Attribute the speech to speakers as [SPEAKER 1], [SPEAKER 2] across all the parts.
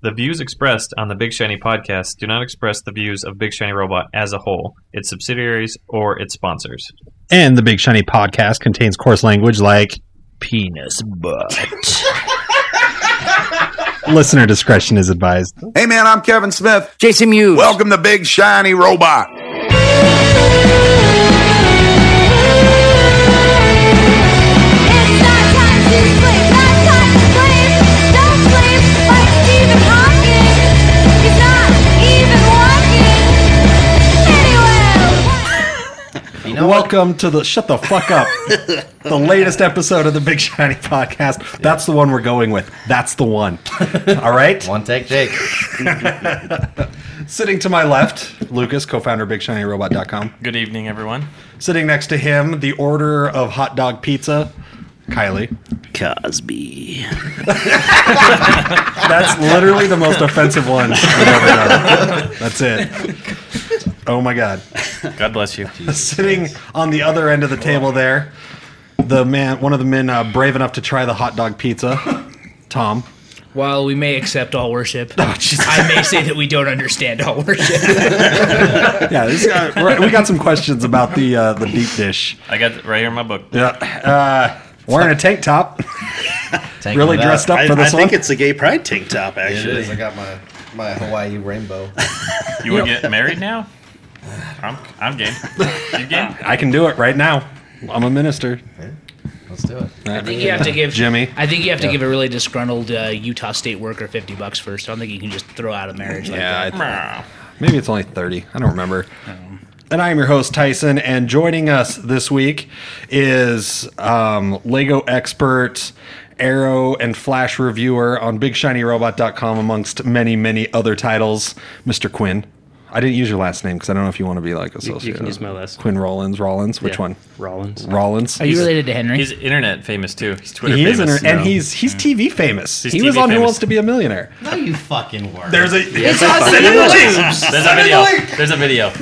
[SPEAKER 1] The views expressed on the Big Shiny podcast do not express the views of Big Shiny Robot as a whole, its subsidiaries, or its sponsors.
[SPEAKER 2] And the Big Shiny podcast contains coarse language like penis butt. Listener discretion is advised.
[SPEAKER 3] Hey man, I'm Kevin Smith.
[SPEAKER 4] Jason Mewes.
[SPEAKER 3] Welcome to Big Shiny Robot.
[SPEAKER 5] It's not time to sleep, not time to sleep. Don't sleep like Stephen Hawking. He's not even walking. Anyway.
[SPEAKER 2] Welcome to the shut the fuck up. the latest episode of the Big Shiny podcast. That's the one we're going with. That's the one. All right.
[SPEAKER 4] One take, Jake.
[SPEAKER 2] Sitting to my left, Lucas, co-founder of BigShinyRobot.com.
[SPEAKER 6] Good evening, everyone.
[SPEAKER 2] Sitting next to him, the order of hot dog pizza, Kylie.
[SPEAKER 4] Cosby.
[SPEAKER 2] That's literally the most offensive one I've ever done. That's it. Oh my god.
[SPEAKER 6] God bless you.
[SPEAKER 2] Sitting on the other end of the table there, the man, one of the men uh, brave enough to try the hot dog pizza, Tom.
[SPEAKER 7] While we may accept all worship,
[SPEAKER 2] Oh,
[SPEAKER 7] I may say that we don't understand all worship.
[SPEAKER 2] Yeah, this guy, we're- we got some questions about the uh, the deep dish.
[SPEAKER 6] I got it right here in my book.
[SPEAKER 2] Yeah, uh, wearing a tank top,
[SPEAKER 4] Tanking
[SPEAKER 2] really
[SPEAKER 4] it
[SPEAKER 2] dressed up
[SPEAKER 8] I,
[SPEAKER 2] for this
[SPEAKER 8] I
[SPEAKER 2] one.
[SPEAKER 8] think it's a gay pride tank top,
[SPEAKER 4] It
[SPEAKER 8] actually.
[SPEAKER 4] is. I got my my Hawaii rainbow.
[SPEAKER 6] You would get married now? I'm, I'm game. You game?
[SPEAKER 2] I can do it right now. I'm a minister.
[SPEAKER 4] Let's do it.
[SPEAKER 7] I think you have to give
[SPEAKER 2] Jimmy.
[SPEAKER 7] I think you have to give a really disgruntled uh, Utah State worker fifty bucks first. I don't think you can just throw out a marriage like that.
[SPEAKER 2] Yeah, I-
[SPEAKER 6] Meow.
[SPEAKER 2] maybe it's only thirty. I don't remember. And I am your host Tyson, and joining us this week is um, Lego expert, Arrow and Flash reviewer on BigShinyRobot.com, amongst many many other titles, Mr. Quinn. I didn't use your last name because I don't know if you want to be like
[SPEAKER 9] you
[SPEAKER 2] associated.
[SPEAKER 9] can use my
[SPEAKER 2] with-
[SPEAKER 9] last-
[SPEAKER 2] Quinn Rollins. Rollins. Which
[SPEAKER 9] Yeah.
[SPEAKER 2] one?
[SPEAKER 9] Rollins.
[SPEAKER 2] Rollins.
[SPEAKER 7] Are you related to Henry?
[SPEAKER 6] He's internet famous, too. He's Twitter
[SPEAKER 2] He is,
[SPEAKER 6] famous.
[SPEAKER 2] inter- and he's he's
[SPEAKER 9] Mm.
[SPEAKER 2] TV famous.
[SPEAKER 6] He's
[SPEAKER 2] he was
[SPEAKER 6] TV
[SPEAKER 2] on Who
[SPEAKER 6] famous.
[SPEAKER 2] Wants to Be a Millionaire.
[SPEAKER 4] No, you fucking were.
[SPEAKER 2] There's a.
[SPEAKER 6] There's a video. There's a video.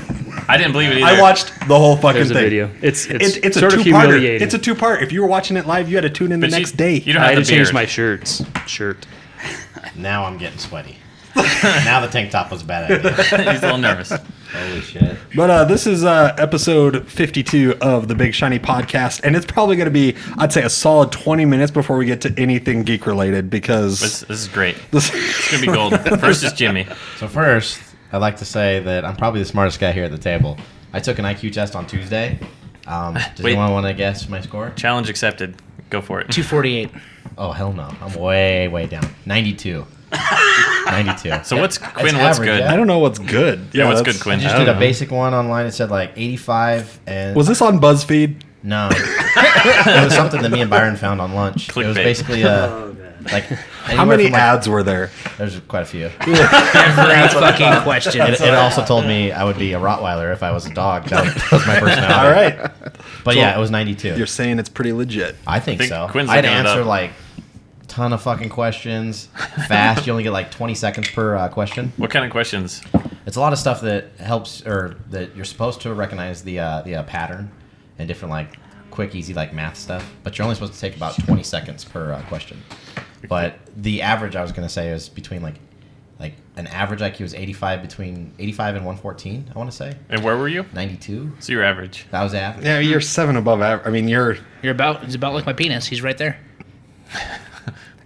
[SPEAKER 6] I didn't believe it either.
[SPEAKER 2] I watched the whole fucking
[SPEAKER 9] There's a
[SPEAKER 2] thing.
[SPEAKER 9] video. It's it's,
[SPEAKER 2] It, it's
[SPEAKER 9] sort
[SPEAKER 2] a
[SPEAKER 9] of
[SPEAKER 2] two-parter.
[SPEAKER 9] humiliating.
[SPEAKER 2] It's a two-part. If you were watching it live, you had to tune in
[SPEAKER 6] But
[SPEAKER 2] the
[SPEAKER 6] you-
[SPEAKER 2] next day.
[SPEAKER 6] You don't
[SPEAKER 9] I
[SPEAKER 6] have
[SPEAKER 9] had to
[SPEAKER 6] the beard.
[SPEAKER 9] change my shirts. Shirt.
[SPEAKER 4] now I'm getting sweaty. now the tank top was a bad idea.
[SPEAKER 6] He's a little nervous.
[SPEAKER 4] Holy shit.
[SPEAKER 2] But uh, this is uh, episode 52 of the Big Shiny Podcast, and it's probably going to be, I'd say, a solid 20 minutes before we get to anything geek related
[SPEAKER 6] This,
[SPEAKER 2] because
[SPEAKER 6] this is great.
[SPEAKER 2] this,
[SPEAKER 6] It's going to be gold. First is Jimmy.
[SPEAKER 4] So first, I'd like to say that I'm probably the smartest guy here at the table. I took an IQ test on Tuesday. Um, does
[SPEAKER 6] Wait.
[SPEAKER 4] anyone want to guess my score?
[SPEAKER 6] Challenge accepted. Go for it.
[SPEAKER 7] Two forty eight.
[SPEAKER 4] Oh hell no! I'm way way down. 92. 92.
[SPEAKER 6] So what's Quinn? What's
[SPEAKER 4] average,
[SPEAKER 6] good?
[SPEAKER 4] yeah.
[SPEAKER 2] I don't know what's good.
[SPEAKER 6] Yeah, what's
[SPEAKER 2] that's-
[SPEAKER 6] good, Quinn?
[SPEAKER 4] I just
[SPEAKER 2] I
[SPEAKER 4] did
[SPEAKER 2] don't
[SPEAKER 4] a
[SPEAKER 2] know.
[SPEAKER 4] basic one online. It said like 85 and
[SPEAKER 2] Was this on BuzzFeed?
[SPEAKER 4] no. it was something that me and Byron found on lunch. It was
[SPEAKER 6] Clickbait.
[SPEAKER 4] basically uh
[SPEAKER 9] Oh,
[SPEAKER 4] like
[SPEAKER 2] How many ads were there?
[SPEAKER 4] There's quite a few.
[SPEAKER 7] Every fucking question.
[SPEAKER 4] It, it also told me I would be a Rottweiler if I was a dog. That was, that was my personality.
[SPEAKER 2] All right.
[SPEAKER 4] but yeah, it was 92.
[SPEAKER 2] You're saying it's pretty legit.
[SPEAKER 4] I think,
[SPEAKER 6] Think
[SPEAKER 4] so.
[SPEAKER 6] Quinn's
[SPEAKER 4] I'd
[SPEAKER 6] looking it
[SPEAKER 4] answer
[SPEAKER 6] up.
[SPEAKER 4] like ton of fucking questions fast. you only get like 20 seconds per uh, question.
[SPEAKER 6] What kind of questions?
[SPEAKER 4] It's a lot of stuff that helps, or that you're supposed to recognize the uh, the uh, pattern and different like quick, easy like math stuff. But you're only supposed to take about 20 seconds per uh, question. But the average I was gonna say is between like like an average IQ is 85 between 85 and 114. I want to say
[SPEAKER 6] And where were you?
[SPEAKER 4] 92.
[SPEAKER 6] So you're average.
[SPEAKER 4] That was the average.
[SPEAKER 2] Yeah, you're seven above average. I mean, you're
[SPEAKER 7] You're about it's about like my penis. He's right there.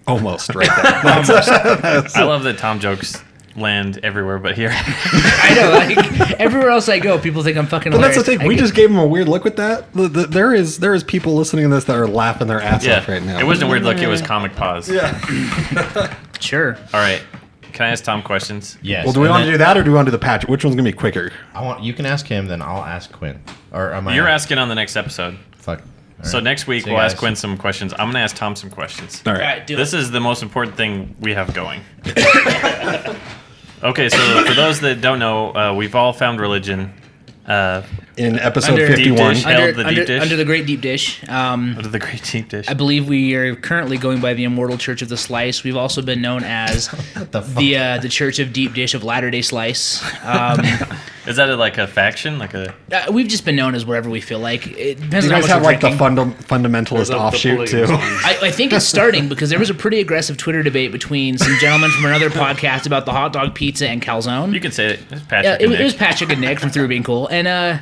[SPEAKER 2] almost right there.
[SPEAKER 6] I love that Tom jokes land everywhere but here.
[SPEAKER 7] I know. Like everywhere else I go, people think I'm fucking.
[SPEAKER 2] But that's the
[SPEAKER 7] hilarious.
[SPEAKER 2] thing.
[SPEAKER 7] I
[SPEAKER 2] We
[SPEAKER 7] get-
[SPEAKER 2] just gave him a weird look with that. The- the- There is there is people listening to this that are laughing their ass
[SPEAKER 6] yeah.
[SPEAKER 2] off right now.
[SPEAKER 6] It wasn't a weird look. It was comic pause.
[SPEAKER 7] sure.
[SPEAKER 6] All right. Can I ask Tom questions?
[SPEAKER 4] Yes.
[SPEAKER 2] Well, do we
[SPEAKER 4] and
[SPEAKER 2] want to
[SPEAKER 4] then-
[SPEAKER 2] do that or do we want to do the patch? Which one's gonna be quicker?
[SPEAKER 4] I want you can ask him, then I'll ask Quinn. Or am I?
[SPEAKER 6] You're asking on the next episode.
[SPEAKER 4] Fuck. All
[SPEAKER 6] So
[SPEAKER 4] right.
[SPEAKER 6] next week
[SPEAKER 4] See you
[SPEAKER 6] we'll ask
[SPEAKER 4] guys.
[SPEAKER 6] Quinn some questions. I'm gonna ask Tom some questions.
[SPEAKER 2] All
[SPEAKER 7] All
[SPEAKER 2] right.
[SPEAKER 7] right, do
[SPEAKER 6] This
[SPEAKER 7] it.
[SPEAKER 6] is the most important thing we have going. okay, so for those that don't know, uh, we've all found religion. Uh,
[SPEAKER 2] in episode
[SPEAKER 7] Under-
[SPEAKER 1] Deep
[SPEAKER 2] 51.
[SPEAKER 1] dish.
[SPEAKER 7] Under,
[SPEAKER 1] Held the deep
[SPEAKER 7] under,
[SPEAKER 1] dish.
[SPEAKER 7] under the great deep dish. Um,
[SPEAKER 1] Under the great deep dish.
[SPEAKER 7] I believe we are currently going by the Immortal Church of the Slice. We've also been known as
[SPEAKER 4] the
[SPEAKER 7] the
[SPEAKER 4] fuck?
[SPEAKER 7] the, uh, the Church of Deep Dish of Latter Day Slice. Um,
[SPEAKER 1] Is that a, like a faction? Like a
[SPEAKER 7] uh, we've just been known as whatever we feel like. It depends
[SPEAKER 2] You
[SPEAKER 7] on how
[SPEAKER 2] guys
[SPEAKER 7] much
[SPEAKER 2] have
[SPEAKER 7] we're
[SPEAKER 2] like the
[SPEAKER 7] drinking.
[SPEAKER 2] fundam- fundamentalist offshoot too.
[SPEAKER 7] I, I think it's starting because there was a pretty aggressive Twitter debate between some gentlemen from another podcast about the hot dog pizza and calzone.
[SPEAKER 1] you can say it. It's Patrick.
[SPEAKER 7] yeah, it,
[SPEAKER 1] and
[SPEAKER 7] was- it
[SPEAKER 1] Nick.
[SPEAKER 7] was Patrick and Nick from Through Being Cool, and uh,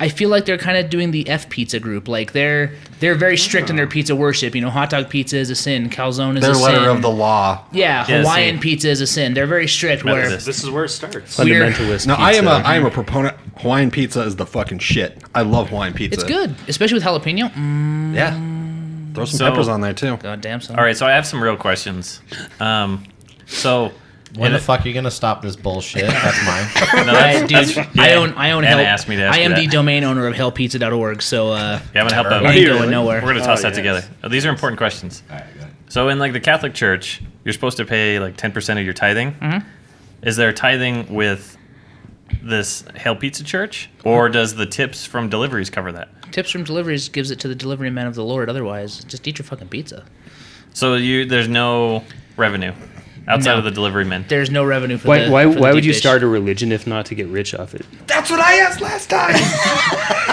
[SPEAKER 7] I feel like they're kind of doing the F pizza group. Like they're they're very strict in their pizza worship. You know, hot dog pizza is a sin, calzone is
[SPEAKER 2] Their
[SPEAKER 7] a sin.
[SPEAKER 2] letter of the law.
[SPEAKER 7] Yeah,
[SPEAKER 1] Yeah,
[SPEAKER 7] Hawaiian
[SPEAKER 1] see.
[SPEAKER 7] pizza is a sin. They're very strict. Where
[SPEAKER 1] Methodist.
[SPEAKER 8] This is where it starts.
[SPEAKER 7] Weird.
[SPEAKER 8] Fundamentalist.
[SPEAKER 2] No, I am a
[SPEAKER 8] pizza.
[SPEAKER 2] I am a proponent. Hawaiian pizza is the fucking shit. I love Hawaiian pizza.
[SPEAKER 7] it's good, especially with jalapeno. Mm,
[SPEAKER 2] Yeah. Throw some
[SPEAKER 1] So-
[SPEAKER 2] peppers on there too.
[SPEAKER 7] God damn son.
[SPEAKER 1] All right, so I have some real questions. Um, so
[SPEAKER 4] When the
[SPEAKER 1] it-
[SPEAKER 4] fuck are you gonna stop this bullshit? That's mine.
[SPEAKER 1] no,
[SPEAKER 7] I,
[SPEAKER 1] that's-
[SPEAKER 7] dude,
[SPEAKER 1] that's-
[SPEAKER 7] I
[SPEAKER 1] yeah.
[SPEAKER 7] own I own
[SPEAKER 1] Anna
[SPEAKER 7] help.
[SPEAKER 1] asked me to ask
[SPEAKER 7] I
[SPEAKER 1] you
[SPEAKER 7] am the
[SPEAKER 1] that.
[SPEAKER 7] domain owner of hellpizza.org, so uh,
[SPEAKER 1] Yeah, I'm gonna help out.
[SPEAKER 7] I
[SPEAKER 8] you
[SPEAKER 7] ain't going
[SPEAKER 8] really?
[SPEAKER 7] nowhere.
[SPEAKER 1] We're gonna toss that
[SPEAKER 8] yes.
[SPEAKER 1] together. Oh, these are important questions. So in like the Catholic Church, you're supposed to pay like 10% of your tithing. Is there tithing with this Hail Pizza Church, or does the tips from deliveries cover that?
[SPEAKER 7] Tips from deliveries gives it to the delivery man of the Lord. Otherwise, just eat your fucking pizza.
[SPEAKER 1] So you there's no revenue outside
[SPEAKER 7] No.
[SPEAKER 1] of the delivery men.
[SPEAKER 7] There's no revenue for
[SPEAKER 8] Why,
[SPEAKER 7] the.
[SPEAKER 8] why,
[SPEAKER 7] for the
[SPEAKER 8] why
[SPEAKER 7] deep
[SPEAKER 8] would you
[SPEAKER 7] dish.
[SPEAKER 8] start a religion if not to get rich off it?
[SPEAKER 2] That's what I asked last time.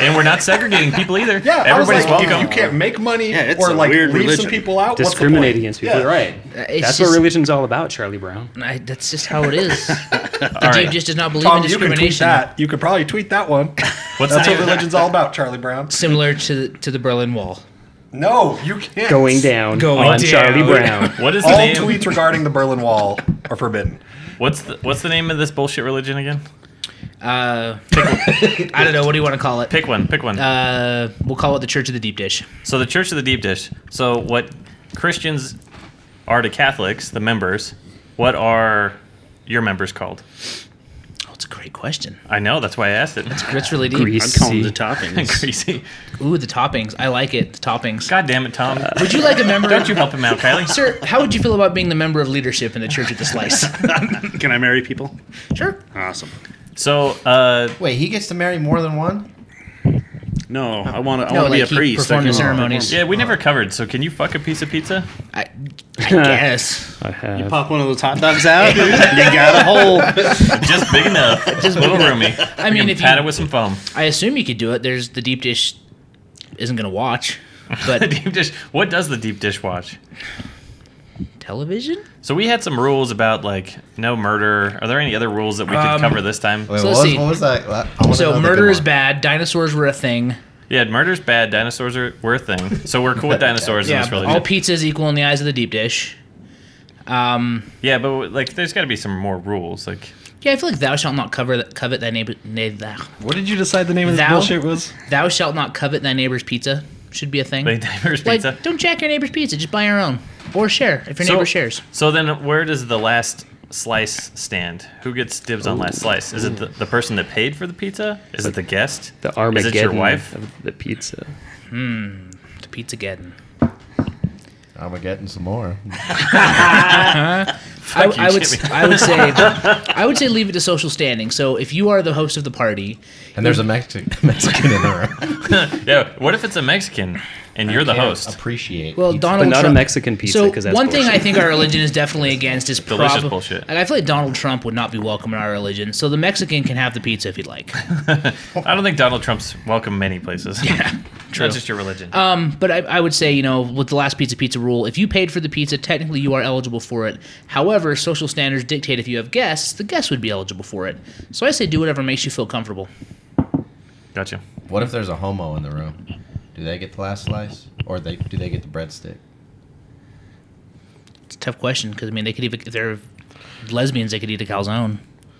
[SPEAKER 1] and we're not segregating people either.
[SPEAKER 2] Yeah,
[SPEAKER 1] everybody's
[SPEAKER 2] I was like, if
[SPEAKER 1] welcome.
[SPEAKER 2] You can't make money
[SPEAKER 6] Yeah, it's
[SPEAKER 2] or
[SPEAKER 6] a
[SPEAKER 2] like
[SPEAKER 6] weird
[SPEAKER 2] leave some
[SPEAKER 6] religion.
[SPEAKER 2] people out. what's the
[SPEAKER 8] Discriminate
[SPEAKER 2] point?
[SPEAKER 8] against people,
[SPEAKER 2] Yeah.
[SPEAKER 8] right?
[SPEAKER 7] Uh, It's
[SPEAKER 8] That's
[SPEAKER 7] just,
[SPEAKER 8] what religion's all about, Charlie Brown.
[SPEAKER 7] I, that's just how it is. the
[SPEAKER 1] All
[SPEAKER 7] dude
[SPEAKER 1] right.
[SPEAKER 7] just does not believe
[SPEAKER 2] Tom,
[SPEAKER 7] in
[SPEAKER 2] you can tweet
[SPEAKER 7] discrimination.
[SPEAKER 2] that. You could probably tweet that one.
[SPEAKER 1] What's
[SPEAKER 2] That's
[SPEAKER 1] the
[SPEAKER 2] what
[SPEAKER 1] name?
[SPEAKER 2] religion's all about, Charlie Brown.
[SPEAKER 7] Similar to to the Berlin Wall.
[SPEAKER 2] No, you can't.
[SPEAKER 8] Going down
[SPEAKER 7] Going
[SPEAKER 8] on
[SPEAKER 7] down.
[SPEAKER 8] Charlie Brown.
[SPEAKER 1] What is the
[SPEAKER 2] All
[SPEAKER 1] name?
[SPEAKER 2] tweets regarding the Berlin Wall are forbidden.
[SPEAKER 1] What's the What's the name of this bullshit religion again?
[SPEAKER 7] Uh, I don't know. What do you want to call it?
[SPEAKER 1] Pick one. Pick one.
[SPEAKER 7] Uh, we'll call it the Church of the Deep Dish.
[SPEAKER 1] So the Church of the Deep Dish. So what Christians are to Catholics, the members, what are your members called?
[SPEAKER 7] Oh, it's a great question.
[SPEAKER 1] I know, that's why I asked it.
[SPEAKER 7] That's really deep.
[SPEAKER 8] Greasy.
[SPEAKER 6] I'd call them the toppings.
[SPEAKER 1] Greasy.
[SPEAKER 7] Ooh, the toppings. I like it. The toppings.
[SPEAKER 1] God damn it, Tom.
[SPEAKER 7] Would you like a member?
[SPEAKER 1] Don't you help him out, Kylie?
[SPEAKER 7] Sir, how would you feel about being the member of leadership in the Church of the Slice?
[SPEAKER 6] Can I marry people?
[SPEAKER 7] sure.
[SPEAKER 6] Awesome.
[SPEAKER 1] So, uh,
[SPEAKER 4] Wait, he gets to marry more than one?
[SPEAKER 6] No, I want to. I
[SPEAKER 7] No,
[SPEAKER 6] want to
[SPEAKER 7] like
[SPEAKER 6] be
[SPEAKER 7] he
[SPEAKER 6] a priest. I
[SPEAKER 7] performed
[SPEAKER 6] can-
[SPEAKER 7] the ceremonies.
[SPEAKER 1] yeah, we never covered. So, can you fuck a piece of pizza?
[SPEAKER 7] I, I guess.
[SPEAKER 8] I have.
[SPEAKER 6] Pop one of those hot dogs out. dude. you got a hole.
[SPEAKER 1] Just big enough, just a little roomy.
[SPEAKER 7] I mean, if
[SPEAKER 1] pat it
[SPEAKER 7] you,
[SPEAKER 1] with some foam.
[SPEAKER 7] I assume you could do it. There's the deep dish isn't gonna watch, but
[SPEAKER 1] Deep dish. What does the deep dish watch?
[SPEAKER 7] television.
[SPEAKER 1] So we had some rules about like no murder. Are there any other rules that we could
[SPEAKER 7] Um,
[SPEAKER 1] cover this time?
[SPEAKER 4] Wait,
[SPEAKER 7] So let's
[SPEAKER 4] what, was,
[SPEAKER 7] see.
[SPEAKER 4] what was that? I wanna know
[SPEAKER 7] So
[SPEAKER 4] the
[SPEAKER 7] murder
[SPEAKER 4] good
[SPEAKER 7] is
[SPEAKER 4] one.
[SPEAKER 7] bad. Dinosaurs were a thing.
[SPEAKER 1] Yeah, murder's bad. Dinosaurs are were a thing. So we're cool with dinosaurs in
[SPEAKER 7] Yeah,
[SPEAKER 1] this
[SPEAKER 7] but
[SPEAKER 1] religion.
[SPEAKER 7] all pizza is equal in the eyes of the deep dish. Um,
[SPEAKER 1] Yeah, but like, there's got to be some more rules. Like,
[SPEAKER 7] yeah, I feel like thou shalt not cover covet thy neighbor. Na- thou,
[SPEAKER 2] What did you decide the name of this
[SPEAKER 7] Thou?
[SPEAKER 2] bullshit was?
[SPEAKER 7] thou shalt not covet thy neighbor's pizza should be a thing.
[SPEAKER 1] like neighbor's
[SPEAKER 7] Like,
[SPEAKER 1] pizza.
[SPEAKER 7] don't jack your neighbor's pizza. Just buy your own or share if your
[SPEAKER 1] So-
[SPEAKER 7] neighbor shares.
[SPEAKER 1] So then, where does the last slice stand? Who gets dibs on last slice? Is it the, the person that paid for the pizza? Is it the guest?
[SPEAKER 8] The Armageddon
[SPEAKER 1] Is it your wife?
[SPEAKER 8] of the pizza.
[SPEAKER 7] The pizza geddon.
[SPEAKER 4] I'm a getting some more.
[SPEAKER 7] I, I
[SPEAKER 1] you,
[SPEAKER 7] would
[SPEAKER 1] Jimmy.
[SPEAKER 7] I would say I would say leave it to social standing. So if you are the host of the party,
[SPEAKER 4] And there's a Mexican Mexican in the room.
[SPEAKER 1] Yeah. What if it's a Mexican and you're the
[SPEAKER 4] Can't
[SPEAKER 1] host?
[SPEAKER 4] Appreciate.
[SPEAKER 7] well,
[SPEAKER 4] pizza.
[SPEAKER 7] Donald
[SPEAKER 8] But not a
[SPEAKER 7] Trump,
[SPEAKER 8] Mexican pizza,
[SPEAKER 7] So
[SPEAKER 8] 'cause that's
[SPEAKER 7] one thing I
[SPEAKER 8] bullshit.
[SPEAKER 7] think our religion is definitely against is prob-
[SPEAKER 1] Delicious bullshit.
[SPEAKER 7] Like, I feel like Donald Trump would not be welcome in our religion. So the Mexican can have the pizza if he'd like.
[SPEAKER 1] I don't think Donald Trump's welcome many places. Yeah,
[SPEAKER 7] true.
[SPEAKER 1] Not just your religion.
[SPEAKER 7] Um, but I, I would say you know with the last pizza pizza rule, if you paid for the pizza, technically you are eligible for it. However, social standards dictate if you have guests, the guests would be eligible for it. So I say do whatever makes you feel comfortable.
[SPEAKER 1] gotcha.
[SPEAKER 4] What if there's a homo in the room? Do they get the last slice, or they do they get the breadstick?
[SPEAKER 7] It's a tough question because I mean they could even if they're lesbians they could eat a calzone.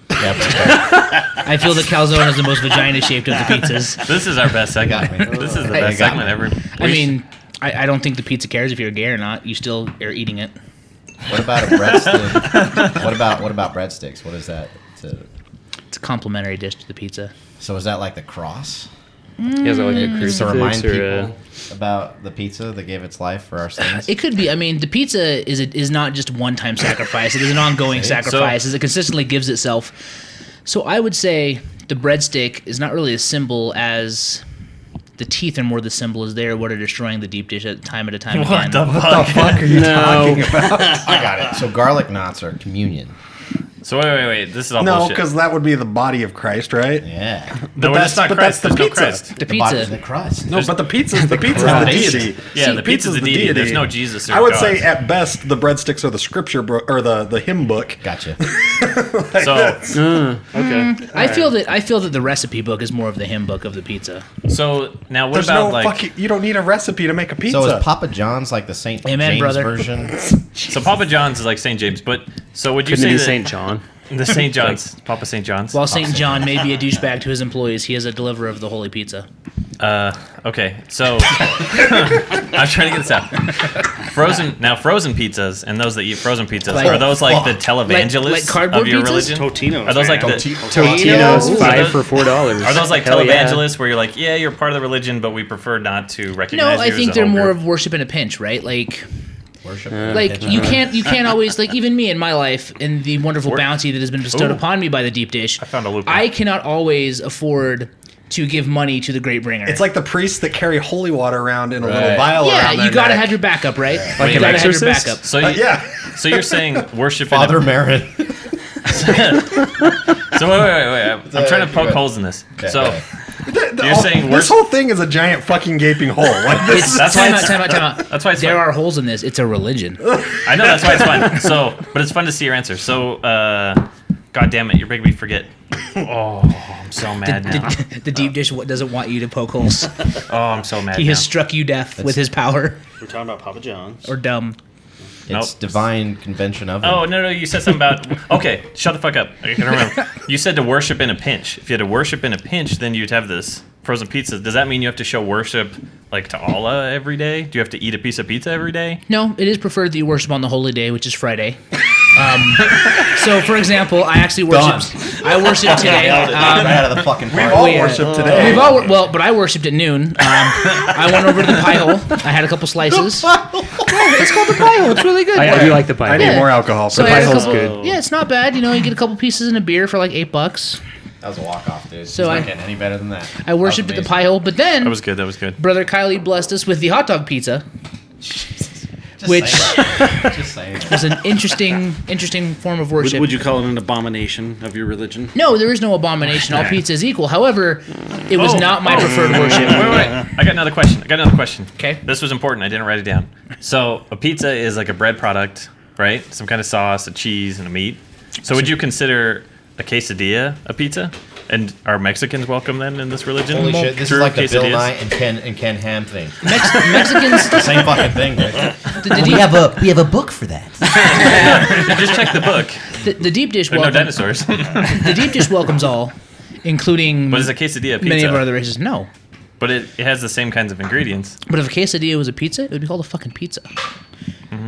[SPEAKER 4] Yeah, but-
[SPEAKER 7] I feel the calzone is the most vagina shaped of the pizzas.
[SPEAKER 1] This is our best segment.
[SPEAKER 4] got me.
[SPEAKER 1] This is the
[SPEAKER 4] They
[SPEAKER 1] best
[SPEAKER 4] got
[SPEAKER 1] segment
[SPEAKER 4] me.
[SPEAKER 1] ever.
[SPEAKER 7] I mean, I, I don't think the pizza cares if you're gay or not. You still are eating it.
[SPEAKER 4] what about a breadstick? what about what about breadsticks? What is that? It's a-
[SPEAKER 7] It's a complimentary dish to the pizza.
[SPEAKER 4] so is that like the cross? Mm.
[SPEAKER 8] He has like a crucifix
[SPEAKER 4] Just to remind
[SPEAKER 8] or
[SPEAKER 4] people
[SPEAKER 8] a-
[SPEAKER 4] about the pizza that gave its life for our sins.
[SPEAKER 7] It could be. I mean, the pizza is it is not just one time sacrifice. It is an ongoing sacrifice. as it consistently gives itself. So I would say the breadstick is not really a symbol as the teeth are more the symbol as they are what are destroying the deep dish at time at a
[SPEAKER 6] Oh,
[SPEAKER 7] time
[SPEAKER 1] What
[SPEAKER 7] again.
[SPEAKER 1] the fuck?
[SPEAKER 2] fuck are you talking about?
[SPEAKER 4] I got it. So garlic knots are communion.
[SPEAKER 1] So wait, wait, wait. This is all
[SPEAKER 2] No,
[SPEAKER 1] bullshit.
[SPEAKER 2] because that would be the body of Christ, right?
[SPEAKER 4] Yeah.
[SPEAKER 1] no,
[SPEAKER 2] but
[SPEAKER 1] that's
[SPEAKER 2] that's-
[SPEAKER 1] not
[SPEAKER 2] but
[SPEAKER 1] Christ.
[SPEAKER 2] that's the
[SPEAKER 1] There's no
[SPEAKER 2] pizza.
[SPEAKER 1] Christ.
[SPEAKER 7] the
[SPEAKER 4] The body's
[SPEAKER 7] pizza.
[SPEAKER 4] the crust.
[SPEAKER 2] No, but the pizza's the pizza's the
[SPEAKER 4] Christ.
[SPEAKER 2] deity.
[SPEAKER 1] Yeah, the pizza's the deity. There's no Jesus or
[SPEAKER 2] I would
[SPEAKER 1] God.
[SPEAKER 2] say at best the breadsticks are the scripture bro- or the the hymn book.
[SPEAKER 4] Gotcha.
[SPEAKER 1] So,
[SPEAKER 6] Okay.
[SPEAKER 7] I feel that I feel that the recipe book is more of the hymn book of the pizza.
[SPEAKER 1] so now what
[SPEAKER 2] There's
[SPEAKER 1] about
[SPEAKER 2] no
[SPEAKER 1] like?
[SPEAKER 2] fucking. You don't need a recipe to make a pizza.
[SPEAKER 4] So is Papa John's like the Saint
[SPEAKER 7] Amen,
[SPEAKER 4] James
[SPEAKER 7] brother.
[SPEAKER 4] version?
[SPEAKER 1] So Papa John's is like St. James, but so would you
[SPEAKER 8] Couldn't it
[SPEAKER 1] say
[SPEAKER 8] be
[SPEAKER 1] that
[SPEAKER 8] St. John?
[SPEAKER 1] the St. John's, Papa St. John's?
[SPEAKER 7] While St. John may be a douchebag to his employees, he is a deliverer of the holy pizza.
[SPEAKER 1] Okay, so I'm trying to get this out. Frozen now, frozen pizzas and those that eat frozen pizzas
[SPEAKER 7] Like-
[SPEAKER 1] are those like the
[SPEAKER 4] Fuck.
[SPEAKER 1] televangelists
[SPEAKER 7] Like- like cardboard
[SPEAKER 1] of your
[SPEAKER 7] pizzas?
[SPEAKER 1] religion?
[SPEAKER 6] Totino's,
[SPEAKER 1] Are those like
[SPEAKER 6] man.
[SPEAKER 1] the,
[SPEAKER 8] Totino's
[SPEAKER 1] Ooh.
[SPEAKER 8] five for four dollars.
[SPEAKER 1] are those like televangelists where you're like, yeah, you're part of the religion, but we prefer not to
[SPEAKER 7] No,
[SPEAKER 1] recognize you
[SPEAKER 7] I
[SPEAKER 1] as a
[SPEAKER 7] think they're
[SPEAKER 1] whole
[SPEAKER 7] more
[SPEAKER 1] group?
[SPEAKER 7] of worship in a pinch, right? Like
[SPEAKER 4] Worship.
[SPEAKER 7] like you can't you can't always like even me in my life and the wonderful bounty that has been bestowed
[SPEAKER 1] Ooh.
[SPEAKER 7] upon me by the deep dish. I
[SPEAKER 1] found a loophole.
[SPEAKER 7] I cannot always afford to give money to the great bringer.
[SPEAKER 2] It's like the priests that carry holy water around in a little
[SPEAKER 4] Right.
[SPEAKER 2] vial.
[SPEAKER 7] yeah,
[SPEAKER 2] around
[SPEAKER 7] you
[SPEAKER 2] their
[SPEAKER 7] gotta
[SPEAKER 2] neck.
[SPEAKER 7] have your backup, right?
[SPEAKER 1] Like
[SPEAKER 7] you
[SPEAKER 1] an
[SPEAKER 7] gotta have your
[SPEAKER 8] exorcist?
[SPEAKER 7] backup.
[SPEAKER 1] So you,
[SPEAKER 2] Uh, yeah,
[SPEAKER 1] so you're saying worship in a-
[SPEAKER 4] Father Merritt.
[SPEAKER 1] So wait, wait, wait, wait. I'm, I'm trying to poke
[SPEAKER 4] good.
[SPEAKER 1] holes in this.
[SPEAKER 4] Okay.
[SPEAKER 1] So
[SPEAKER 2] The- the
[SPEAKER 1] You're
[SPEAKER 2] whole-
[SPEAKER 1] saying
[SPEAKER 2] this
[SPEAKER 1] worship-
[SPEAKER 2] whole thing is a giant fucking gaping hole. Like this,
[SPEAKER 7] It's,
[SPEAKER 1] That's why
[SPEAKER 7] time out,
[SPEAKER 1] it's-
[SPEAKER 7] time out, time out.
[SPEAKER 1] that's why it's
[SPEAKER 7] there
[SPEAKER 1] fun.
[SPEAKER 7] are holes in this. It's a religion.
[SPEAKER 1] I know that's why it's fun. So, but it's fun to see your answer. So, uh, God damn it, you're making me forget. Oh, I'm so mad now.
[SPEAKER 7] the, the deep dish w- doesn't want you to poke holes.
[SPEAKER 1] Oh, I'm so mad.
[SPEAKER 7] He
[SPEAKER 1] now.
[SPEAKER 7] has struck you deaf with his power
[SPEAKER 6] We're talking about Papa John's.
[SPEAKER 7] or dumb.
[SPEAKER 4] It's
[SPEAKER 1] Nope.
[SPEAKER 4] divine convention of.
[SPEAKER 1] Oh no no! You said something about okay. Shut the fuck up. I can remember. You said to worship in a pinch. If you had to worship in a pinch, then you'd have this frozen pizza. Does that mean you have to show worship like to Allah every day? Do you have to eat a piece of pizza every day?
[SPEAKER 7] No, it is preferred that you worship on the holy day, which is Friday. Um, so, for example, I actually worshiped. I worshiped today.
[SPEAKER 4] right
[SPEAKER 7] Um,
[SPEAKER 4] out of the fucking park.
[SPEAKER 2] all
[SPEAKER 7] yeah.
[SPEAKER 2] worship today.
[SPEAKER 7] We've all wor- well, but I worshipped at noon. Um, I went over to the pie hole. I had a couple slices. it's called the pie hole. It's really good.
[SPEAKER 8] I, I do like the
[SPEAKER 2] I
[SPEAKER 8] pie.
[SPEAKER 2] need
[SPEAKER 7] Yeah.
[SPEAKER 2] more alcohol.
[SPEAKER 7] So
[SPEAKER 2] for
[SPEAKER 7] I had
[SPEAKER 8] pie
[SPEAKER 7] a
[SPEAKER 8] hole's
[SPEAKER 7] couple-
[SPEAKER 8] good.
[SPEAKER 7] Yeah, it's not bad. You know, you get a couple pieces and a beer for like eight bucks.
[SPEAKER 4] That was a walk off, dude.
[SPEAKER 7] So
[SPEAKER 4] So I
[SPEAKER 7] I-
[SPEAKER 4] not getting any better than that.
[SPEAKER 7] I worshipped at the pie hole, but then
[SPEAKER 1] That was good. That was good.
[SPEAKER 7] brother Kylie blessed us with the hot dog pizza,
[SPEAKER 4] Just
[SPEAKER 7] which
[SPEAKER 4] saying. just saying.
[SPEAKER 7] was an interesting, interesting form of
[SPEAKER 6] Would,
[SPEAKER 7] worship.
[SPEAKER 6] would you call it an abomination of your religion?
[SPEAKER 7] No, there is no abomination. All pizza is equal. However, it was
[SPEAKER 1] Oh,
[SPEAKER 7] not my
[SPEAKER 1] oh.
[SPEAKER 7] preferred
[SPEAKER 1] Wait,
[SPEAKER 7] worship.
[SPEAKER 1] wait, wait. I got another question. I got another question.
[SPEAKER 7] 'Kay.
[SPEAKER 1] This was important. I didn't write it down. So a pizza is like a bread product, right? Some kind of sauce, a cheese, and a meat. So would you consider a quesadilla a pizza? And are Mexicans welcome then in this religion?
[SPEAKER 4] Holy shit! This
[SPEAKER 1] True
[SPEAKER 4] is like the Bill
[SPEAKER 1] quesadillas?
[SPEAKER 4] Nye and Ken and Ken Ham thing.
[SPEAKER 7] Mex- Mexicans, the,
[SPEAKER 4] Same fucking thing. Right?
[SPEAKER 7] the deep,
[SPEAKER 4] a we have a book for that.
[SPEAKER 1] Just check the book.
[SPEAKER 7] the, the deep dish
[SPEAKER 1] There's no
[SPEAKER 7] welcome,
[SPEAKER 1] dinosaurs.
[SPEAKER 7] the deep dish welcomes all, including
[SPEAKER 1] but is a quesadilla a pizza?
[SPEAKER 7] many of our other races. No,
[SPEAKER 1] But it, it has the same kinds of ingredients.
[SPEAKER 7] but if a quesadilla was a pizza, it would be called a fucking pizza.
[SPEAKER 1] That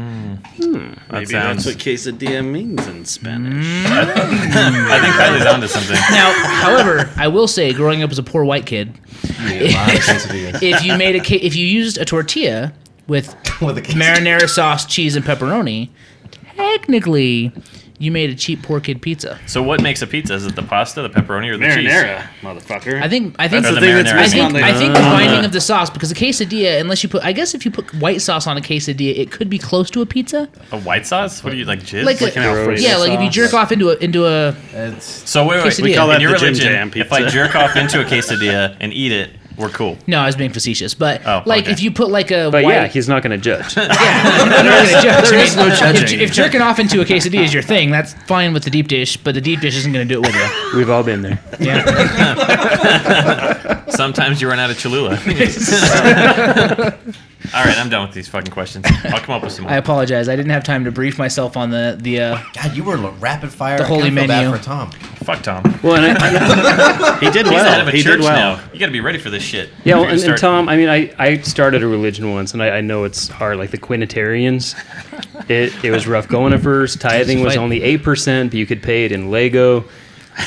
[SPEAKER 6] Maybe
[SPEAKER 1] sounds. Mm.
[SPEAKER 6] that's what quesadilla means in Spanish.
[SPEAKER 1] I think Kylie's onto something.
[SPEAKER 7] Now, however, I will say, growing up as a poor white kid, if you made a ca- if you used a tortilla with
[SPEAKER 4] With a quesadilla.
[SPEAKER 7] marinara sauce, cheese, and pepperoni, technically, you made a cheap poor kid pizza.
[SPEAKER 1] So what makes a pizza? Is it the pasta, the pepperoni, or the cheese?
[SPEAKER 6] Marinara, motherfucker.
[SPEAKER 7] I think I think
[SPEAKER 1] That's the
[SPEAKER 6] thing that's
[SPEAKER 1] marinara.
[SPEAKER 7] I
[SPEAKER 6] missing
[SPEAKER 7] think
[SPEAKER 6] on the-
[SPEAKER 7] I think the binding of the sauce because the quesadilla, unless you put, I guess if you put white sauce on a quesadilla, it could be close to a pizza.
[SPEAKER 1] A white sauce? What do you like? Jizz?
[SPEAKER 7] Like,
[SPEAKER 6] an Alfredo
[SPEAKER 7] yeah, like if you
[SPEAKER 6] sauce.
[SPEAKER 7] jerk off into a into a
[SPEAKER 4] It's
[SPEAKER 1] So wait, wait,
[SPEAKER 7] Quesadilla. We call
[SPEAKER 1] in
[SPEAKER 6] that
[SPEAKER 1] your
[SPEAKER 6] the Jim
[SPEAKER 1] religion,
[SPEAKER 6] Jam
[SPEAKER 1] if I
[SPEAKER 6] pizza.
[SPEAKER 1] jerk off into a quesadilla and eat it, we're cool.
[SPEAKER 7] no, I was being facetious, but
[SPEAKER 1] Oh,
[SPEAKER 7] like
[SPEAKER 1] okay.
[SPEAKER 7] if you put like a
[SPEAKER 8] But
[SPEAKER 7] white,
[SPEAKER 8] yeah, he's not going to judge.
[SPEAKER 7] I'm not gonna judge. I mean,
[SPEAKER 8] no
[SPEAKER 7] if-
[SPEAKER 8] judging.
[SPEAKER 7] If, jerking off into a quesadilla is your thing, that's fine with the deep dish, but the deep dish isn't gonna do it with you.
[SPEAKER 8] We've all been there.
[SPEAKER 7] Yeah,
[SPEAKER 1] Sometimes you run out of Cholula. All right, I'm done with these fucking questions. I'll come up with some
[SPEAKER 7] I
[SPEAKER 1] more.
[SPEAKER 7] apologize. I didn't have time to brief myself on the the. Uh,
[SPEAKER 4] God, you were rapid fire.
[SPEAKER 7] The
[SPEAKER 4] I kinda
[SPEAKER 7] holy
[SPEAKER 4] feel bad
[SPEAKER 7] menu.
[SPEAKER 4] for Tom.
[SPEAKER 1] Fuck Tom.
[SPEAKER 8] Well, and I,
[SPEAKER 6] he did
[SPEAKER 1] He's the head
[SPEAKER 6] well.
[SPEAKER 1] of a
[SPEAKER 6] He
[SPEAKER 1] church
[SPEAKER 6] did well.
[SPEAKER 1] now. You got to be ready for this shit.
[SPEAKER 8] yeah,
[SPEAKER 1] You're
[SPEAKER 8] well,
[SPEAKER 1] gonna
[SPEAKER 8] and, and
[SPEAKER 1] start-
[SPEAKER 8] Tom, I mean, I, I started a religion once, and I, I know it's hard, like the Quinitarians. It, it was rough going at first. Tithing was
[SPEAKER 7] Fight.
[SPEAKER 8] only 8%, but you could pay it in Lego.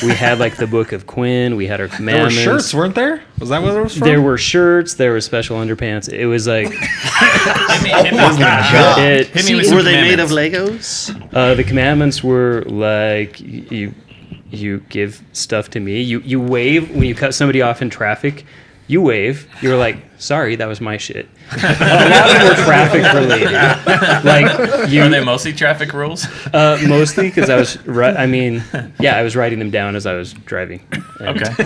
[SPEAKER 8] We had, like, the Book of Quinn. We had our
[SPEAKER 2] There were
[SPEAKER 8] commandments.
[SPEAKER 2] shirts, weren't there? Was that what it was from?
[SPEAKER 8] There were shirts. There were special underpants. It was like
[SPEAKER 1] Hit me, hit me with-
[SPEAKER 8] it.
[SPEAKER 1] hit me with
[SPEAKER 7] See,
[SPEAKER 1] some
[SPEAKER 6] Were they made of
[SPEAKER 1] commandments.
[SPEAKER 6] Legos?
[SPEAKER 8] Uh, the commandments were like you, you give stuff to me. You you wave when you cut somebody off in traffic. You wave. You're like, sorry, that was my shit. A lot of them were traffic related. Like you,
[SPEAKER 1] Are they mostly traffic rules?
[SPEAKER 8] uh, mostly because I was. Ri- I mean, yeah, I was writing them down as I was driving. And-
[SPEAKER 1] Okay.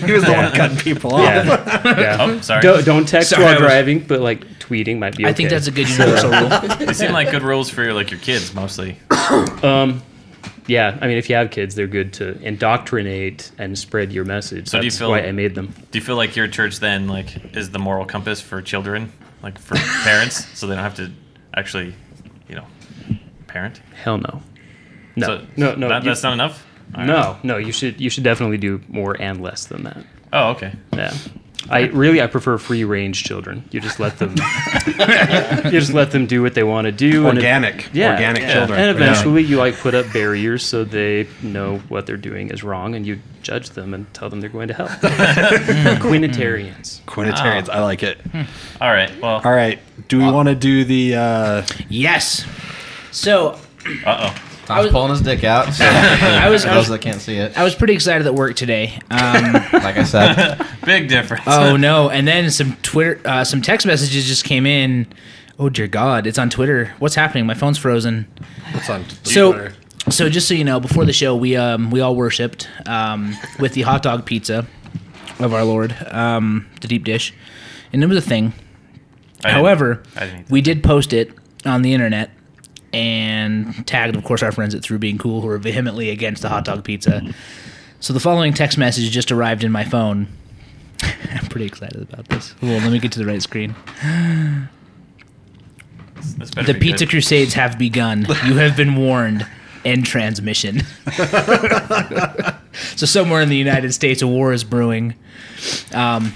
[SPEAKER 2] he was the one cutting people off.
[SPEAKER 8] Yeah. yeah.
[SPEAKER 1] Oh, sorry.
[SPEAKER 8] Don't, don't text
[SPEAKER 7] Sorry, I
[SPEAKER 8] while
[SPEAKER 7] was-
[SPEAKER 8] driving, but like tweeting might be. Okay.
[SPEAKER 7] I think that's a good universal rule.
[SPEAKER 1] They seem like good rules for your like your kids mostly.
[SPEAKER 8] Um, Yeah, I mean, if you have kids, they're good to indoctrinate and spread your message.
[SPEAKER 1] So
[SPEAKER 8] So
[SPEAKER 1] do you
[SPEAKER 8] that's
[SPEAKER 1] feel-
[SPEAKER 8] why I made them.
[SPEAKER 1] Do you feel like your church then like is the moral compass for children, like for parents, so they don't have to actually, you know, parent?
[SPEAKER 8] Hell no. No,
[SPEAKER 1] So
[SPEAKER 8] no, no.
[SPEAKER 1] that-
[SPEAKER 8] you-
[SPEAKER 1] that's not enough. All right.
[SPEAKER 8] no, no. You should you should definitely do more and less than that.
[SPEAKER 1] Oh, okay.
[SPEAKER 8] Yeah. I really I prefer free range children. You just let them. you just let them do what they want to do. and if-
[SPEAKER 2] Organic,
[SPEAKER 8] Yeah.
[SPEAKER 2] organic
[SPEAKER 8] Yeah.
[SPEAKER 2] children.
[SPEAKER 8] And eventually, you like put up barriers so they know what they're doing is wrong, and you judge them and tell them they're going to hell. Quinitarians.
[SPEAKER 2] Quinitarians, I like it.
[SPEAKER 1] All right. Well.
[SPEAKER 2] All right, do we want to do the? Uh,
[SPEAKER 7] yes. So
[SPEAKER 1] Uh
[SPEAKER 4] Tom's pulling his dick out. So
[SPEAKER 7] I was
[SPEAKER 4] for
[SPEAKER 7] I
[SPEAKER 4] those
[SPEAKER 7] was,
[SPEAKER 4] that can't see it,
[SPEAKER 7] I was pretty excited at work today. Um,
[SPEAKER 4] like I said,
[SPEAKER 1] oh. Big difference.
[SPEAKER 7] oh no! And then some Twitter, uh, some text messages just came in. Oh dear God! It's on Twitter. What's happening? My phone's frozen.
[SPEAKER 2] what's on
[SPEAKER 7] So, so just so you know, before the show, we um we all worshipped um with the hot dog pizza of our Lord, um the deep dish, and it was a thing.
[SPEAKER 1] I didn't-
[SPEAKER 7] However,
[SPEAKER 1] I didn't eat that.
[SPEAKER 7] we did post it on the internet and tagged, of course, our friends at Through Being Cool, who are vehemently against the hot dog pizza. So the following text message just arrived in my phone. I'm pretty excited about this. Well, let me get to the right screen.
[SPEAKER 1] This better
[SPEAKER 7] The
[SPEAKER 1] be
[SPEAKER 7] pizza
[SPEAKER 1] good.
[SPEAKER 7] crusades have begun. You have been warned. End transmission. so somewhere in the United States, a war is brewing. Um,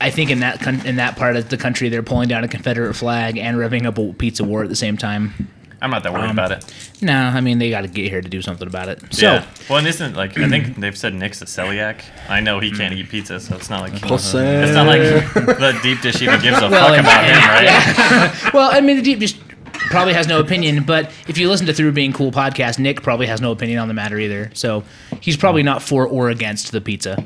[SPEAKER 7] I think in that con- in that part of the country, they're pulling down a Confederate flag and revving up a pizza war at the same time.
[SPEAKER 1] I'm not that worried
[SPEAKER 8] Um,
[SPEAKER 1] about it.
[SPEAKER 7] No, I mean they got to get here to do something about it. So
[SPEAKER 1] yeah. Well, and isn't like I think they've said Nick's a celiac. I know he can't eat pizza, so it's not like
[SPEAKER 2] uh,
[SPEAKER 1] it's not like the deep dish even gives a fuck
[SPEAKER 7] and-
[SPEAKER 1] about him, right?
[SPEAKER 7] well, I mean the deep just probably has no opinion, but if you listen to Through Being Cool podcast, Nick probably has no opinion on the matter either. So he's probably not for or against the pizza.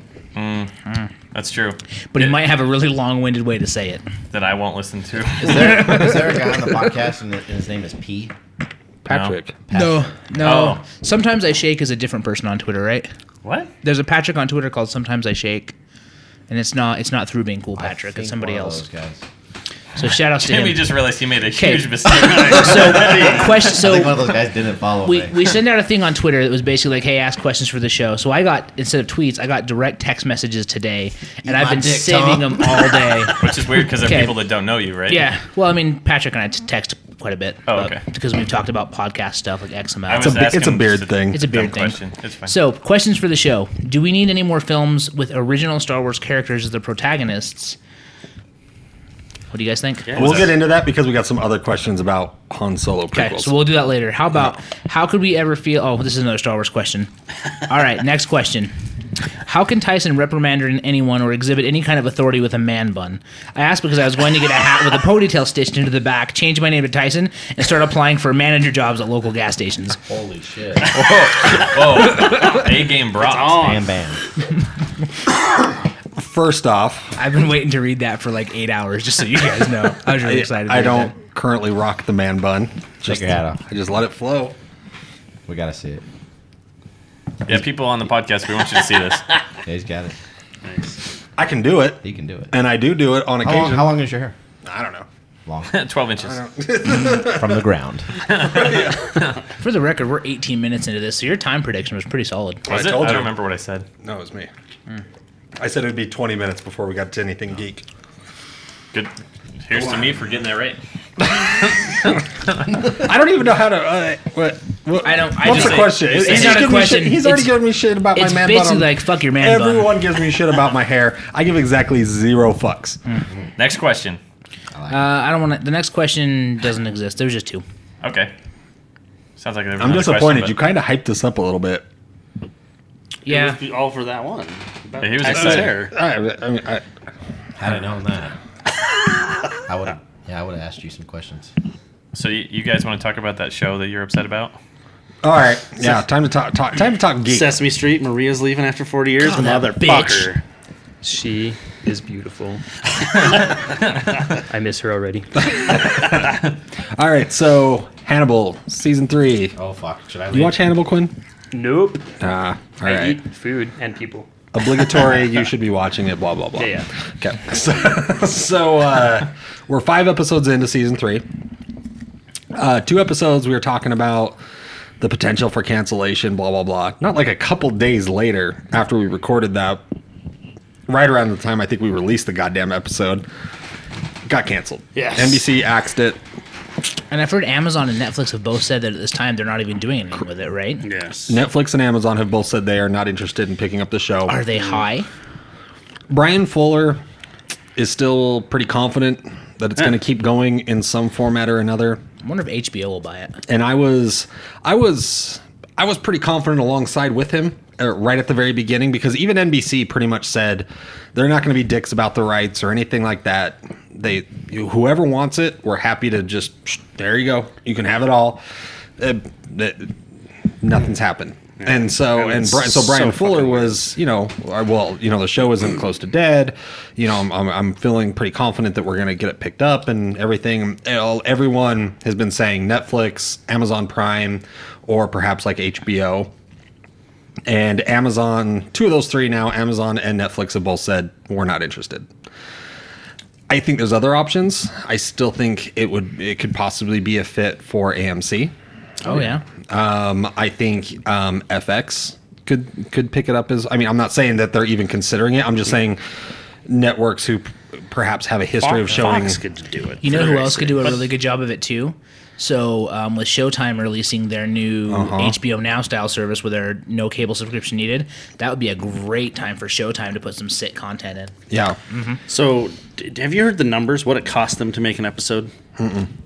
[SPEAKER 1] That's true.
[SPEAKER 7] but he might have a really long-winded way to say it.
[SPEAKER 1] That I won't listen to.
[SPEAKER 4] is there, is there a guy on the podcast and his name is P?
[SPEAKER 2] Patrick.
[SPEAKER 7] No, no.
[SPEAKER 1] Oh.
[SPEAKER 7] Sometimes I shake is a different person on Twitter, right?
[SPEAKER 1] What?
[SPEAKER 7] There's a Patrick on Twitter called Sometimes I Shake, and it's not it's not through being cool Patrick, it's
[SPEAKER 4] Think
[SPEAKER 7] somebody
[SPEAKER 4] one of
[SPEAKER 7] else.
[SPEAKER 4] those guys.
[SPEAKER 7] So shout outs to
[SPEAKER 1] Timmy
[SPEAKER 7] him.
[SPEAKER 1] just realized he made a
[SPEAKER 7] Okay.
[SPEAKER 1] huge mistake. so,
[SPEAKER 7] Question.
[SPEAKER 4] I think one of
[SPEAKER 7] So
[SPEAKER 4] those guys didn't follow
[SPEAKER 7] we
[SPEAKER 4] me.
[SPEAKER 7] we send out a thing on Twitter that was basically like, hey, ask questions for the show. So I got instead of tweets, I got direct text messages today, and I've
[SPEAKER 4] my
[SPEAKER 7] been
[SPEAKER 4] dick,
[SPEAKER 7] saving
[SPEAKER 4] Tom.
[SPEAKER 7] them all day.
[SPEAKER 1] which is weird because they're
[SPEAKER 7] Okay.
[SPEAKER 1] people that don't know you, right?
[SPEAKER 7] Yeah. Well, I mean, Patrick and I t- text quite a bit.
[SPEAKER 1] Oh,
[SPEAKER 7] uh,
[SPEAKER 1] okay.
[SPEAKER 7] Because we've talked about podcast stuff like X amount.
[SPEAKER 1] I
[SPEAKER 2] It's a
[SPEAKER 1] was
[SPEAKER 2] be- it's a
[SPEAKER 1] asking
[SPEAKER 2] beard
[SPEAKER 1] just
[SPEAKER 2] thing.
[SPEAKER 7] It's a
[SPEAKER 1] dumb
[SPEAKER 7] beard thing.
[SPEAKER 1] question. It's fine.
[SPEAKER 7] So, questions for the show. Do we need any more films with original Star Wars characters as the protagonists? What do you guys think?
[SPEAKER 2] We'll get into that because we got some other questions about Han Solo prequels.
[SPEAKER 7] Okay, so we'll do that later. How about how could we ever feel? Oh, this is another Star Wars question. All right, next question. How can Tyson reprimand anyone or exhibit any kind of authority with a man bun? I asked because I was going to get a hat with a ponytail stitched into the back, change my name to Tyson, and start applying for manager jobs at local gas stations.
[SPEAKER 4] Holy shit!
[SPEAKER 1] Whoa, a game brought.
[SPEAKER 6] Oh,
[SPEAKER 4] Bam, bam.
[SPEAKER 2] First off,
[SPEAKER 7] I've been waiting to read that for like eight hours, just so you guys know. I was really
[SPEAKER 2] I,
[SPEAKER 7] excited. to
[SPEAKER 2] I
[SPEAKER 7] read
[SPEAKER 2] don't
[SPEAKER 7] that.
[SPEAKER 2] currently rock the man bun.
[SPEAKER 4] Take your hat off.
[SPEAKER 2] I just let it flow.
[SPEAKER 4] We gotta see it.
[SPEAKER 1] Yeah, people on the podcast, we want you to see this.
[SPEAKER 4] Yeah, he's got it.
[SPEAKER 2] I can do it,
[SPEAKER 4] He can do it.
[SPEAKER 2] and I do do it on
[SPEAKER 4] How long,
[SPEAKER 2] occasion.
[SPEAKER 4] how long is your hair?
[SPEAKER 2] I don't know.
[SPEAKER 4] Long
[SPEAKER 1] Twelve inches.
[SPEAKER 4] from the ground.
[SPEAKER 7] For the record, we're 18 minutes into this, so your time prediction was pretty solid.
[SPEAKER 1] Was
[SPEAKER 2] I
[SPEAKER 1] it? I
[SPEAKER 2] told
[SPEAKER 1] don't
[SPEAKER 2] you.
[SPEAKER 1] remember what I said.
[SPEAKER 2] No, it was me. I said it would be 20 minutes before we got to anything geek.
[SPEAKER 1] Good. Here's to me for getting that right.
[SPEAKER 2] I don't even know how to. Uh, what, what,
[SPEAKER 7] I don't- I
[SPEAKER 2] what's
[SPEAKER 7] just-
[SPEAKER 2] the question?
[SPEAKER 7] it's
[SPEAKER 2] he's
[SPEAKER 7] not a
[SPEAKER 2] giving
[SPEAKER 7] question.
[SPEAKER 2] Me shit. He's already
[SPEAKER 7] It's-
[SPEAKER 2] giving me shit about
[SPEAKER 7] it's
[SPEAKER 2] my man
[SPEAKER 7] basically
[SPEAKER 2] bun.
[SPEAKER 7] like, fuck your man bun.
[SPEAKER 2] Everyone gives me shit about my hair. I give exactly zero fucks.
[SPEAKER 1] Next question.
[SPEAKER 7] Uh, I don't want to. The next question doesn't exist. There was just two.
[SPEAKER 1] Okay. Sounds like
[SPEAKER 2] I'm disappointed. you
[SPEAKER 1] Question,
[SPEAKER 2] kind of hyped this up a little bit.
[SPEAKER 7] Yeah.
[SPEAKER 6] be all for that one. About
[SPEAKER 1] He was
[SPEAKER 6] Tyson's
[SPEAKER 1] excited.
[SPEAKER 6] hair.
[SPEAKER 2] I, I mean, I,
[SPEAKER 4] Had I known that, I would. have. Yeah, I would have asked you some questions.
[SPEAKER 1] but- so you, you guys want to talk about that show that you're upset about?
[SPEAKER 2] All right. Yeah. Time to talk. talk time to talk geek.
[SPEAKER 6] Sesame Street. Maria's leaving after 40 years.
[SPEAKER 7] God, that
[SPEAKER 6] Motherfucker.
[SPEAKER 8] She is beautiful. I miss her already.
[SPEAKER 2] All right. So Hannibal season three.
[SPEAKER 4] Oh fuck! Should I leave?
[SPEAKER 2] You watch Hannibal Quinn?
[SPEAKER 8] Nope.
[SPEAKER 2] Ah. all
[SPEAKER 8] I
[SPEAKER 2] right.
[SPEAKER 8] eat food and people.
[SPEAKER 2] Obligatory. you should be watching it. Blah blah blah.
[SPEAKER 8] Yeah,
[SPEAKER 2] Okay. So, so uh, we're five episodes into season three. Uh, two episodes we were talking about the potential for cancellation, blah blah blah. Not like a couple days later after we recorded that, right around the time I think we released the goddamn episode, got canceled.
[SPEAKER 6] Yes.
[SPEAKER 2] NBC axed it.
[SPEAKER 7] And I've heard Amazon and Netflix have both said that at this time they're not even doing anything with it, right?
[SPEAKER 6] Yes.
[SPEAKER 2] Netflix and Amazon have both said they are not interested in picking up the show.
[SPEAKER 7] Are
[SPEAKER 6] Mm.
[SPEAKER 7] they high?
[SPEAKER 2] Brian Fuller is still pretty confident that
[SPEAKER 7] Eh.
[SPEAKER 2] it's going to keep going in some format or another.
[SPEAKER 7] I wonder if HBO will buy it.
[SPEAKER 2] and I was, I was, I was pretty confident alongside with him uh, right at the very beginning because even NBC pretty much said they're not going to be dicks about the rights or anything like that. They, whoever wants it, we're happy to just there you go, you can have it all. Uh, that- nothing's happened. And so,
[SPEAKER 6] And
[SPEAKER 2] and
[SPEAKER 6] it's
[SPEAKER 2] Brian, so Brian
[SPEAKER 6] so
[SPEAKER 2] Fuller
[SPEAKER 6] fucking weird.
[SPEAKER 2] was, you know, I- well, you know, the show isn't close to dead. You know, I'm, I'm, I'm feeling pretty confident that we're going to get it picked up and everything. And all- Everyone has been saying Netflix, Amazon Prime, or perhaps like HBO. And Amazon, two of those three now, Amazon and Netflix have both said, we're not interested. I think there's other options. I still think it would, it could possibly be a fit for AMC.
[SPEAKER 7] Oh, yeah.
[SPEAKER 2] Um, I think um, FX could could pick it up as. I mean, I'm not saying that they're even considering it. I'm just saying networks who p- perhaps have a history of showing.
[SPEAKER 6] Fox could do it.
[SPEAKER 7] You know
[SPEAKER 6] for
[SPEAKER 7] who
[SPEAKER 6] their
[SPEAKER 7] else could do a
[SPEAKER 6] sake.
[SPEAKER 7] really good job of it too? So um, with Showtime releasing their new
[SPEAKER 6] Uh-huh.
[SPEAKER 7] HBO Now style service with their no cable subscription needed, that would be a great time for Showtime to put some sick content in.
[SPEAKER 2] Yeah,
[SPEAKER 6] Mm-hmm. So, d- have you heard the numbers? What it cost them to make an episode?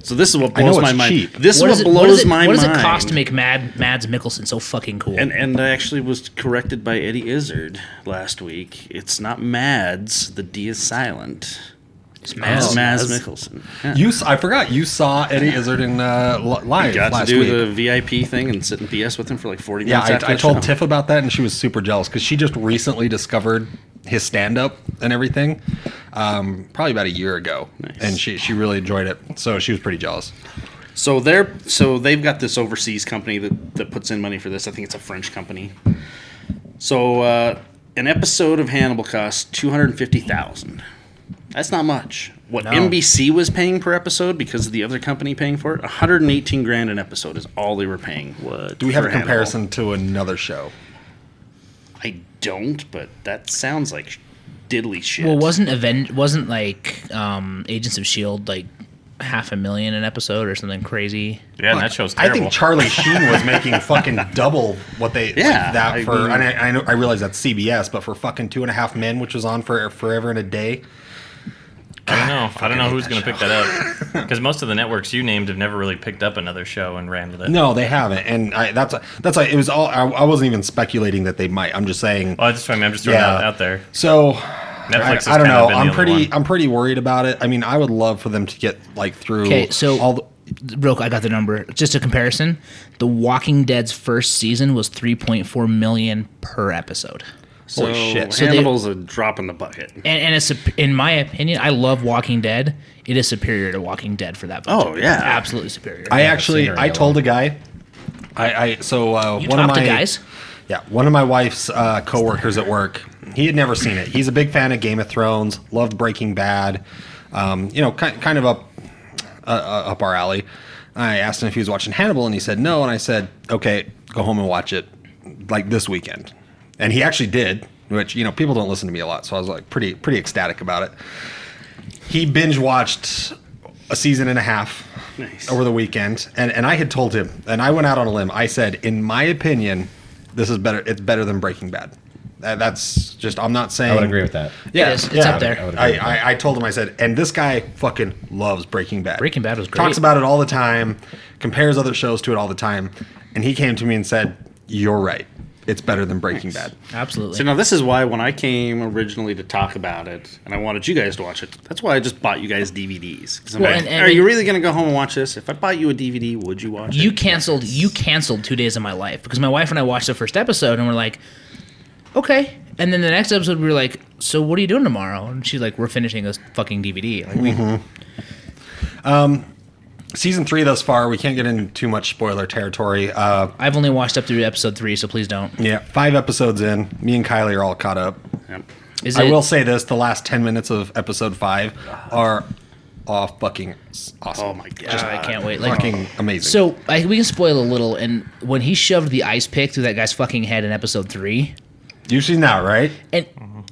[SPEAKER 6] So this is what
[SPEAKER 2] I know
[SPEAKER 6] blows
[SPEAKER 2] it's
[SPEAKER 6] my mind.
[SPEAKER 2] cheap.
[SPEAKER 6] This is
[SPEAKER 7] What
[SPEAKER 6] what,
[SPEAKER 7] does it,
[SPEAKER 6] blows
[SPEAKER 7] what does it,
[SPEAKER 6] my
[SPEAKER 7] what does
[SPEAKER 6] mind.
[SPEAKER 7] it cost to make Mad Mads Mikkelsen so fucking cool?
[SPEAKER 6] And and I actually was corrected by Eddie Izzard last week. It's not Mads. The D is silent.
[SPEAKER 7] It's
[SPEAKER 6] It's
[SPEAKER 2] Oh,
[SPEAKER 7] Mads.
[SPEAKER 6] Mads Mikkelsen. Yeah.
[SPEAKER 2] you. s- I forgot you saw Eddie Izzard in uh, li- live
[SPEAKER 6] got to
[SPEAKER 2] last
[SPEAKER 6] do
[SPEAKER 2] week.
[SPEAKER 6] the VIP thing and sit and BS with him for like forty
[SPEAKER 2] yeah,
[SPEAKER 6] minutes. after
[SPEAKER 2] I, I
[SPEAKER 6] the
[SPEAKER 2] told
[SPEAKER 6] show.
[SPEAKER 2] Tiff about that, and she was super jealous because she just recently discovered his stand up and everything, um, probably about a year ago, and she she really enjoyed it. So she was pretty jealous.
[SPEAKER 6] So they're so they've got this overseas company that that puts in money for this. I think it's a French company. So uh, an episode of Hannibal costs two hundred fifty thousand. That's not much. What NBC was paying per episode because of the other company paying for it, one hundred and eighteen grand an episode is all they were paying. What
[SPEAKER 2] Do we have a comparison to another show?
[SPEAKER 6] I don't, but that sounds like diddly shit.
[SPEAKER 7] Well, wasn't Aven- wasn't like um, Agents of Shield like half a million an episode or something crazy?
[SPEAKER 1] Yeah, and that show's terrible.
[SPEAKER 2] I think Charlie Sheen was making fucking double what they yeah,
[SPEAKER 6] Yeah,
[SPEAKER 2] that
[SPEAKER 6] I
[SPEAKER 2] for.
[SPEAKER 6] mean-
[SPEAKER 2] and I, I know I realize that's CBS, but for fucking two and a half men, which was on for forever and a day.
[SPEAKER 1] I don't know. I don't know who's going to pick that up because most of the networks you named have never really picked up another show and ran with it.
[SPEAKER 2] No, they haven't, and I, that's that's like it was all. I, I wasn't even speculating that they might. I'm just saying.
[SPEAKER 1] Oh, that's what I mean. I'm just throwing
[SPEAKER 2] Yeah.
[SPEAKER 1] that out there.
[SPEAKER 2] So I,
[SPEAKER 1] Netflix.
[SPEAKER 2] I don't know. I'm
[SPEAKER 1] Only
[SPEAKER 2] pretty.
[SPEAKER 1] one.
[SPEAKER 2] I'm pretty worried about it. I mean, I would love for them to get like through.
[SPEAKER 7] Okay, so
[SPEAKER 2] all the,
[SPEAKER 7] real quick, I got the number. Just a comparison: The Walking Dead's first season was 3.4 million per episode.
[SPEAKER 6] so
[SPEAKER 2] holy shit.
[SPEAKER 7] they-
[SPEAKER 6] Hannibal's a drop in the bucket.
[SPEAKER 7] And, and it's sup- in my opinion, I love Walking Dead. It is superior to Walking Dead for that. budget.
[SPEAKER 6] Oh, yeah.
[SPEAKER 7] absolutely superior.
[SPEAKER 2] I actually
[SPEAKER 4] her in
[SPEAKER 2] I
[SPEAKER 4] a
[SPEAKER 2] told a guy. I, I so uh,
[SPEAKER 7] you
[SPEAKER 2] one
[SPEAKER 7] talk
[SPEAKER 2] of my
[SPEAKER 7] to guys.
[SPEAKER 2] Yeah, one of my wife's uh, coworkers at work. He had never seen it. He's a big fan of Game of Thrones. Loved Breaking Bad. Um, you know, kind, kind of up uh, uh, up our alley. I asked him if he was watching Hannibal, and he said no. And I said, okay, go home and watch it like this weekend. And he actually did, which you know people don't listen to me a lot, so I was like pretty pretty ecstatic about it. He binge watched a season and a half
[SPEAKER 6] Nice.
[SPEAKER 2] over the weekend, and and I had told him, and I went out on a limb. I said, in my opinion, this is better. It's better than Breaking Bad. That- that's just. I'm not saying.
[SPEAKER 4] I would agree with that.
[SPEAKER 2] Yeah,
[SPEAKER 7] It is. It's
[SPEAKER 2] yeah.
[SPEAKER 7] up there. I
[SPEAKER 4] would
[SPEAKER 2] I,
[SPEAKER 4] agree with
[SPEAKER 2] I, I told him. I said, and this guy fucking loves Breaking Bad.
[SPEAKER 7] Breaking Bad was great.
[SPEAKER 2] Talks about it all the time. Compares other shows to it all the time, and he came to me and said, "You're right. It's better than Breaking Bad.
[SPEAKER 7] Absolutely.
[SPEAKER 6] So now this is why when I came originally to talk about it, and I wanted you guys to watch it, that's why I just bought you guys DVDs. 'Cause I'm
[SPEAKER 7] Well,
[SPEAKER 6] like,
[SPEAKER 7] and- and-
[SPEAKER 6] are you really going to go home and watch this? If I bought you a DVD, would you watch
[SPEAKER 7] you
[SPEAKER 6] it?
[SPEAKER 7] canceled you canceled two days of my life because my wife and I watched the first episode and we're like, okay. And then the next episode we were like, so what are you doing tomorrow? And she's like, we're finishing this fucking DVD. Like, we-
[SPEAKER 2] Season three thus far, we can't get into too much spoiler territory. Uh,
[SPEAKER 7] I've only watched up through episode three, so please don't.
[SPEAKER 2] yeah, five episodes in. Me and Kylie are all caught up.
[SPEAKER 6] Yep.
[SPEAKER 7] Is
[SPEAKER 2] I
[SPEAKER 7] it-
[SPEAKER 2] will say this: the last ten minutes of episode five are all fucking s- awesome.
[SPEAKER 6] Oh my god!
[SPEAKER 7] I can't wait. Like,
[SPEAKER 2] fucking amazing.
[SPEAKER 7] so I, we can spoil a little. And when he shoved the ice pick through that guy's fucking head in episode three,
[SPEAKER 2] usually now, right?
[SPEAKER 7] and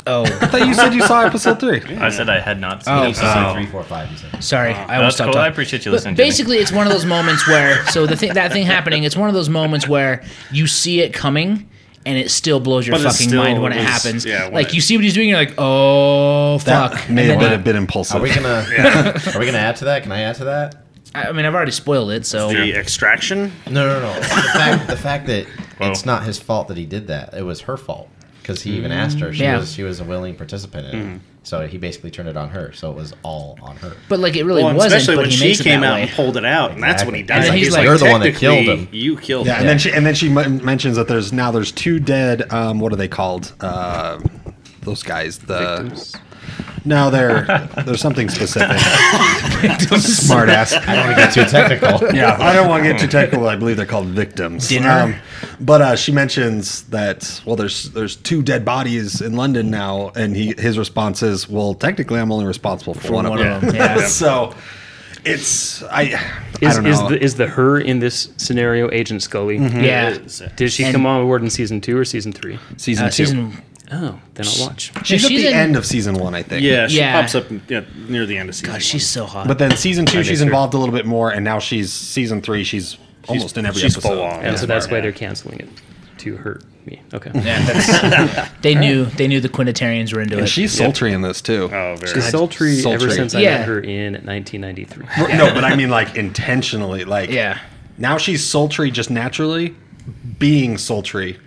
[SPEAKER 7] oh,
[SPEAKER 2] I thought you said you saw episode three.
[SPEAKER 1] I said I had not seen
[SPEAKER 7] Oh.
[SPEAKER 1] it.
[SPEAKER 4] Episode three, four, five. You said.
[SPEAKER 7] sorry, I
[SPEAKER 1] That's
[SPEAKER 7] was
[SPEAKER 1] cool.
[SPEAKER 7] talking.
[SPEAKER 1] I appreciate you
[SPEAKER 7] But
[SPEAKER 1] listening. Jimmy.
[SPEAKER 7] basically, it's one of those moments where so the thing that thing happening. It's one of those moments where you see it coming, and it still blows your
[SPEAKER 6] But it
[SPEAKER 7] fucking
[SPEAKER 6] still
[SPEAKER 7] mind when it
[SPEAKER 6] was-
[SPEAKER 7] happens.
[SPEAKER 6] yeah, when
[SPEAKER 7] like
[SPEAKER 6] it-
[SPEAKER 7] you see what he's doing, you're like, oh
[SPEAKER 2] That
[SPEAKER 7] fuck.
[SPEAKER 2] may
[SPEAKER 7] And
[SPEAKER 2] have been
[SPEAKER 7] then-
[SPEAKER 2] a bit
[SPEAKER 4] Are
[SPEAKER 2] impulsive.
[SPEAKER 4] we gonna? Are we gonna add to that? Can I add to that?
[SPEAKER 7] I I mean, I've already spoiled it, so
[SPEAKER 6] The extraction.
[SPEAKER 4] No, no, no. The fact, the fact that
[SPEAKER 1] Wow.
[SPEAKER 4] it's not his fault that he did that. It was her fault because he even asked her. She
[SPEAKER 7] Yeah.
[SPEAKER 4] was she was a willing participant in
[SPEAKER 8] Mm-hmm.
[SPEAKER 4] it. So he basically turned it on her. So it was all on her.
[SPEAKER 7] but like it really
[SPEAKER 6] Well, and
[SPEAKER 7] wasn't.
[SPEAKER 6] especially
[SPEAKER 7] but
[SPEAKER 6] when
[SPEAKER 7] he
[SPEAKER 6] she
[SPEAKER 7] makes
[SPEAKER 6] came
[SPEAKER 7] it that
[SPEAKER 6] out
[SPEAKER 7] way.
[SPEAKER 6] and pulled it out, and that's when he
[SPEAKER 4] Exactly.
[SPEAKER 6] dies.
[SPEAKER 7] And
[SPEAKER 6] Like,
[SPEAKER 7] he's
[SPEAKER 6] he's
[SPEAKER 7] like,
[SPEAKER 6] like,
[SPEAKER 4] "You're the one that
[SPEAKER 6] "Technically,
[SPEAKER 4] killed him."
[SPEAKER 6] You killed
[SPEAKER 2] yeah,
[SPEAKER 6] him.
[SPEAKER 2] and then she and then she men- mentions that there's now there's two dead. Um, what are they called? Uh, those guys. The no, they're there's something specific. Smart ass.
[SPEAKER 4] I don't want to get too technical.
[SPEAKER 2] Yeah, I don't want to get too technical. I believe they're called victims.
[SPEAKER 7] Dinner.
[SPEAKER 2] but uh, she mentions that well, there's there's two dead bodies in London now, and he his response is, well, technically, I'm only responsible for, one,
[SPEAKER 7] One
[SPEAKER 2] of them.
[SPEAKER 7] of them. Yeah.
[SPEAKER 2] so it's I. I
[SPEAKER 8] Is,
[SPEAKER 2] don't
[SPEAKER 8] is
[SPEAKER 2] know.
[SPEAKER 8] the is the her in this scenario Agent Scully?
[SPEAKER 7] Mm-hmm. Yeah.
[SPEAKER 8] Did she
[SPEAKER 7] And-
[SPEAKER 8] come on board in season two or season three?
[SPEAKER 2] season
[SPEAKER 7] Uh,
[SPEAKER 2] two.
[SPEAKER 7] season,
[SPEAKER 8] Oh, then I'll watch.
[SPEAKER 2] she's,
[SPEAKER 7] she's
[SPEAKER 2] at the
[SPEAKER 7] in-
[SPEAKER 2] end of season one, I think.
[SPEAKER 6] yeah, she
[SPEAKER 7] Yeah.
[SPEAKER 6] pops up yeah, near the end of season.
[SPEAKER 7] God,
[SPEAKER 6] one.
[SPEAKER 7] oh, she's so hot.
[SPEAKER 2] But
[SPEAKER 7] But
[SPEAKER 2] then season two, she's
[SPEAKER 8] sure.
[SPEAKER 2] involved a little bit more, and now she's season three. She's almost in every
[SPEAKER 6] she's
[SPEAKER 2] episode.
[SPEAKER 6] full on.
[SPEAKER 8] And so that's
[SPEAKER 6] smart.
[SPEAKER 8] why they're canceling it to hurt me. Okay.
[SPEAKER 7] they knew they knew the Quinitarians were into
[SPEAKER 2] And
[SPEAKER 7] it.
[SPEAKER 2] she's sultry in this too.
[SPEAKER 6] Oh, very.
[SPEAKER 8] She's sultry, ever
[SPEAKER 2] Sultry.
[SPEAKER 8] since I
[SPEAKER 7] Yeah.
[SPEAKER 8] met her in 1993.
[SPEAKER 2] No, but I mean like intentionally. Like
[SPEAKER 7] yeah.
[SPEAKER 2] Now she's sultry just naturally, being sultry.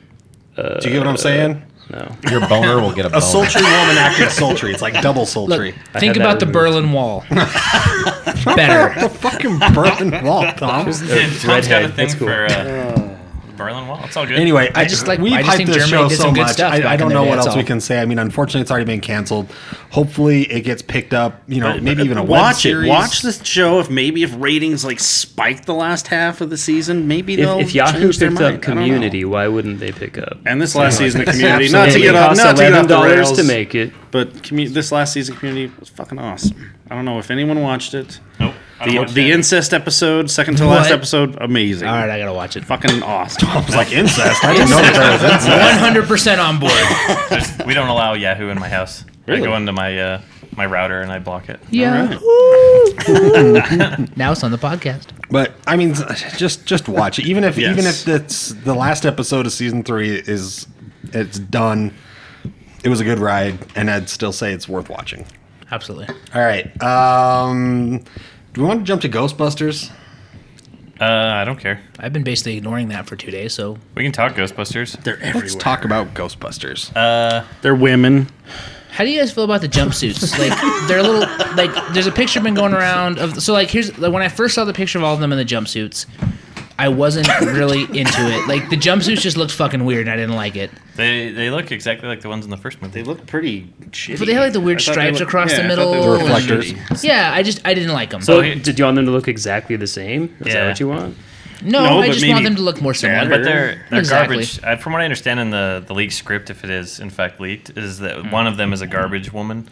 [SPEAKER 2] Do you get what I'm saying?
[SPEAKER 8] No.
[SPEAKER 4] Your boner will get a
[SPEAKER 2] A
[SPEAKER 6] Uh,
[SPEAKER 4] boner.
[SPEAKER 2] sultry woman acting sultry. It's like double sultry.
[SPEAKER 7] Look, think
[SPEAKER 8] had that
[SPEAKER 7] about the
[SPEAKER 8] removed.
[SPEAKER 7] Berlin Wall. Better.
[SPEAKER 2] the fucking Berlin Wall,
[SPEAKER 1] Yeah,
[SPEAKER 2] Tom.
[SPEAKER 1] Tom's got a
[SPEAKER 8] redhead.
[SPEAKER 1] thing
[SPEAKER 8] That's cool.
[SPEAKER 1] for uh, Berlin Wall. It's all good.
[SPEAKER 2] Anyway, I
[SPEAKER 7] just
[SPEAKER 2] just
[SPEAKER 7] like-
[SPEAKER 2] like we've
[SPEAKER 7] I just
[SPEAKER 2] hyped
[SPEAKER 7] think
[SPEAKER 2] this
[SPEAKER 7] Germany
[SPEAKER 2] show
[SPEAKER 7] did
[SPEAKER 2] so
[SPEAKER 7] some good
[SPEAKER 2] much.
[SPEAKER 7] stuff
[SPEAKER 2] I,
[SPEAKER 7] back
[SPEAKER 2] I
[SPEAKER 7] in
[SPEAKER 2] don't
[SPEAKER 7] the
[SPEAKER 2] know
[SPEAKER 7] day,
[SPEAKER 2] what
[SPEAKER 7] that's
[SPEAKER 2] else we
[SPEAKER 7] all.
[SPEAKER 2] can say. I mean, unfortunately, it's already been canceled. Hopefully, it gets picked up. You know, maybe even a web
[SPEAKER 6] uh, Watch it.
[SPEAKER 2] series.
[SPEAKER 6] Watch this show. If maybe if ratings like spike the last half of the season, maybe
[SPEAKER 8] If,
[SPEAKER 6] they'll
[SPEAKER 8] if Yahoo
[SPEAKER 6] change their
[SPEAKER 8] picked
[SPEAKER 6] mind.
[SPEAKER 8] up
[SPEAKER 6] I don't know.
[SPEAKER 8] Community, why wouldn't they pick up?
[SPEAKER 6] and this last season of Community,
[SPEAKER 8] Absolutely.
[SPEAKER 6] not to
[SPEAKER 8] it
[SPEAKER 6] get off,
[SPEAKER 8] costs
[SPEAKER 6] not to get off the
[SPEAKER 8] $11
[SPEAKER 6] rails,
[SPEAKER 8] to make it.
[SPEAKER 6] but commu- this last season of Community was fucking awesome. I don't know if anyone watched it.
[SPEAKER 1] nope. I don't
[SPEAKER 6] The,
[SPEAKER 1] watch
[SPEAKER 6] the
[SPEAKER 1] that.
[SPEAKER 6] incest episode, second to last
[SPEAKER 7] What?
[SPEAKER 6] episode, amazing.
[SPEAKER 7] All right, I gotta watch it.
[SPEAKER 6] Fucking awesome.
[SPEAKER 2] I was like incest. I didn't know that there was incest.
[SPEAKER 7] One hundred percent on board.
[SPEAKER 1] There's- we don't allow Yahoo in my house.
[SPEAKER 6] Really?
[SPEAKER 1] I go into my uh, my router and I block it.
[SPEAKER 7] Yeah. now it's on the podcast.
[SPEAKER 2] But I mean, just just watch it. Even if
[SPEAKER 6] Yes.
[SPEAKER 2] even if it's the last episode of season three is it's done. It was a good ride, and I'd still say it's worth watching.
[SPEAKER 7] Absolutely.
[SPEAKER 2] All right. Um, do we want to jump to Ghostbusters?
[SPEAKER 1] Uh, I don't care.
[SPEAKER 7] I've been basically ignoring that for two days, so
[SPEAKER 1] We can talk Ghostbusters.
[SPEAKER 6] They're everywhere. Um,
[SPEAKER 2] Let's talk about Ghostbusters.
[SPEAKER 6] They're women.
[SPEAKER 7] How do you guys feel about the jumpsuits? Like they're a little like there's a picture been going around of so like here's like when I first saw the picture of all of them in the jumpsuits, I wasn't really into it. Like the jumpsuits just looked fucking weird and I didn't like it.
[SPEAKER 1] They they look exactly like the ones in the first movie.
[SPEAKER 6] They look pretty shitty.
[SPEAKER 7] But they had, like, the weird
[SPEAKER 6] I thought they
[SPEAKER 7] stripes
[SPEAKER 6] looked-
[SPEAKER 7] across the
[SPEAKER 6] yeah, I thought they
[SPEAKER 7] middle
[SPEAKER 6] looked
[SPEAKER 7] and-
[SPEAKER 6] reflectors.
[SPEAKER 7] Yeah, I just I didn't like them.
[SPEAKER 8] So,
[SPEAKER 1] he-
[SPEAKER 8] did you want them to look exactly the same? Is
[SPEAKER 1] Yeah.
[SPEAKER 8] that what you want?
[SPEAKER 7] no,
[SPEAKER 6] no,
[SPEAKER 7] I
[SPEAKER 6] but
[SPEAKER 7] just want
[SPEAKER 6] maybe
[SPEAKER 7] them to look more similar.
[SPEAKER 6] better.
[SPEAKER 1] but they're, they're
[SPEAKER 7] Exactly.
[SPEAKER 1] garbage. Uh, from what I understand in the, the leaked script, if it is in fact leaked, is that
[SPEAKER 7] Hmm.
[SPEAKER 1] one of them is a garbage woman,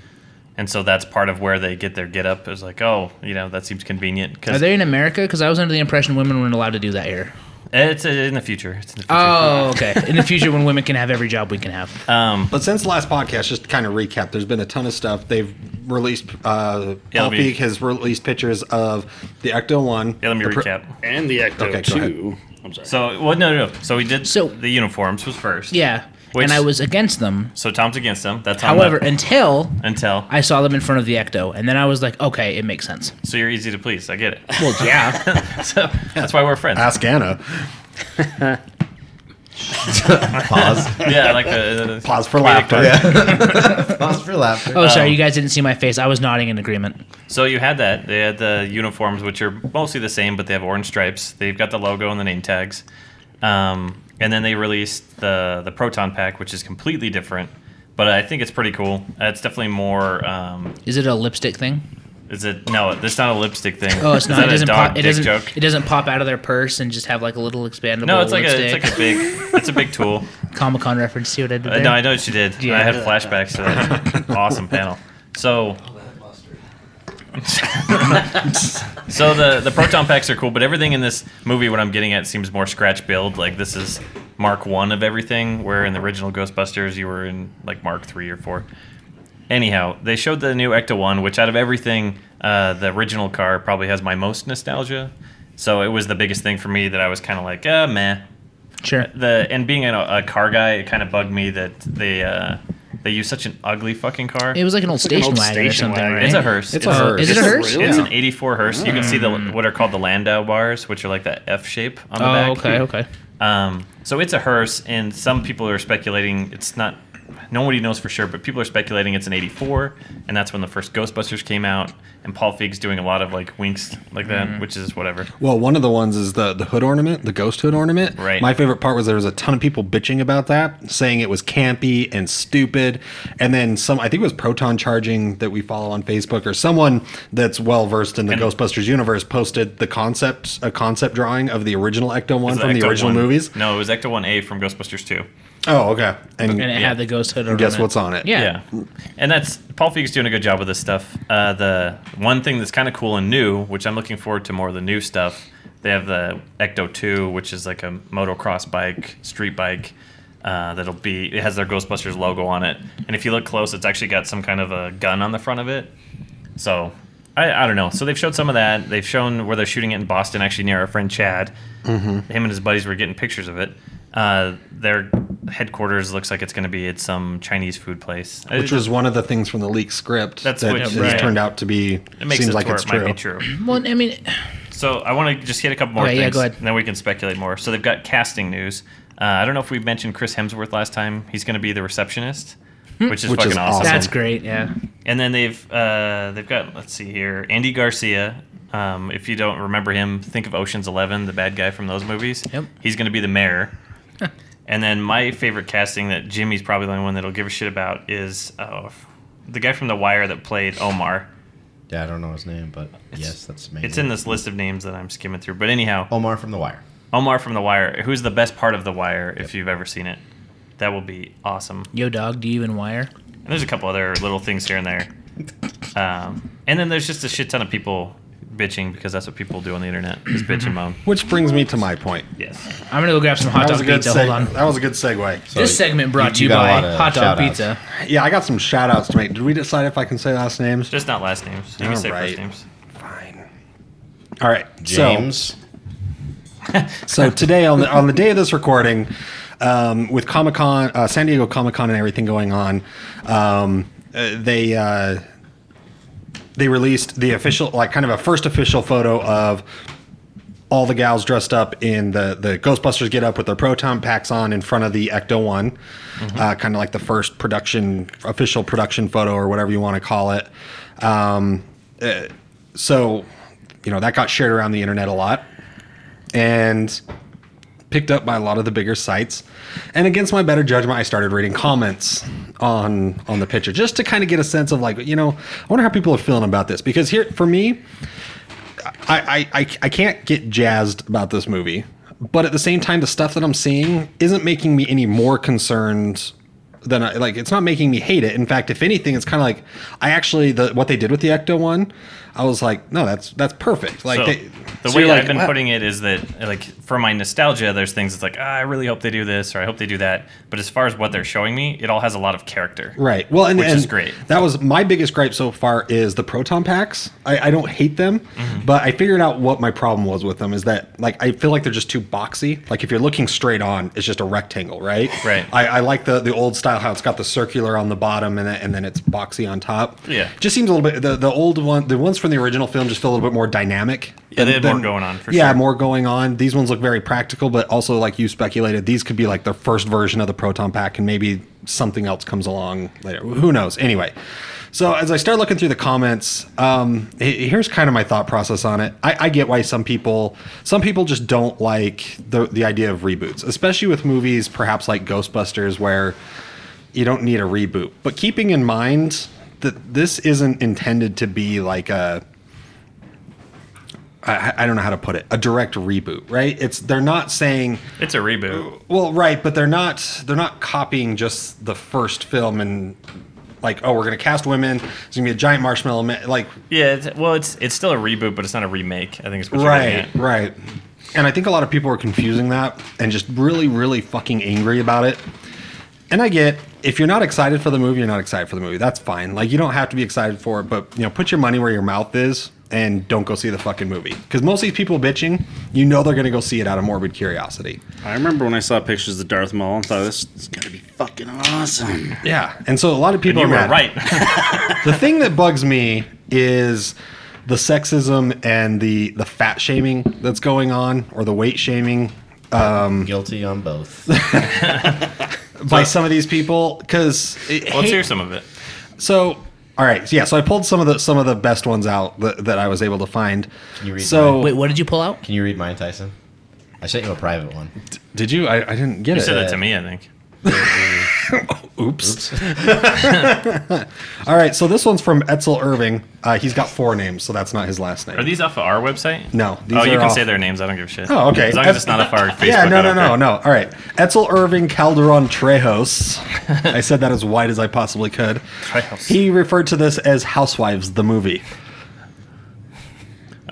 [SPEAKER 1] and so that's part of where they get their get up. Is like, oh, you know, that seems convenient
[SPEAKER 7] Are
[SPEAKER 1] because
[SPEAKER 7] they in America? Because I was under the impression women weren't allowed to do that here.
[SPEAKER 1] it's uh, in the future. It's in the future.
[SPEAKER 7] Oh, okay. In the future, when women can have every job we can have.
[SPEAKER 2] But since last podcast, just to kind of recap, there's been a ton of stuff. They've released, uh,
[SPEAKER 1] Yeah,
[SPEAKER 2] Paul
[SPEAKER 1] let me-
[SPEAKER 2] Feig has released pictures of the Ecto 1.
[SPEAKER 1] yeah, let me
[SPEAKER 2] the pr-
[SPEAKER 1] recap.
[SPEAKER 6] And the Ecto
[SPEAKER 2] Okay, go ahead.
[SPEAKER 6] 2. I'm sorry.
[SPEAKER 1] So, well, no, no, no. So we did.
[SPEAKER 7] So-
[SPEAKER 1] So the uniforms was first.
[SPEAKER 7] Yeah,
[SPEAKER 1] Which-
[SPEAKER 7] and I was against them.
[SPEAKER 1] So Tom's against them. That's on
[SPEAKER 7] However,
[SPEAKER 1] them.
[SPEAKER 7] until
[SPEAKER 1] until
[SPEAKER 7] I saw them in front of the ecto, and then I was like, okay, it makes sense.
[SPEAKER 1] so you're easy to please. I get it.
[SPEAKER 7] Well, yeah.
[SPEAKER 1] so that's why we're friends.
[SPEAKER 2] Ask Anna.
[SPEAKER 4] Pause.
[SPEAKER 1] Yeah, like the
[SPEAKER 2] Pause for laughter.
[SPEAKER 4] Pause for laughter.
[SPEAKER 1] Um,
[SPEAKER 7] Oh, sorry, you guys didn't see my face. I was nodding in agreement.
[SPEAKER 1] So you had that. They had the uniforms, which are mostly the same, but they have orange stripes. They've got the logo and the name tags. Um, and then they released the the proton pack, which is completely different. But I think it's pretty cool. Uh, It's definitely more. Um,
[SPEAKER 7] Is it a lipstick thing?
[SPEAKER 1] is it no? It's not a lipstick thing.
[SPEAKER 7] Oh, it's
[SPEAKER 1] Is
[SPEAKER 7] not.
[SPEAKER 1] that
[SPEAKER 7] It
[SPEAKER 1] a
[SPEAKER 7] doesn't
[SPEAKER 1] dog
[SPEAKER 7] pop. It
[SPEAKER 1] dick
[SPEAKER 7] doesn't.
[SPEAKER 1] joke?
[SPEAKER 7] It doesn't pop out of their purse and just have like a little expandable.
[SPEAKER 1] no, it's like a it's
[SPEAKER 7] lipstick.
[SPEAKER 1] like a big it's a big tool.
[SPEAKER 7] Comic Con reference. See what I did
[SPEAKER 1] Uh,
[SPEAKER 7] there?
[SPEAKER 1] no, I know what you did.
[SPEAKER 7] Yeah.
[SPEAKER 1] I had flashbacks to that awesome panel. So. so the the proton packs are cool, but everything in this movie, what I'm getting at, seems more scratch build. Like this is Mark One of everything, where in the original Ghostbusters you were in like Mark Three or Four. Anyhow, they showed the new Ecto One, which out of everything, uh, the original car probably has my most nostalgia. So it was the biggest thing for me that I was kind of like, uh, meh
[SPEAKER 7] Sure.
[SPEAKER 1] the and being a, a car guy, it kind of bugged me that they uh, they use such an ugly fucking car.
[SPEAKER 7] It was like an old station
[SPEAKER 6] old
[SPEAKER 7] wagon or
[SPEAKER 6] station
[SPEAKER 7] something,
[SPEAKER 6] wagon.
[SPEAKER 7] right?
[SPEAKER 1] It's a hearse. It's
[SPEAKER 7] It's, a
[SPEAKER 1] a
[SPEAKER 7] hearse. Is it a
[SPEAKER 6] It's
[SPEAKER 7] hearse?
[SPEAKER 6] really-
[SPEAKER 1] It's
[SPEAKER 6] Yeah.
[SPEAKER 1] an '84 hearse. You can see the
[SPEAKER 2] Mm.
[SPEAKER 1] what are called the Landau bars, which are like that F shape on the
[SPEAKER 7] Oh,
[SPEAKER 1] back.
[SPEAKER 7] okay, okay.
[SPEAKER 1] Um, so it's a hearse, and some people are speculating it's not. Nobody knows for sure, but people are speculating it's an '84, and that's when the first Ghostbusters came out. And Paul Feig's doing a lot of like winks like that,
[SPEAKER 2] Mm.
[SPEAKER 1] which is whatever.
[SPEAKER 2] Well, one of the ones is the the hood ornament, the ghost hood ornament.
[SPEAKER 1] Right.
[SPEAKER 2] My favorite part was there was a ton of people bitching about that, saying it was campy and stupid. And then some, I think it was Proton Charging that we follow on Facebook or someone that's well versed in the Ghostbusters universe posted the concept a concept drawing of the original Ecto one
[SPEAKER 1] It's
[SPEAKER 2] from the
[SPEAKER 1] Ecto
[SPEAKER 2] original
[SPEAKER 1] 1.
[SPEAKER 2] movies.
[SPEAKER 1] No, it was Ecto One A from Ghostbusters Two.
[SPEAKER 2] Oh, okay. And,
[SPEAKER 7] And it had the ghost hood.
[SPEAKER 2] guess
[SPEAKER 7] ornament.
[SPEAKER 2] what's on it?
[SPEAKER 7] Yeah.
[SPEAKER 1] Yeah. And that's Paul Feig's doing a good job with this stuff. Uh, the one thing that's kind of cool and new, which I'm looking forward to more of the new stuff, they have the Ecto 2, which is like a motocross bike, street bike. Uh, that'll be it has their Ghostbusters logo on it, and if you look close, it's actually got some kind of a gun on the front of it. So I, I don't know. So they've showed some of that. They've shown where they're shooting it in Boston, actually near our friend Chad.
[SPEAKER 2] Mm-hmm.
[SPEAKER 1] Him and his buddies were getting pictures of it. Uh, their headquarters looks like it's going to be at some Chinese food place,
[SPEAKER 2] Which was one of the things from the leaked script
[SPEAKER 1] That's
[SPEAKER 2] that
[SPEAKER 1] what-
[SPEAKER 2] has
[SPEAKER 1] right.
[SPEAKER 2] turned out to be
[SPEAKER 1] It makes
[SPEAKER 2] seems
[SPEAKER 1] it
[SPEAKER 2] like
[SPEAKER 1] to where
[SPEAKER 2] it's
[SPEAKER 1] it might
[SPEAKER 2] true.
[SPEAKER 1] be true.
[SPEAKER 7] Well, I mean,
[SPEAKER 1] So I want to just hit a couple more
[SPEAKER 7] Okay,
[SPEAKER 1] things,
[SPEAKER 7] yeah, go ahead.
[SPEAKER 1] and then we can speculate more. So they've got casting news. Uh, I don't know if we mentioned Chris Hemsworth last time. He's going to be the receptionist, which is
[SPEAKER 2] Which
[SPEAKER 1] fucking
[SPEAKER 2] is
[SPEAKER 1] awesome.
[SPEAKER 2] awesome.
[SPEAKER 7] Hmm. that's great. Yeah.
[SPEAKER 1] And then they've uh, they've got let's see here Andy Garcia. Um, if you don't remember him, think of Ocean's Eleven, the bad guy from those movies.
[SPEAKER 7] Yep.
[SPEAKER 1] He's going to be the mayor. and then my favorite casting that Jimmy's probably the only one that'll give a shit about is uh, the guy from The Wire that played Omar.
[SPEAKER 4] Yeah, I don't know his name, but yes, that's amazing.
[SPEAKER 1] It's in this list of names that I'm skimming through. But anyhow,
[SPEAKER 4] Omar from The Wire.
[SPEAKER 1] Omar from The Wire, who's the best part of The Wire if you've ever seen it. That will be awesome.
[SPEAKER 7] Yo, dog, do you even wire?
[SPEAKER 1] And there's a couple other little things here and there. Um, and then there's just a shit ton of people bitching because that's what people do on the internet is bitch and moan.
[SPEAKER 2] Which brings me to my point.
[SPEAKER 1] Yes.
[SPEAKER 7] I'm gonna go grab some hot
[SPEAKER 2] That was,
[SPEAKER 7] dog
[SPEAKER 2] a good
[SPEAKER 7] pizza.
[SPEAKER 2] seg-
[SPEAKER 7] Hold on.
[SPEAKER 2] that was a good segue.
[SPEAKER 7] this segment brought to you,
[SPEAKER 4] got a
[SPEAKER 7] by
[SPEAKER 4] lot of
[SPEAKER 7] hot dog
[SPEAKER 4] shout-outs.
[SPEAKER 7] pizza.
[SPEAKER 2] Yeah, I got some shout outs to make. Did we decide if I can say last names?
[SPEAKER 1] Just not last names. You can say
[SPEAKER 2] Alright.
[SPEAKER 1] first names.
[SPEAKER 2] Fine. All right. So,
[SPEAKER 4] James.
[SPEAKER 2] so today, on the, on the day of this recording, um, with Comic Con, uh, San Diego Comic Con, and everything going on, um, uh, they. Uh, they released the official, like kind of a first official photo of all the gals dressed up in the, the Ghostbusters get up with their proton packs on in front of the Ecto One, uh, kind of like the first production, official production photo or whatever you want to call it. Um, uh, so, you know, that got shared around the internet a lot and picked up by a lot of the bigger sites. And against my better judgment, I started reading comments on on the picture just to kind of get a sense of like, you know, I wonder how people are feeling about this because here for me, I, I, I, I can't get jazzed about this movie, but at the same time, the stuff that I'm seeing isn't making me any more concerned than I, like it's not making me hate it. In fact, if anything, it's kind of like I actually the what they did with the Ecto one, I was like, no, that's that's perfect. Like
[SPEAKER 1] So,
[SPEAKER 2] they,
[SPEAKER 1] the
[SPEAKER 6] so
[SPEAKER 1] way
[SPEAKER 6] you're
[SPEAKER 1] that
[SPEAKER 6] like,
[SPEAKER 1] I've been
[SPEAKER 6] "What?"
[SPEAKER 1] putting it is that, like, for my nostalgia, there's things that's like, ah, I really hope they do this or I hope they do that. But as far as what they're showing me, it all has a lot of character.
[SPEAKER 2] Right. Well, and,
[SPEAKER 1] Which is
[SPEAKER 2] and
[SPEAKER 1] great.
[SPEAKER 2] That was my biggest gripe so far is the proton packs. I, I don't hate them,
[SPEAKER 1] Mm-hmm.
[SPEAKER 2] but I figured out what my problem was with them is that like I feel like they're just too boxy. Like if you're looking straight on, it's just a rectangle, right?
[SPEAKER 1] Right.
[SPEAKER 2] I, I like the the old style how it's got the circular on the bottom and then, and then it's boxy on top.
[SPEAKER 1] Yeah.
[SPEAKER 2] Just seems a little bit the the old one the ones for in the original film just feel a little bit more dynamic.
[SPEAKER 1] Yeah, they had more going on, for
[SPEAKER 2] yeah,
[SPEAKER 1] sure.
[SPEAKER 2] more going on. These ones look very practical, but also like you speculated, these could be like the first version of the proton pack, and maybe something else comes along later. Who knows? Anyway, so as I start looking through the comments, um, he- here's kind of my thought process on it. I, I get why some people some people just don't like the the idea of reboots, especially with movies perhaps like Ghostbusters where you don't need a reboot. But keeping in mind that this isn't intended to be like a I, I don't know how to put it a direct reboot, right? It's they're not saying
[SPEAKER 1] It's a reboot.
[SPEAKER 2] well, right, but they're not they're not copying just the first film and like oh we're gonna cast women. It's gonna be a giant marshmallow man. Like
[SPEAKER 1] Yeah, it's, well, it's it's still a reboot, but it's not a remake. I think it's what you're
[SPEAKER 2] right,
[SPEAKER 1] getting at.
[SPEAKER 2] right. And I think a lot of people are confusing that and just really, really fucking angry about it. And I get if you're not excited for the movie, you're not excited for the movie. That's fine. Like you don't have to be excited for it, but you know, put your money where your mouth is and don't go see the fucking movie. Because most of these people bitching, you know they're gonna go see it out of morbid curiosity.
[SPEAKER 6] I remember when I saw pictures of Darth Maul and thought this is gonna be fucking awesome.
[SPEAKER 2] Yeah. And so a lot of people
[SPEAKER 1] You
[SPEAKER 2] are
[SPEAKER 1] were
[SPEAKER 2] mad.
[SPEAKER 1] right.
[SPEAKER 2] the thing that bugs me is the sexism and the the fat shaming that's going on or the weight shaming
[SPEAKER 4] Guilty on both.
[SPEAKER 2] by some of these people because
[SPEAKER 1] Let's hear some of it.
[SPEAKER 2] so all right yeah so i pulled some of the some of the best ones out that, that i was able to find
[SPEAKER 4] you read
[SPEAKER 2] so
[SPEAKER 7] Wait, what did you pull out?
[SPEAKER 4] Can you read mine, Tyson? I sent you a private one.
[SPEAKER 2] did you i, I didn't get
[SPEAKER 1] You
[SPEAKER 2] it
[SPEAKER 1] said that to me, I think.
[SPEAKER 2] oops all right so this one's from etzel irving uh, he's got four names so that's not his last name
[SPEAKER 1] Are these off of our website?
[SPEAKER 2] No, these
[SPEAKER 1] oh, you
[SPEAKER 2] are
[SPEAKER 1] can
[SPEAKER 2] off-
[SPEAKER 1] say their names. I don't give a shit.
[SPEAKER 2] Oh, okay.
[SPEAKER 1] As long as it's not off our Facebook.
[SPEAKER 2] yeah, no,
[SPEAKER 1] I
[SPEAKER 2] no,
[SPEAKER 1] don't
[SPEAKER 2] no,
[SPEAKER 1] care.
[SPEAKER 2] no. All right. Etzel Irving Calderon Trejos. I said that as wide as I possibly could.
[SPEAKER 1] Trejos.
[SPEAKER 2] He referred to this as Housewives, the movie.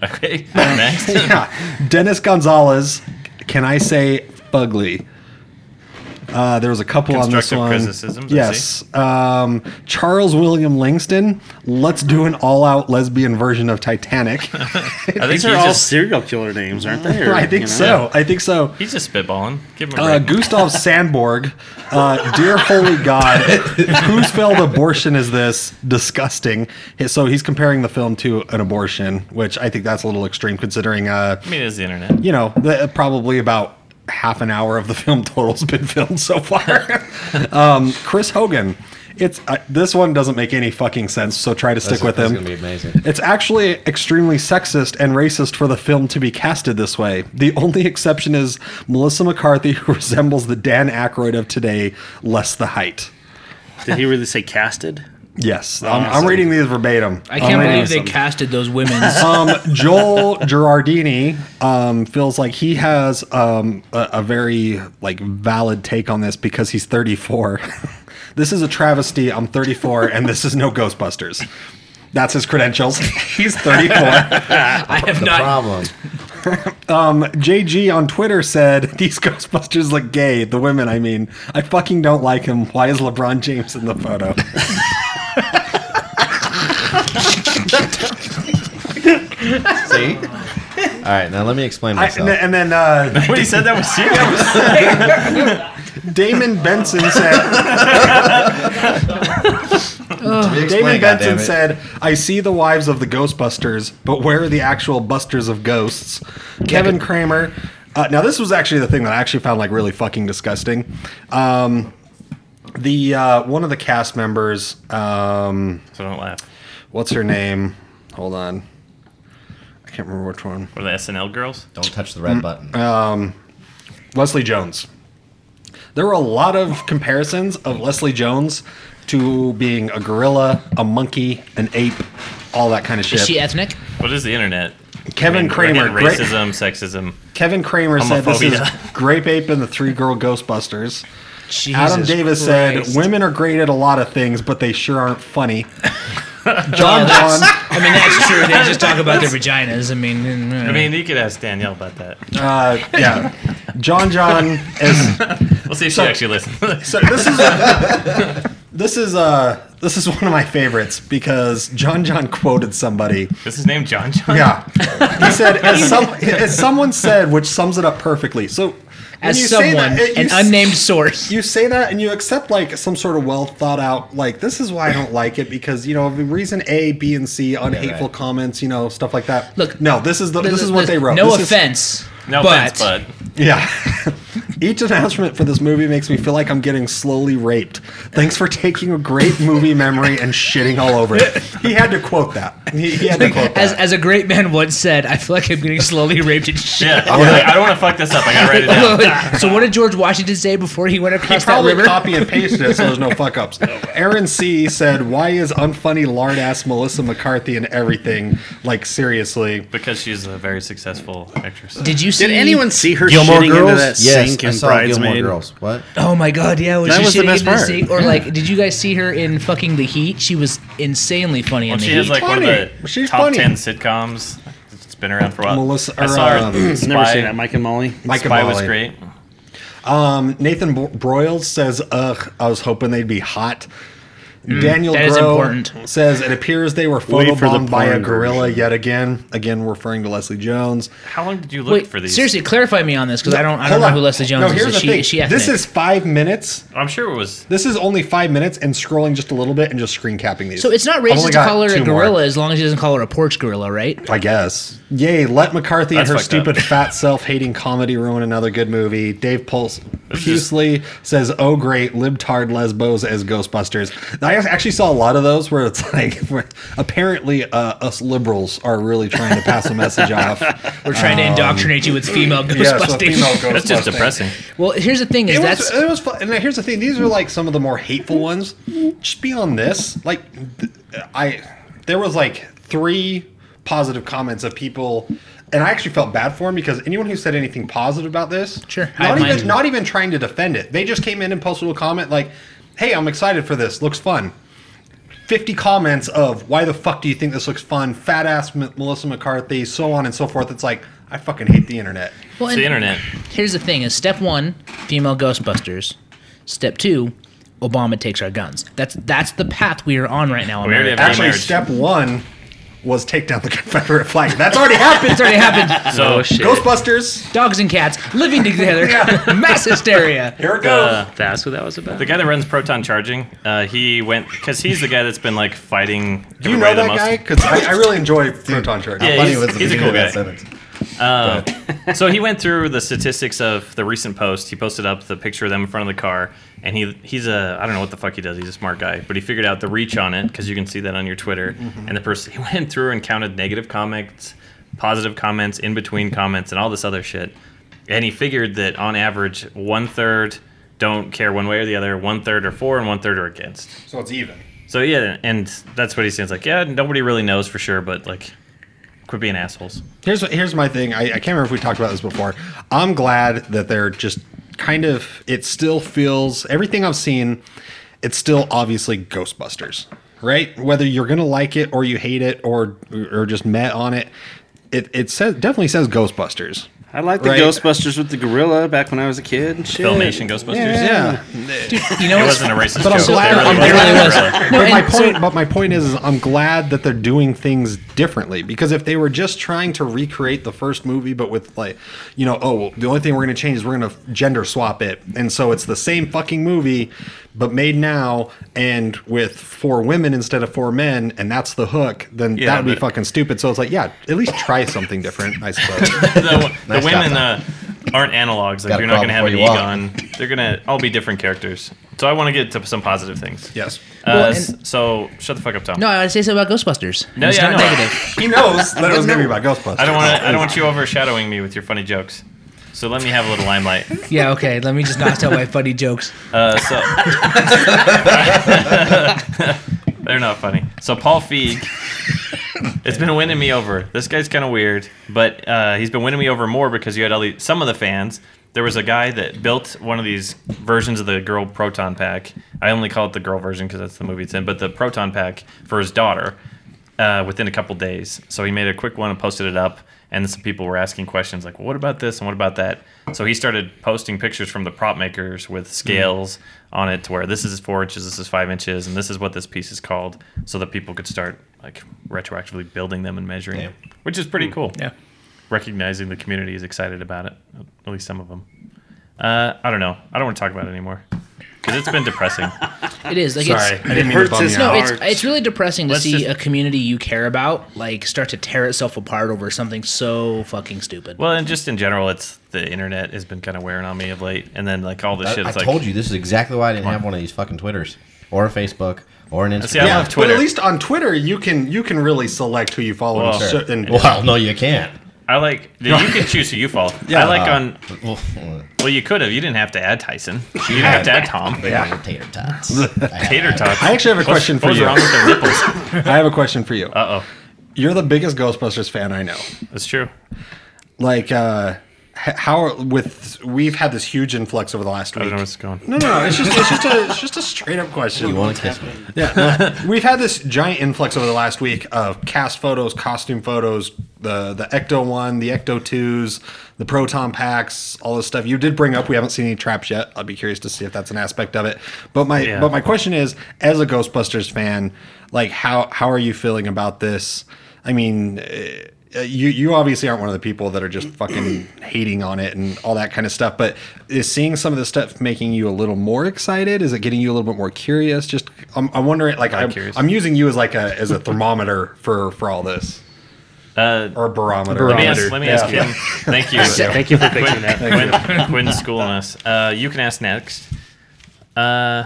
[SPEAKER 1] Okay. Next.
[SPEAKER 2] yeah. Dennis Gonzalez, can I say fugly? Uh, there was a couple on this
[SPEAKER 1] Constructive
[SPEAKER 2] one.
[SPEAKER 1] criticisms, I
[SPEAKER 2] yes. Um, Charles William Langston, let's do an all out lesbian version of Titanic.
[SPEAKER 1] I think
[SPEAKER 6] These are
[SPEAKER 1] he's
[SPEAKER 6] all
[SPEAKER 1] just,
[SPEAKER 6] serial killer names, aren't they? Or,
[SPEAKER 2] I think
[SPEAKER 6] you know?
[SPEAKER 2] so. I think so.
[SPEAKER 1] he's just spitballing. Give him a
[SPEAKER 2] Uh,
[SPEAKER 1] break.
[SPEAKER 2] Gustav Sandborg, uh, dear holy God, whose failed abortion is this? Disgusting. So he's comparing the film to an abortion, which I think that's a little extreme considering, uh,
[SPEAKER 1] I mean, it's the internet.
[SPEAKER 2] you know, the, probably about half an hour of the film total's been filmed so far. um, Chris Hogan. It's uh, this one doesn't make any fucking sense, so try to stick
[SPEAKER 4] This-
[SPEAKER 2] with
[SPEAKER 4] this is
[SPEAKER 2] him.
[SPEAKER 4] gonna be amazing.
[SPEAKER 2] It's actually extremely sexist and racist for the film to be casted this way. The only exception is Melissa McCarthy, who resembles the Dan Aykroyd of today, less the height.
[SPEAKER 6] Did he really say casted?
[SPEAKER 2] Yes, I'm,
[SPEAKER 4] Ah,
[SPEAKER 2] I'm reading these verbatim.
[SPEAKER 7] I can't
[SPEAKER 2] I'm reading
[SPEAKER 7] believe they
[SPEAKER 2] them.
[SPEAKER 7] casted those women.
[SPEAKER 2] um, Joel Girardini um, feels like he has um, a, a very like valid take on this because he's 34. this is a travesty. I'm 34, and this is no Ghostbusters. That's his credentials. he's 34.
[SPEAKER 7] I have
[SPEAKER 4] The
[SPEAKER 7] not.
[SPEAKER 4] problem.
[SPEAKER 2] JG on Twitter said, These Ghostbusters look gay. The women, I mean. I fucking don't like him. Why is LeBron James in the photo?
[SPEAKER 4] See? All right, now let me explain
[SPEAKER 2] I, and
[SPEAKER 4] myself.
[SPEAKER 2] then, and then, uh,
[SPEAKER 1] What he said that was serious.
[SPEAKER 2] Damon Benson said,
[SPEAKER 4] Let me explain,
[SPEAKER 2] Damon Benson
[SPEAKER 4] goddammit.
[SPEAKER 2] said, I see the wives of the Ghostbusters, but where are the actual busters of ghosts? Kevin Kramer. Uh, now, this was actually the thing that I actually found like really fucking disgusting. Um, the uh, one of the cast members, um,
[SPEAKER 1] So don't laugh.
[SPEAKER 2] what's her name? Hold on, I can't remember which one.
[SPEAKER 1] Were the SNL girls?
[SPEAKER 4] Don't touch the red button.
[SPEAKER 2] Leslie Jones. There were a lot of comparisons of Leslie Jones to being a gorilla, a monkey, an ape, all that kind of shit.
[SPEAKER 7] Is she ethnic?
[SPEAKER 1] What is the internet?
[SPEAKER 2] Kevin
[SPEAKER 1] I mean, we're
[SPEAKER 2] Kramer,
[SPEAKER 1] getting
[SPEAKER 2] great-
[SPEAKER 1] racism, sexism.
[SPEAKER 2] Kevin Kramer said this is
[SPEAKER 1] Homophobia.
[SPEAKER 2] Grape Ape and the Three Girl Ghostbusters.
[SPEAKER 7] Jesus
[SPEAKER 2] Adam Davis
[SPEAKER 7] Christ.
[SPEAKER 2] said women are great at a lot of things, but they sure aren't funny. John Vaughn.
[SPEAKER 7] I mean, that's true. They just talk about their vaginas. I mean, mm,
[SPEAKER 1] I mean, you could ask Danielle about that.
[SPEAKER 2] Uh, yeah. John John is
[SPEAKER 1] We'll see if
[SPEAKER 2] So-
[SPEAKER 1] she actually listens.
[SPEAKER 2] So this is this is uh this is one of my favorites because John John quoted somebody.
[SPEAKER 1] is his name John John?
[SPEAKER 2] Yeah, he said as, some, as someone said, which sums it up perfectly. So
[SPEAKER 7] as
[SPEAKER 2] you say
[SPEAKER 7] someone,
[SPEAKER 2] that, it- you
[SPEAKER 7] an
[SPEAKER 2] s-
[SPEAKER 7] unnamed source.
[SPEAKER 2] you say that and you accept like some sort of well thought out like this is why I don't like it because you know the reason A, B, and C on hateful comments, you know stuff like that.
[SPEAKER 7] Look,
[SPEAKER 2] no, this is the this is what they wrote.
[SPEAKER 7] No
[SPEAKER 2] This is-
[SPEAKER 7] offense.
[SPEAKER 1] No
[SPEAKER 7] but,
[SPEAKER 1] offense, but
[SPEAKER 2] yeah. Each announcement for this movie makes me feel like I'm getting slowly raped. Thanks for taking a great movie memory and shitting all over it. He had to quote that. He, he had to quote that.
[SPEAKER 7] As, as a great man once said, I feel like I'm getting slowly raped and shit.
[SPEAKER 1] yeah, I, was like, I don't want to fuck this up. I gotta write it down.
[SPEAKER 7] so what did George Washington say before he went
[SPEAKER 2] he
[SPEAKER 7] across that
[SPEAKER 2] probably
[SPEAKER 7] river?
[SPEAKER 2] copy and pasted it so there's no fuck ups. Aaron C said, "Why is unfunny lard ass Melissa McCarthy and everything like seriously?"
[SPEAKER 1] Because she's a very successful actress.
[SPEAKER 7] Did you see?
[SPEAKER 6] Did anyone see her
[SPEAKER 4] Gilmore
[SPEAKER 6] shitting into
[SPEAKER 4] Girls?
[SPEAKER 6] that
[SPEAKER 4] Yes,
[SPEAKER 6] sink
[SPEAKER 4] I
[SPEAKER 6] in
[SPEAKER 4] saw
[SPEAKER 6] Bridesmaid?
[SPEAKER 4] Gilmore Girls. What?
[SPEAKER 7] Oh my god, yeah, was
[SPEAKER 6] That
[SPEAKER 7] she
[SPEAKER 6] was the
[SPEAKER 7] shitting
[SPEAKER 6] best
[SPEAKER 7] into the
[SPEAKER 6] part.
[SPEAKER 7] sink? Or like, did you guys see her in fucking The Heat? She was insanely funny
[SPEAKER 1] Well,
[SPEAKER 7] in The
[SPEAKER 1] she
[SPEAKER 7] Heat.
[SPEAKER 1] has like one
[SPEAKER 2] funny.
[SPEAKER 1] of the
[SPEAKER 2] She's
[SPEAKER 1] top
[SPEAKER 2] funny.
[SPEAKER 1] ten sitcoms. It's been around for a while.
[SPEAKER 2] Melissa-
[SPEAKER 1] I saw
[SPEAKER 2] or, um,
[SPEAKER 1] her. in
[SPEAKER 6] I've Never
[SPEAKER 1] Spy.
[SPEAKER 6] seen that. Mike and Molly.
[SPEAKER 2] Mike and
[SPEAKER 1] Spy was
[SPEAKER 2] Molly.
[SPEAKER 1] great.
[SPEAKER 2] Um, Nathan Bo- Broyles says, "Ugh, I was hoping they'd be hot." Daniel
[SPEAKER 7] Mm. that is
[SPEAKER 2] Groh
[SPEAKER 7] important.
[SPEAKER 2] says it appears they were
[SPEAKER 6] Wait for the
[SPEAKER 2] photobombed by a
[SPEAKER 6] porn
[SPEAKER 2] gorilla
[SPEAKER 6] version.
[SPEAKER 2] yet again. Again, referring to Leslie Jones.
[SPEAKER 1] How long did you look
[SPEAKER 7] Wait,
[SPEAKER 1] for these?
[SPEAKER 7] seriously, clarify me on this because I don't, I don't
[SPEAKER 2] Hold
[SPEAKER 7] know
[SPEAKER 2] on.
[SPEAKER 7] who Leslie Jones
[SPEAKER 2] no,
[SPEAKER 7] is.
[SPEAKER 2] Here's
[SPEAKER 7] is.
[SPEAKER 2] the
[SPEAKER 7] she,
[SPEAKER 2] thing.
[SPEAKER 7] is she ethnic?
[SPEAKER 2] this is five minutes.
[SPEAKER 1] I'm sure it was.
[SPEAKER 2] This is only five minutes, and scrolling just a little bit and just screen capping these.
[SPEAKER 7] so it's
[SPEAKER 2] I've
[SPEAKER 7] not
[SPEAKER 2] only
[SPEAKER 7] racist to
[SPEAKER 2] got
[SPEAKER 7] call her a
[SPEAKER 2] two more. Uh,
[SPEAKER 7] gorilla as long as she doesn't call her a porch gorilla, right?
[SPEAKER 2] I guess. Yay, let McCarthy
[SPEAKER 1] That's
[SPEAKER 2] and her
[SPEAKER 1] fucked up.
[SPEAKER 2] stupid fat self hating comedy ruin another good movie. Dave Pulse
[SPEAKER 1] is-
[SPEAKER 2] Pusley says, Oh great, libtard lesbos as Ghostbusters. I actually saw a lot of those where it's like where apparently uh, us liberals are really trying to pass a message off.
[SPEAKER 7] We're trying to indoctrinate you with female
[SPEAKER 2] Yeah, so
[SPEAKER 7] Ghostbusters.
[SPEAKER 2] female
[SPEAKER 1] That's just
[SPEAKER 2] Ghostbusting.
[SPEAKER 1] depressing.
[SPEAKER 7] well, here's the thing: is
[SPEAKER 2] It
[SPEAKER 7] that's
[SPEAKER 2] was, it was fun. And here's the thing: these are like some of the more hateful ones. Just beyond this, like th- I, there was like three positive comments of people, and I actually felt bad for them because anyone who said anything positive about this,
[SPEAKER 7] Sure, I
[SPEAKER 2] not
[SPEAKER 7] have mine
[SPEAKER 2] even
[SPEAKER 7] too.
[SPEAKER 2] not even trying to defend it, they just came in and posted a comment like, "Hey, I'm excited for this. Looks fun." 50 comments of why the fuck do you think this looks fun fat ass M- melissa mccarthy so on and so forth it's like i fucking hate the internet
[SPEAKER 7] well,
[SPEAKER 1] It's
[SPEAKER 7] and-
[SPEAKER 1] the internet.
[SPEAKER 7] Here's the thing: is step one, female Ghostbusters. Step two, Obama takes our guns. That's that's the path we are on right now.
[SPEAKER 1] We already
[SPEAKER 7] America.
[SPEAKER 1] have
[SPEAKER 2] Actually,
[SPEAKER 1] marriage.
[SPEAKER 2] step one was take down the Confederate flag. That's already happened.
[SPEAKER 7] It's already happened.
[SPEAKER 1] So
[SPEAKER 8] oh shit!
[SPEAKER 2] Ghostbusters.
[SPEAKER 7] Dogs and cats living together, mass hysteria.
[SPEAKER 2] Here it goes.
[SPEAKER 1] uh,
[SPEAKER 8] That's what that was about.
[SPEAKER 1] the guy that runs Proton Charging, uh, he went because he's the guy that's been like fighting.
[SPEAKER 2] Do you
[SPEAKER 1] everybody
[SPEAKER 2] know
[SPEAKER 1] the
[SPEAKER 2] that
[SPEAKER 1] most. Hmm.
[SPEAKER 2] guy? Because I, I really enjoy Proton Charge.
[SPEAKER 1] Yeah,
[SPEAKER 2] Funny
[SPEAKER 1] he's-
[SPEAKER 2] was the
[SPEAKER 1] he's a
[SPEAKER 2] beginning
[SPEAKER 1] cool
[SPEAKER 2] of that
[SPEAKER 1] guy.
[SPEAKER 2] sentence.
[SPEAKER 1] so he went through the statistics of the recent post. He posted up the picture of them in front of the car, and he he's a I don't know what the fuck he does. He's a smart guy, but he figured out the reach on it because you can see that on your Twitter. And the person he went through and counted negative comments, positive comments, in between comments, and all this other shit. And he figured that on average, one third don't care one way or the other, one third are for, and one third are against.
[SPEAKER 2] So it's even.
[SPEAKER 1] So yeah, and that's what he says. Like yeah, nobody really knows for sure, but like, quit being assholes.
[SPEAKER 2] Here's here's my thing. I, I can't remember if we talked about this before. I'm glad that they're just kind of. It still feels everything I've seen. It's still obviously Ghostbusters, right? Whether you're gonna like it or you hate it or or just met on it, it it says definitely says Ghostbusters.
[SPEAKER 6] I like the
[SPEAKER 2] Right.
[SPEAKER 6] Ghostbusters with the gorilla back when I was a kid. and Shit.
[SPEAKER 1] Filmation Ghostbusters.
[SPEAKER 2] Yeah.
[SPEAKER 7] You know
[SPEAKER 1] It
[SPEAKER 7] what's
[SPEAKER 1] wasn't a racist
[SPEAKER 2] But I'm
[SPEAKER 1] joke.
[SPEAKER 2] glad-
[SPEAKER 1] They really
[SPEAKER 2] I'm
[SPEAKER 1] wasn't. Really.
[SPEAKER 2] glad
[SPEAKER 7] it was. No,
[SPEAKER 2] but my
[SPEAKER 7] and so-
[SPEAKER 2] point, but my point is, is I'm glad that they're doing things differently because if they were just trying to recreate the first movie, but with like, you know, oh, well, the only thing we're going to change is we're going to gender swap it, and so it's the same fucking movie, but made now and with four women instead of four men, and that's the hook. Then
[SPEAKER 1] Yeah,
[SPEAKER 2] that would be
[SPEAKER 1] but-
[SPEAKER 2] fucking stupid. So it's like, yeah, at least try something different, I suppose.
[SPEAKER 1] The, the
[SPEAKER 4] Nice
[SPEAKER 1] women
[SPEAKER 4] job,
[SPEAKER 1] uh, aren't analogs. Like
[SPEAKER 4] Got a
[SPEAKER 1] you're not going to have an
[SPEAKER 4] problem before you
[SPEAKER 1] Egon. They're going to all be different characters. So I want to get to some positive things.
[SPEAKER 2] yes,
[SPEAKER 1] Uh,
[SPEAKER 7] Well,
[SPEAKER 1] s-
[SPEAKER 7] and-
[SPEAKER 1] so shut the fuck up, Tom.
[SPEAKER 7] No, I would say something about Ghostbusters.
[SPEAKER 1] No,
[SPEAKER 7] it's
[SPEAKER 1] yeah,
[SPEAKER 7] not
[SPEAKER 1] I know.
[SPEAKER 7] negative.
[SPEAKER 2] he knows that it was going to be about Ghostbusters.
[SPEAKER 1] I don't want I don't want you overshadowing me with your funny jokes. So let me have a little limelight.
[SPEAKER 7] yeah, okay. Let me just not tell my funny jokes.
[SPEAKER 1] Uh, so Uh, they're not funny. So Paul Feig, it's been winning me over. This guy's kind of weird, but uh, he's been winning me over more because you had all these, some of the fans. There was a guy that built one of these versions of the girl proton pack. I only call it the girl version because that's the movie it's in, but the proton pack for his daughter uh, within a couple days. So he made a quick one and posted it up. And some people were asking questions like, "What about this? And what about that?" So he started posting pictures from the prop makers
[SPEAKER 4] Mm-hmm.
[SPEAKER 1] with scales on it to where this is four inches, this is five inches, and this is what this piece is called, so that people could start like retroactively building them and measuring, it,
[SPEAKER 4] Hmm.
[SPEAKER 1] which is pretty cool.
[SPEAKER 7] Yeah.
[SPEAKER 1] recognizing the community is excited about it, at least some of them. Uh, I don't know. I don't want to talk about it anymore because it's been depressing.
[SPEAKER 7] It is like
[SPEAKER 1] Sorry,
[SPEAKER 7] it's
[SPEAKER 1] I didn't mean to
[SPEAKER 6] hurts
[SPEAKER 1] bum
[SPEAKER 6] his
[SPEAKER 1] you out.
[SPEAKER 7] No,
[SPEAKER 6] Hearts.
[SPEAKER 7] it's, it's really depressing to
[SPEAKER 1] Let's
[SPEAKER 7] see
[SPEAKER 1] just-
[SPEAKER 7] a community you care about like start to tear itself apart over something so fucking stupid.
[SPEAKER 1] Well, and just in general, it's the internet has been kind of wearing on me of late, and then like all this
[SPEAKER 4] I,
[SPEAKER 1] shit.
[SPEAKER 4] I
[SPEAKER 1] It's like,
[SPEAKER 4] told you this is exactly why I didn't have one of these fucking Twitters or a Facebook or an Instagram.
[SPEAKER 1] See, I love
[SPEAKER 2] But
[SPEAKER 1] Twitter.
[SPEAKER 2] at least on Twitter, you can you can really select who you follow.
[SPEAKER 1] Well,
[SPEAKER 2] and
[SPEAKER 1] sure.
[SPEAKER 2] cer- and-
[SPEAKER 4] Well, no, you can't.
[SPEAKER 1] I like you can choose who you follow. I like on.
[SPEAKER 4] Well,
[SPEAKER 1] Well, you could have. You didn't have to add Tyson. You didn't have to add Tom.
[SPEAKER 4] yeah. tater tots.
[SPEAKER 1] Tater tots.
[SPEAKER 2] I actually have a question for
[SPEAKER 1] What's
[SPEAKER 2] you.
[SPEAKER 1] wrong with their nipples?
[SPEAKER 2] I have a question for you.
[SPEAKER 1] Uh oh,
[SPEAKER 2] You're the biggest Ghostbusters fan I know.
[SPEAKER 1] that's true.
[SPEAKER 2] Like, uh, h- how with we've had this huge influx over the last
[SPEAKER 1] I don't
[SPEAKER 2] week.
[SPEAKER 1] know where it's going.
[SPEAKER 2] No, no, no. It's just it's just a it's just a straight up question.
[SPEAKER 4] You want to kiss me?
[SPEAKER 2] We've had this giant influx over the last week of cast photos, costume photos, the the Ecto one, the Ecto twos, the proton packs, all this stuff. You did bring up we haven't seen any traps yet. I'd be curious to see if that's an aspect of it. But my
[SPEAKER 1] Yeah.
[SPEAKER 2] but my question is, as a Ghostbusters fan, like how how are you feeling about this? I mean. eh, You you obviously aren't one of the people that are just fucking hating on it and all that kind of stuff. But is seeing some of this stuff making you a little more excited? Is it getting you a little bit more curious? Just I'm, I'm wondering. Like I'm,
[SPEAKER 1] curious.
[SPEAKER 2] I'm using you as like a as a thermometer for for all this
[SPEAKER 1] Uh,
[SPEAKER 2] or a barometer.
[SPEAKER 1] let me
[SPEAKER 8] Barometer.
[SPEAKER 1] ask, let me ask him. Thank you.
[SPEAKER 8] Thank you for picking that.
[SPEAKER 1] Quinn, Quinn's schooling us. Uh, you can ask next. Uh,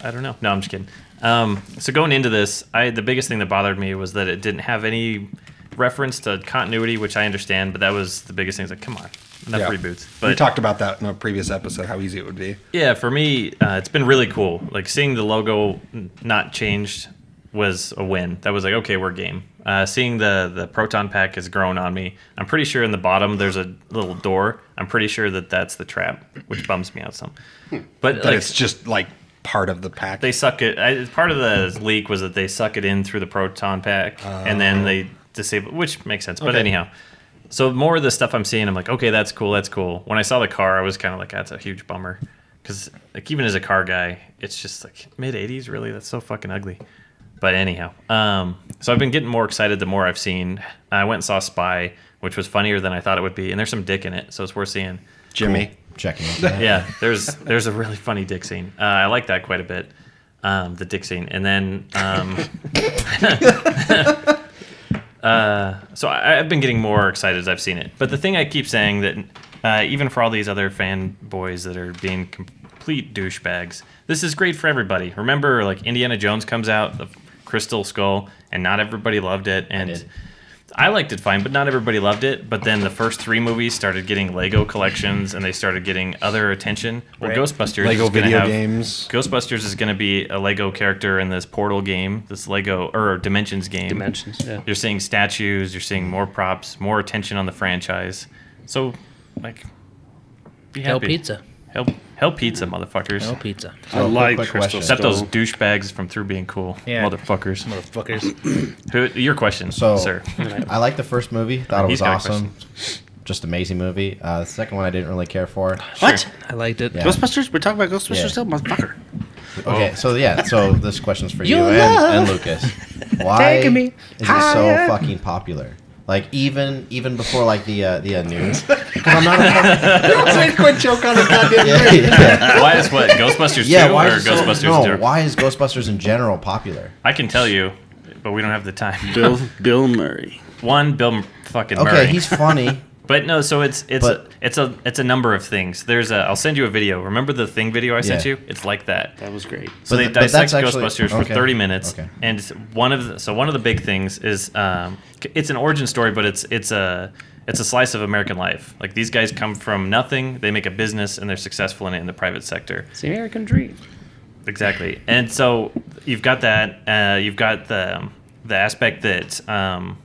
[SPEAKER 1] I don't know. No, I'm just kidding. Um, so going into this, I the biggest thing that bothered me was that it didn't have any reference to continuity, which I understand, but that was the biggest thing. It's like, come on, enough
[SPEAKER 2] Yeah.
[SPEAKER 1] reboots.
[SPEAKER 2] we
[SPEAKER 1] But
[SPEAKER 2] talked about that in a previous episode. How easy it would be.
[SPEAKER 1] yeah, for me, uh, it's been really cool. Like seeing the logo n- not changed was a win. That was like, okay, we're game. Uh, seeing the the proton pack has grown on me. I'm pretty sure in the bottom there's a little door. I'm pretty sure that that's the trap, which bums me out some. But
[SPEAKER 2] That
[SPEAKER 1] like,
[SPEAKER 2] it's just like part of the pack.
[SPEAKER 1] they suck it. I, part of the leak was that they suck it in through the proton pack, and then they disable, which makes sense. But anyhow, so more of the stuff I'm seeing, I'm like, okay, that's cool, that's cool. When I saw the car, I was kind of like, that's a huge bummer, because like even as a car guy, it's just like mid '80s, really. That's so fucking ugly. But anyhow, um, so I've been getting more excited the more I've seen. I went and saw Spy, which was funnier than I thought it would be, and there's some dick in it, so it's worth seeing
[SPEAKER 2] Jimmy.
[SPEAKER 4] Checking it.
[SPEAKER 1] yeah, there's there's a really funny dick scene. Uh, I like that quite a bit. Um, the dick scene, and then um, uh, so I, I've been getting more excited as I've seen it. But the thing I keep saying that uh, even for all these other fanboys that are being complete douchebags, this is great for everybody. Remember, like Indiana Jones comes out, the Crystal Skull, and not everybody loved it, and.
[SPEAKER 4] did.
[SPEAKER 1] I liked it fine, but not everybody loved it. But then the first three movies started getting Lego collections, and they started getting other attention. Well, Ghostbusters,
[SPEAKER 2] Lego
[SPEAKER 1] is gonna
[SPEAKER 2] video
[SPEAKER 1] have-
[SPEAKER 2] games.
[SPEAKER 1] Ghostbusters is going to be a Lego character in this Portal game, this Lego or Dimensions game.
[SPEAKER 8] Dimensions, yeah.
[SPEAKER 1] You're seeing statues. You're seeing more props, more attention on the franchise. So, like, be
[SPEAKER 7] Hell
[SPEAKER 1] happy.
[SPEAKER 7] pizza.
[SPEAKER 1] Help, help pizza, motherfuckers.
[SPEAKER 7] Hell pizza.
[SPEAKER 6] I like
[SPEAKER 4] quick
[SPEAKER 6] Crystal
[SPEAKER 4] question.
[SPEAKER 1] Except those
[SPEAKER 6] Skull.
[SPEAKER 1] douchebags from Through Being Cool,
[SPEAKER 7] Yeah.
[SPEAKER 1] motherfuckers.
[SPEAKER 7] Motherfuckers.
[SPEAKER 1] Who, your question,
[SPEAKER 4] So,
[SPEAKER 1] sir?
[SPEAKER 4] I like the first movie. Thought it
[SPEAKER 1] He's
[SPEAKER 4] was
[SPEAKER 1] got a
[SPEAKER 4] awesome. Just amazing movie. Uh, the second one I didn't really care for.
[SPEAKER 6] What?
[SPEAKER 7] I liked it.
[SPEAKER 4] Yeah.
[SPEAKER 6] Ghostbusters? We're talking about Ghostbusters
[SPEAKER 4] Yeah.
[SPEAKER 6] still, motherfucker.
[SPEAKER 4] Okay, so yeah, so this question's for you,
[SPEAKER 7] Your
[SPEAKER 4] and,
[SPEAKER 7] Oh. love
[SPEAKER 4] and Lucas. Why
[SPEAKER 7] taking me
[SPEAKER 4] is it
[SPEAKER 7] higher.
[SPEAKER 4] so fucking popular? Like even even before like the uh, the uh, news. 'Cause I'm not a-
[SPEAKER 2] Quit joke on his goddamn.
[SPEAKER 4] yeah, yeah.
[SPEAKER 1] Why is what Ghostbusters
[SPEAKER 4] Yeah,
[SPEAKER 1] two
[SPEAKER 4] why
[SPEAKER 1] or
[SPEAKER 4] is it so-
[SPEAKER 1] Ghostbusters
[SPEAKER 4] no,
[SPEAKER 1] zero?
[SPEAKER 4] why is Ghostbusters in general popular?
[SPEAKER 1] I can tell you, but we don't have the time.
[SPEAKER 6] Bill Bill Murray.
[SPEAKER 1] One, Bill M- fucking
[SPEAKER 4] Okay,
[SPEAKER 1] Murray.
[SPEAKER 4] he's funny.
[SPEAKER 1] but no, so it's it's
[SPEAKER 4] But-
[SPEAKER 1] it's a it's a number of things. There's a I'll send you a video. Remember the thing video I sent
[SPEAKER 4] Yeah.
[SPEAKER 1] you? It's like that.
[SPEAKER 6] That was great.
[SPEAKER 1] So
[SPEAKER 4] But
[SPEAKER 1] they
[SPEAKER 4] th- but
[SPEAKER 1] dissect
[SPEAKER 4] that's actually-
[SPEAKER 1] Ghostbusters for
[SPEAKER 4] okay.
[SPEAKER 1] 30 minutes,
[SPEAKER 4] Okay.
[SPEAKER 1] and it's one of the, so one of the big things is um, c- it's an origin story, but it's it's a it's a slice of American life. Like these guys come from nothing, they make a business, and they're successful in it in the private sector.
[SPEAKER 8] It's the American dream.
[SPEAKER 1] Exactly, and so you've got that. Uh, you've got the um, the aspect that um,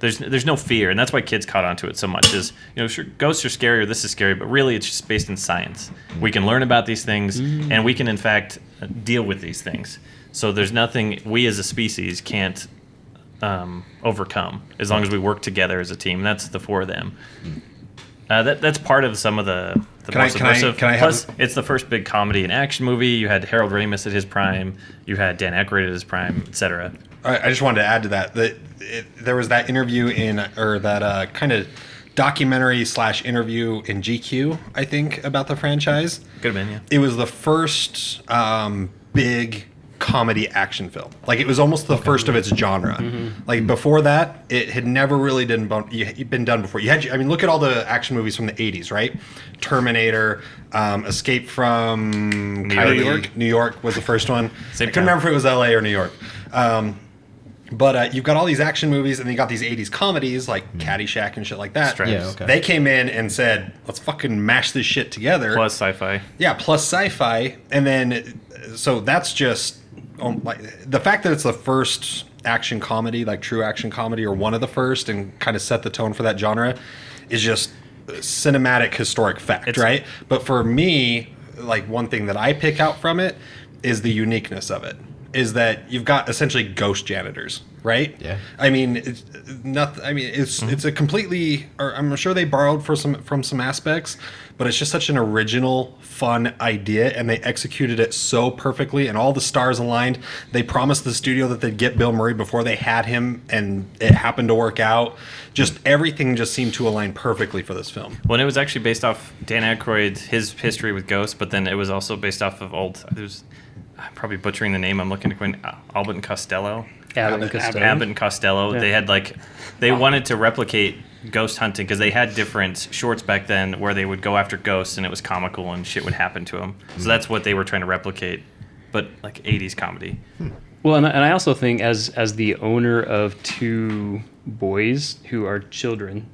[SPEAKER 1] there's there's no fear, and that's why kids caught onto it so much. Is you know, sure, ghosts are scary, or this is scary, but really it's just based in science. We can learn about these things, and we can in fact uh, deal with these things. So there's nothing we as a species can't um, overcome as long as we work together as a team. That's the four of them. Uh, that, that's part of some of the, the
[SPEAKER 2] Can I-
[SPEAKER 1] more
[SPEAKER 2] can I-
[SPEAKER 1] subversive-
[SPEAKER 2] can I have-
[SPEAKER 1] Plus, it's the first big comedy and action movie. You had Harold Ramis at his prime. You had Dan Aykroyd at his prime, etc.
[SPEAKER 2] I, I just wanted to add to that that it, there was that interview in or that uh, kind of documentary slash interview in GQ, I think, about the franchise.
[SPEAKER 1] Could have been, yeah.
[SPEAKER 2] It was the first um, big comedy action film. Like it was almost the first of its genre.
[SPEAKER 1] Mm-hmm.
[SPEAKER 2] Like before that, it had never really been bun- you- it'd been done before. You had, I mean, look at all the action movies from the '80s, right? Terminator, um, Escape from
[SPEAKER 1] New York.
[SPEAKER 2] Coyote-
[SPEAKER 1] New York.
[SPEAKER 2] New York was the first one.
[SPEAKER 1] Same
[SPEAKER 2] I couldn't
[SPEAKER 1] time.
[SPEAKER 2] remember if it was L.A. or New York. Um, but uh, you've got all these action movies, and then you got these '80s comedies like
[SPEAKER 1] Mm.
[SPEAKER 2] Caddyshack and shit like that.
[SPEAKER 1] Stripes. Yeah,
[SPEAKER 4] okay.
[SPEAKER 2] They came in and said, "Let's fucking mash this shit together."
[SPEAKER 1] Plus sci-fi.
[SPEAKER 2] Yeah, plus sci-fi, and then so that's just um, like the fact that it's the first action comedy, like true action comedy, or one of the first, and kind of set the tone for that genre, is just cinematic historic fact,
[SPEAKER 1] It's-
[SPEAKER 2] right? But for me, like one thing that I pick out from it is the uniqueness of it. Is that you've got essentially ghost janitors, right?
[SPEAKER 4] Yeah.
[SPEAKER 2] I mean, it's nothing. I mean, it's it's a completely. Or I'm sure they borrowed for some from some aspects, but it's just such an original, fun idea, and they executed it so perfectly, and all the stars aligned. They promised the studio that they'd get Bill Murray before they had him, and it happened to work out. Just everything just seemed to align perfectly for this film.
[SPEAKER 1] Well, and it was actually based off Dan Aykroyd, his history with ghosts, but then it was also based off of old. There's, I'm probably butchering the name. I'm looking to Quinn uh, Albert and Costello.
[SPEAKER 6] Abbott and Costello.
[SPEAKER 1] Abbott and Costello. They had like, they wanted to replicate ghost hunting because they had different shorts back then where they would go after ghosts and it was comical and shit would happen to them. So that's what they were trying to replicate, but like 80s comedy.
[SPEAKER 6] Well, and I, and I also think as as the owner of two boys who are children,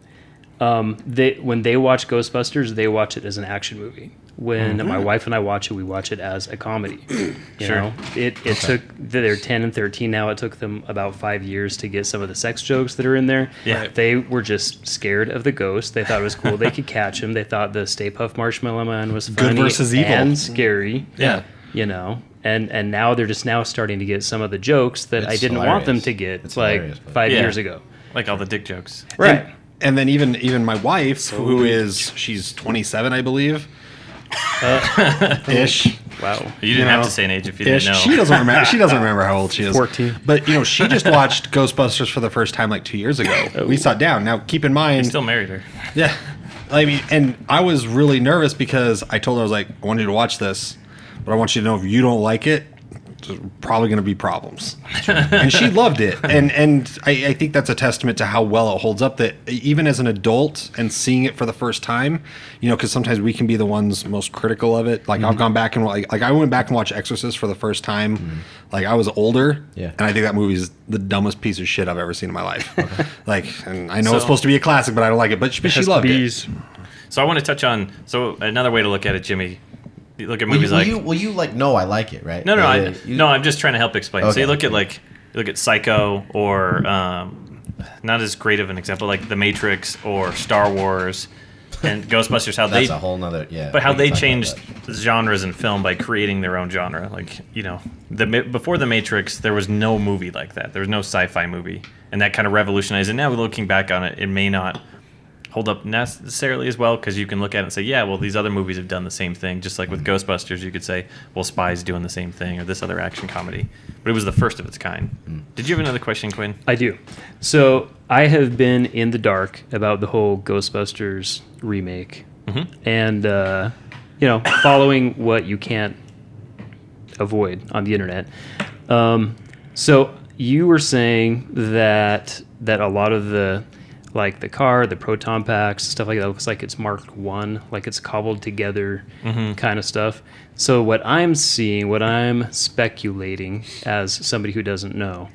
[SPEAKER 6] um, they when they watch Ghostbusters, they watch it as an action movie. When
[SPEAKER 8] Mm-hmm.
[SPEAKER 6] my wife and I watch it, we watch it as a comedy. You
[SPEAKER 1] Sure.
[SPEAKER 6] know, it it took they're ten and thirteen now. It took them about five years to get some of the sex jokes that are in there.
[SPEAKER 1] Yeah. Right.
[SPEAKER 6] they were just scared of the ghost. They thought it was cool. they could catch him. They thought the Stay Puff Marshmallow Man was funny
[SPEAKER 2] versus evil. Mm.
[SPEAKER 6] and scary
[SPEAKER 1] Yeah.
[SPEAKER 6] you know and and now they're just now starting to get some of the jokes that i
[SPEAKER 4] It's
[SPEAKER 6] didn't want them
[SPEAKER 4] hilarious.
[SPEAKER 6] to get
[SPEAKER 4] It's hilarious,
[SPEAKER 6] like
[SPEAKER 4] but-
[SPEAKER 6] five
[SPEAKER 1] Yeah.
[SPEAKER 6] years ago
[SPEAKER 1] Like all the dick jokes.
[SPEAKER 6] right
[SPEAKER 2] And, and then even even my wife, who is she's 27, I believe, ish.
[SPEAKER 6] wow
[SPEAKER 1] You didn't
[SPEAKER 2] know,
[SPEAKER 1] have to say an age if you
[SPEAKER 2] ish.
[SPEAKER 1] didn't know.
[SPEAKER 2] She doesn't remember. She doesn't remember how old she is.
[SPEAKER 6] 14.
[SPEAKER 2] But you know, she just watched Ghostbusters for the first time like two years ago.
[SPEAKER 1] Oh.
[SPEAKER 2] We sat down. Now, keep in mind,
[SPEAKER 1] Still married her.
[SPEAKER 2] yeah. I mean, and I was really nervous because I told her I was like, I want you to watch this, but I want you to know if you don't like it, there's probably going to be problems. and she loved it, and and I, I think that's a testament to how well it holds up. That even as an adult and seeing it for the first time, you know, because sometimes we can be the ones most critical of it. Like I've gone back and like, like I went back and watched Exorcist for the first time. Like I was older,
[SPEAKER 4] Yeah.
[SPEAKER 2] and I think that movie's the dumbest piece of shit I've ever seen in my life. like, and I know it's
[SPEAKER 1] So-
[SPEAKER 2] supposed to be a classic, but I don't like it. But she, but she loved it.
[SPEAKER 6] bees
[SPEAKER 1] So I want to touch on, so another way to look at it, Jimmy. You Look at
[SPEAKER 4] Will you,
[SPEAKER 1] movies
[SPEAKER 4] will
[SPEAKER 1] like
[SPEAKER 4] you, will you like? No, I like it. Right?
[SPEAKER 1] No, no,
[SPEAKER 4] Yeah,
[SPEAKER 1] I,
[SPEAKER 4] yeah, you-
[SPEAKER 1] no. I'm just trying to help explain. So
[SPEAKER 4] Okay.
[SPEAKER 1] you look at like you look at Psycho or um, not as great of an example like The Matrix or Star Wars and Ghostbusters. How
[SPEAKER 4] That's
[SPEAKER 1] they
[SPEAKER 4] a whole nother. Yeah.
[SPEAKER 1] but how
[SPEAKER 4] we
[SPEAKER 1] they
[SPEAKER 4] can talk about
[SPEAKER 1] changed
[SPEAKER 4] that.
[SPEAKER 1] genres in film by creating their own genre. Like you know, the Ma- before the Matrix, there was no movie like that. There was no sci-fi movie, and that kind of revolutionized. And now looking back on it, it may not hold up necessarily as well because you can look at it and say, yeah, well, these other movies have done the same thing. Just like with Ghostbusters, you could say, well, Spy's doing the same thing or this other action comedy. But it was the first of its kind. Did you have another question, Quinn?
[SPEAKER 6] i do so i have been in the dark about the whole ghostbusters remake and uh, you know following what you can't avoid on the internet um, so you were saying that that a lot of the like the car the proton packs stuff like that looks like it's marked one like it's cobbled together kind of stuff so what i'm seeing what i'm speculating as somebody who doesn't know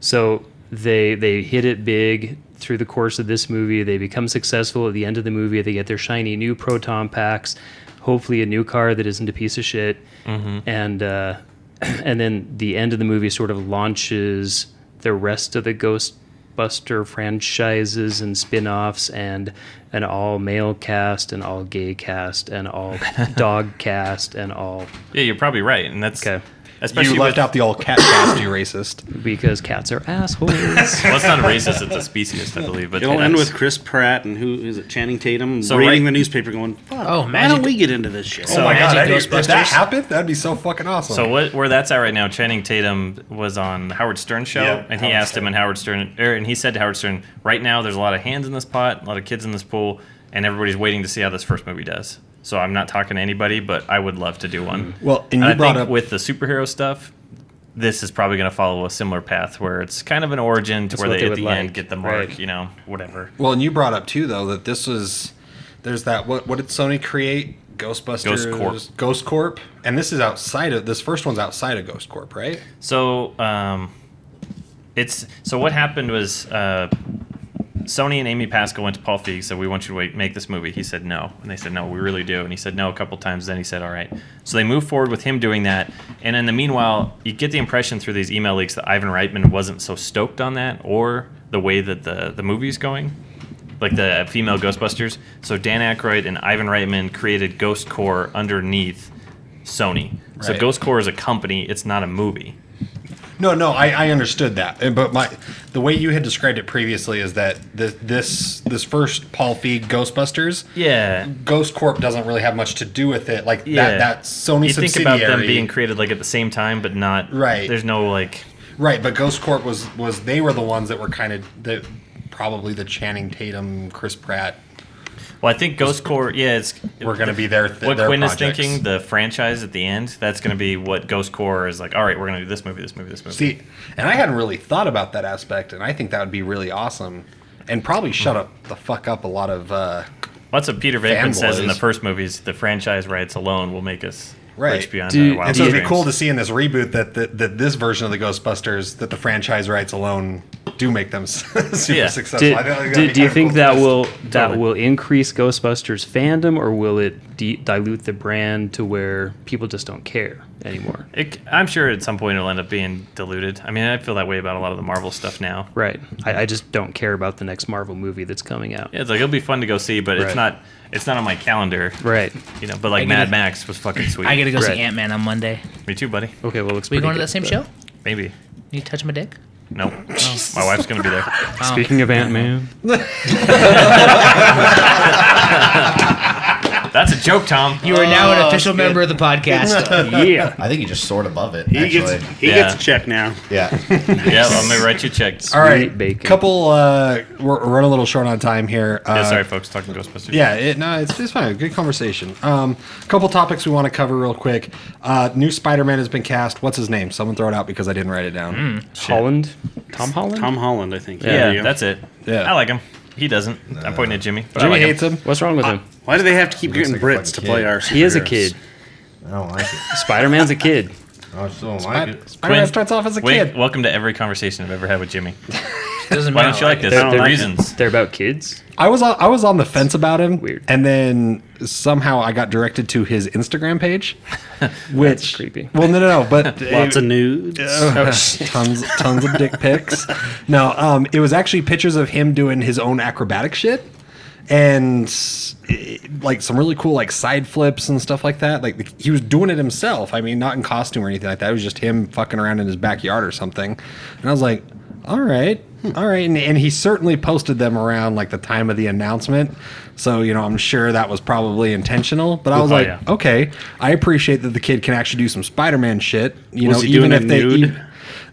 [SPEAKER 6] so they they hit it big through the course of this movie. They become successful at the end of the movie. They get their shiny new proton packs, hopefully a new car that isn't a piece of shit, and uh, and then the end of the movie sort of launches the rest of the Ghostbuster franchises and spin-offs and an all male cast and all gay cast and all dog cast and all
[SPEAKER 1] Yeah, you're probably right, and that's
[SPEAKER 6] okay
[SPEAKER 1] Especially
[SPEAKER 2] you left
[SPEAKER 1] with-
[SPEAKER 2] out the old cat cast, you racist.
[SPEAKER 8] because cats are assholes.
[SPEAKER 1] Well, it's not racist; it's a speciest, I believe. But
[SPEAKER 6] It'll end
[SPEAKER 1] that's-
[SPEAKER 6] with Chris Pratt and who is it? Channing Tatum
[SPEAKER 1] So
[SPEAKER 6] reading
[SPEAKER 1] right-
[SPEAKER 6] the newspaper, going, Fuck,
[SPEAKER 7] Oh,
[SPEAKER 6] "Why
[SPEAKER 7] magic-
[SPEAKER 6] don't we get into this shit?"
[SPEAKER 1] So- Oh my God,
[SPEAKER 7] Magic
[SPEAKER 2] that'd be- if
[SPEAKER 7] Ghostbusters.
[SPEAKER 2] that happened, that'd be so fucking awesome.
[SPEAKER 1] So what, where that's at right now, Channing Tatum was on Howard Stern's show,
[SPEAKER 2] Yeah,
[SPEAKER 1] and he
[SPEAKER 2] Howard
[SPEAKER 1] asked him, and Howard Stern, er, and he said to Howard Stern, "Right now, there's a lot of hands in this pot, a lot of kids in this pool, and everybody's waiting to see how this first movie does." So I'm not talking to anybody, but I would love to do one.
[SPEAKER 8] Mm-hmm.
[SPEAKER 2] Well, and
[SPEAKER 1] And
[SPEAKER 2] you
[SPEAKER 1] I
[SPEAKER 2] brought
[SPEAKER 1] think
[SPEAKER 2] up
[SPEAKER 1] with the superhero stuff, this is probably going to follow a similar path where it's kind of an origin to where
[SPEAKER 8] what
[SPEAKER 1] they,
[SPEAKER 8] they
[SPEAKER 1] at
[SPEAKER 8] would
[SPEAKER 1] the
[SPEAKER 8] like,
[SPEAKER 1] end get the mark,
[SPEAKER 8] right.
[SPEAKER 1] you know, whatever.
[SPEAKER 2] well, and you brought up too though that this was there's that what what did Sony create
[SPEAKER 1] Ghost
[SPEAKER 2] Ghostbusters
[SPEAKER 1] Corp.
[SPEAKER 2] Ghost Corp, and this is outside of this first one's outside of Ghost Corp, right?
[SPEAKER 1] So, um, it's so what happened was uh, Sony and Amy Pascal went to Paul Feig, said, "We want you to wait, make this movie." He said, "No," and they said, "No, we really do." And he said, "No," a couple times. Then he said, "All right." So they moved forward with him doing that, and in the meanwhile, you get the impression through these email leaks that Ivan Reitman wasn't so stoked on that, or the way that the the movie's going. Like the female Ghostbusters, so Dan Aykroyd and Ivan Reitman created Ghost Core underneath Sony. So
[SPEAKER 2] Right.
[SPEAKER 1] Ghost Core is a company; it's not a movie.
[SPEAKER 2] No, no, I, I understood that, Uh, but my the way you had described it previously is that this this this first Paul Feig Ghostbusters
[SPEAKER 1] Yeah.
[SPEAKER 2] Ghost Corp doesn't really have much to do with it. Like
[SPEAKER 1] Yeah.
[SPEAKER 2] that that Sony
[SPEAKER 1] you think
[SPEAKER 2] subsidiary,
[SPEAKER 1] about them being created like at the same time, but not
[SPEAKER 2] Right.
[SPEAKER 1] There's no like
[SPEAKER 2] right? But Ghost Corp was was they were the ones that were kind of the probably the Channing Tatum, Chris Pratt
[SPEAKER 1] Well, I think Ghost Core. Yeah, it's
[SPEAKER 2] were going to be their th-
[SPEAKER 1] what
[SPEAKER 2] their
[SPEAKER 1] Quinn is
[SPEAKER 2] projects.
[SPEAKER 1] thinking. The franchise at the end. That's going to be what Ghost Core is like. All right, we're going to do this movie, this movie, this movie.
[SPEAKER 2] See, and I hadn't really thought about that aspect, and I think that would be really awesome, and probably shut up the fuck up a lot of uh,
[SPEAKER 1] Lots of Peter Venkman says in
[SPEAKER 2] Fanboys.
[SPEAKER 1] the first movies, the franchise rights alone will make us
[SPEAKER 2] Right.
[SPEAKER 1] rich beyond
[SPEAKER 8] Do-
[SPEAKER 1] our
[SPEAKER 2] And
[SPEAKER 1] wildest
[SPEAKER 2] so it'd be
[SPEAKER 1] dreams.
[SPEAKER 2] cool to see in this reboot that, that that this version of the Ghostbusters that the franchise rights alone do make them super
[SPEAKER 1] Yeah.
[SPEAKER 2] successful.
[SPEAKER 8] Did,
[SPEAKER 2] I think that'd be
[SPEAKER 8] did, do you
[SPEAKER 2] kinda
[SPEAKER 8] think
[SPEAKER 2] cool
[SPEAKER 8] that
[SPEAKER 2] twist.
[SPEAKER 8] will that
[SPEAKER 1] Totally.
[SPEAKER 8] will increase Ghostbusters fandom, or will it de- dilute the brand to where people just don't care anymore?
[SPEAKER 1] It, I'm sure at some point it'll end up being diluted. I mean, I feel that way about a lot of the Marvel stuff now.
[SPEAKER 8] Right. I, I just don't care about the next Marvel movie that's coming out.
[SPEAKER 1] Yeah, it's like it'll be fun to go see, but it's
[SPEAKER 8] Right.
[SPEAKER 1] not. It's not on my calendar.
[SPEAKER 8] Right.
[SPEAKER 1] You know, but like
[SPEAKER 7] I get
[SPEAKER 1] Mad
[SPEAKER 7] it.
[SPEAKER 1] Max was fucking sweet.
[SPEAKER 7] I gotta go
[SPEAKER 8] Right.
[SPEAKER 7] see Ant Man on Monday.
[SPEAKER 1] Me too, buddy.
[SPEAKER 8] Okay. Well, it's
[SPEAKER 7] We
[SPEAKER 8] pretty
[SPEAKER 7] going to
[SPEAKER 8] good,
[SPEAKER 7] that same
[SPEAKER 8] but-
[SPEAKER 7] show?
[SPEAKER 1] Maybe.
[SPEAKER 7] You touch my dick?
[SPEAKER 1] Nope. My wife's gonna be there.
[SPEAKER 8] Speaking of Ant Man,
[SPEAKER 1] That's a joke, Tom.
[SPEAKER 7] You are now an official member of the podcast.
[SPEAKER 8] yeah,
[SPEAKER 4] I think you just soared above it.
[SPEAKER 6] he
[SPEAKER 4] actually.
[SPEAKER 6] gets he
[SPEAKER 1] Yeah.
[SPEAKER 6] gets a check now.
[SPEAKER 4] yeah.
[SPEAKER 1] yeah, I'm gonna write you checks.
[SPEAKER 2] All right,
[SPEAKER 8] bacon.
[SPEAKER 2] couple. Uh, we're, we're running a little short on time here. Uh,
[SPEAKER 1] Yeah, sorry, folks. Talking Ghostbusters.
[SPEAKER 2] Yeah, it, no, it's, it's fine. Good conversation. Um, a couple topics we want to cover real quick. Uh, new Spider-Man has been cast. What's his name? Someone throw it out because I didn't write it down.
[SPEAKER 8] Holland, Tom Holland.
[SPEAKER 6] Tom Holland, I think.
[SPEAKER 1] Yeah,
[SPEAKER 6] There you go.
[SPEAKER 1] that's it.
[SPEAKER 2] Yeah.
[SPEAKER 1] I like him. He doesn't. I'm pointing at Jimmy. But
[SPEAKER 2] Jimmy
[SPEAKER 1] I like
[SPEAKER 2] hates him.
[SPEAKER 8] What's wrong with him?
[SPEAKER 6] Why do they have to keep
[SPEAKER 4] looks
[SPEAKER 6] getting
[SPEAKER 4] like a
[SPEAKER 6] Brits to
[SPEAKER 4] fucking
[SPEAKER 6] play
[SPEAKER 4] kid.
[SPEAKER 6] our?
[SPEAKER 8] He is a
[SPEAKER 6] superheroes?
[SPEAKER 8] kid.
[SPEAKER 4] I don't like it.
[SPEAKER 8] Spider Man's a kid.
[SPEAKER 4] I still don't like it.
[SPEAKER 2] Spider-Man starts off as a
[SPEAKER 1] Wait,
[SPEAKER 2] kid.
[SPEAKER 1] Welcome to every conversation I've ever had with Jimmy.
[SPEAKER 7] Doesn't
[SPEAKER 1] Why
[SPEAKER 7] matter.
[SPEAKER 1] don't you like this?
[SPEAKER 8] They're-
[SPEAKER 1] The
[SPEAKER 8] they're-
[SPEAKER 1] reasons.
[SPEAKER 8] They're about kids.
[SPEAKER 2] I was on, I was on the fence about him,
[SPEAKER 8] Weird.
[SPEAKER 2] and then somehow I got directed to his Instagram page, which
[SPEAKER 8] creepy.
[SPEAKER 2] Well, no, no, no, but
[SPEAKER 6] Lots of nudes.
[SPEAKER 2] Oh,
[SPEAKER 1] Oh,
[SPEAKER 2] tons tons of dick pics. No, um, it was actually pictures of him doing his own acrobatic shit and eh, like some really cool like side flips and stuff like that. Like he was doing it himself. I mean, not in costume or anything like that. It was just him fucking around in his backyard or something. And I was like, all right. All right, and, and he certainly posted them around like the time of the announcement, so you know I'm sure that was probably intentional. But I was
[SPEAKER 1] Oh,
[SPEAKER 2] like,
[SPEAKER 1] yeah.
[SPEAKER 2] okay, I appreciate that the kid can actually do some Spider-Man shit. You
[SPEAKER 6] Was
[SPEAKER 2] know,
[SPEAKER 6] he
[SPEAKER 2] even
[SPEAKER 6] doing it
[SPEAKER 2] if they
[SPEAKER 6] nude?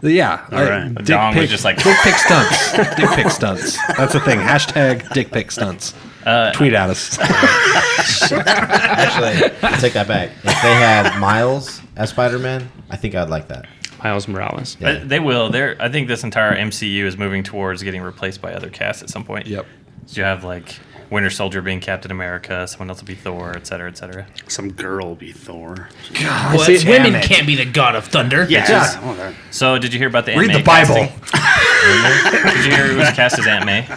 [SPEAKER 2] e- yeah. All
[SPEAKER 6] right.
[SPEAKER 1] The dong was just like-
[SPEAKER 2] dick pic stunts. dick pic stunts. That's the thing. Hashtag dick pic stunts. Tweet at us.
[SPEAKER 4] Actually, I take that back. If they had Miles as Spider Man, I think I'd like that.
[SPEAKER 8] Miles Morales.
[SPEAKER 4] Yeah.
[SPEAKER 1] Uh, They will. They're. I think this entire MCU is moving towards getting replaced by other casts at some point.
[SPEAKER 2] Yep.
[SPEAKER 1] So you have like Winter Soldier being Captain America, someone else will be Thor, et cetera, et cetera.
[SPEAKER 6] Some girl be Thor.
[SPEAKER 7] What?
[SPEAKER 2] See,
[SPEAKER 7] Women
[SPEAKER 2] damn it.
[SPEAKER 7] can't be the god of thunder.
[SPEAKER 6] Yeah. Oh, that-
[SPEAKER 1] So did you hear about the
[SPEAKER 2] Read
[SPEAKER 1] Aunt
[SPEAKER 2] the
[SPEAKER 1] May
[SPEAKER 2] Bible.
[SPEAKER 1] casting? Did you hear who was cast as Aunt May?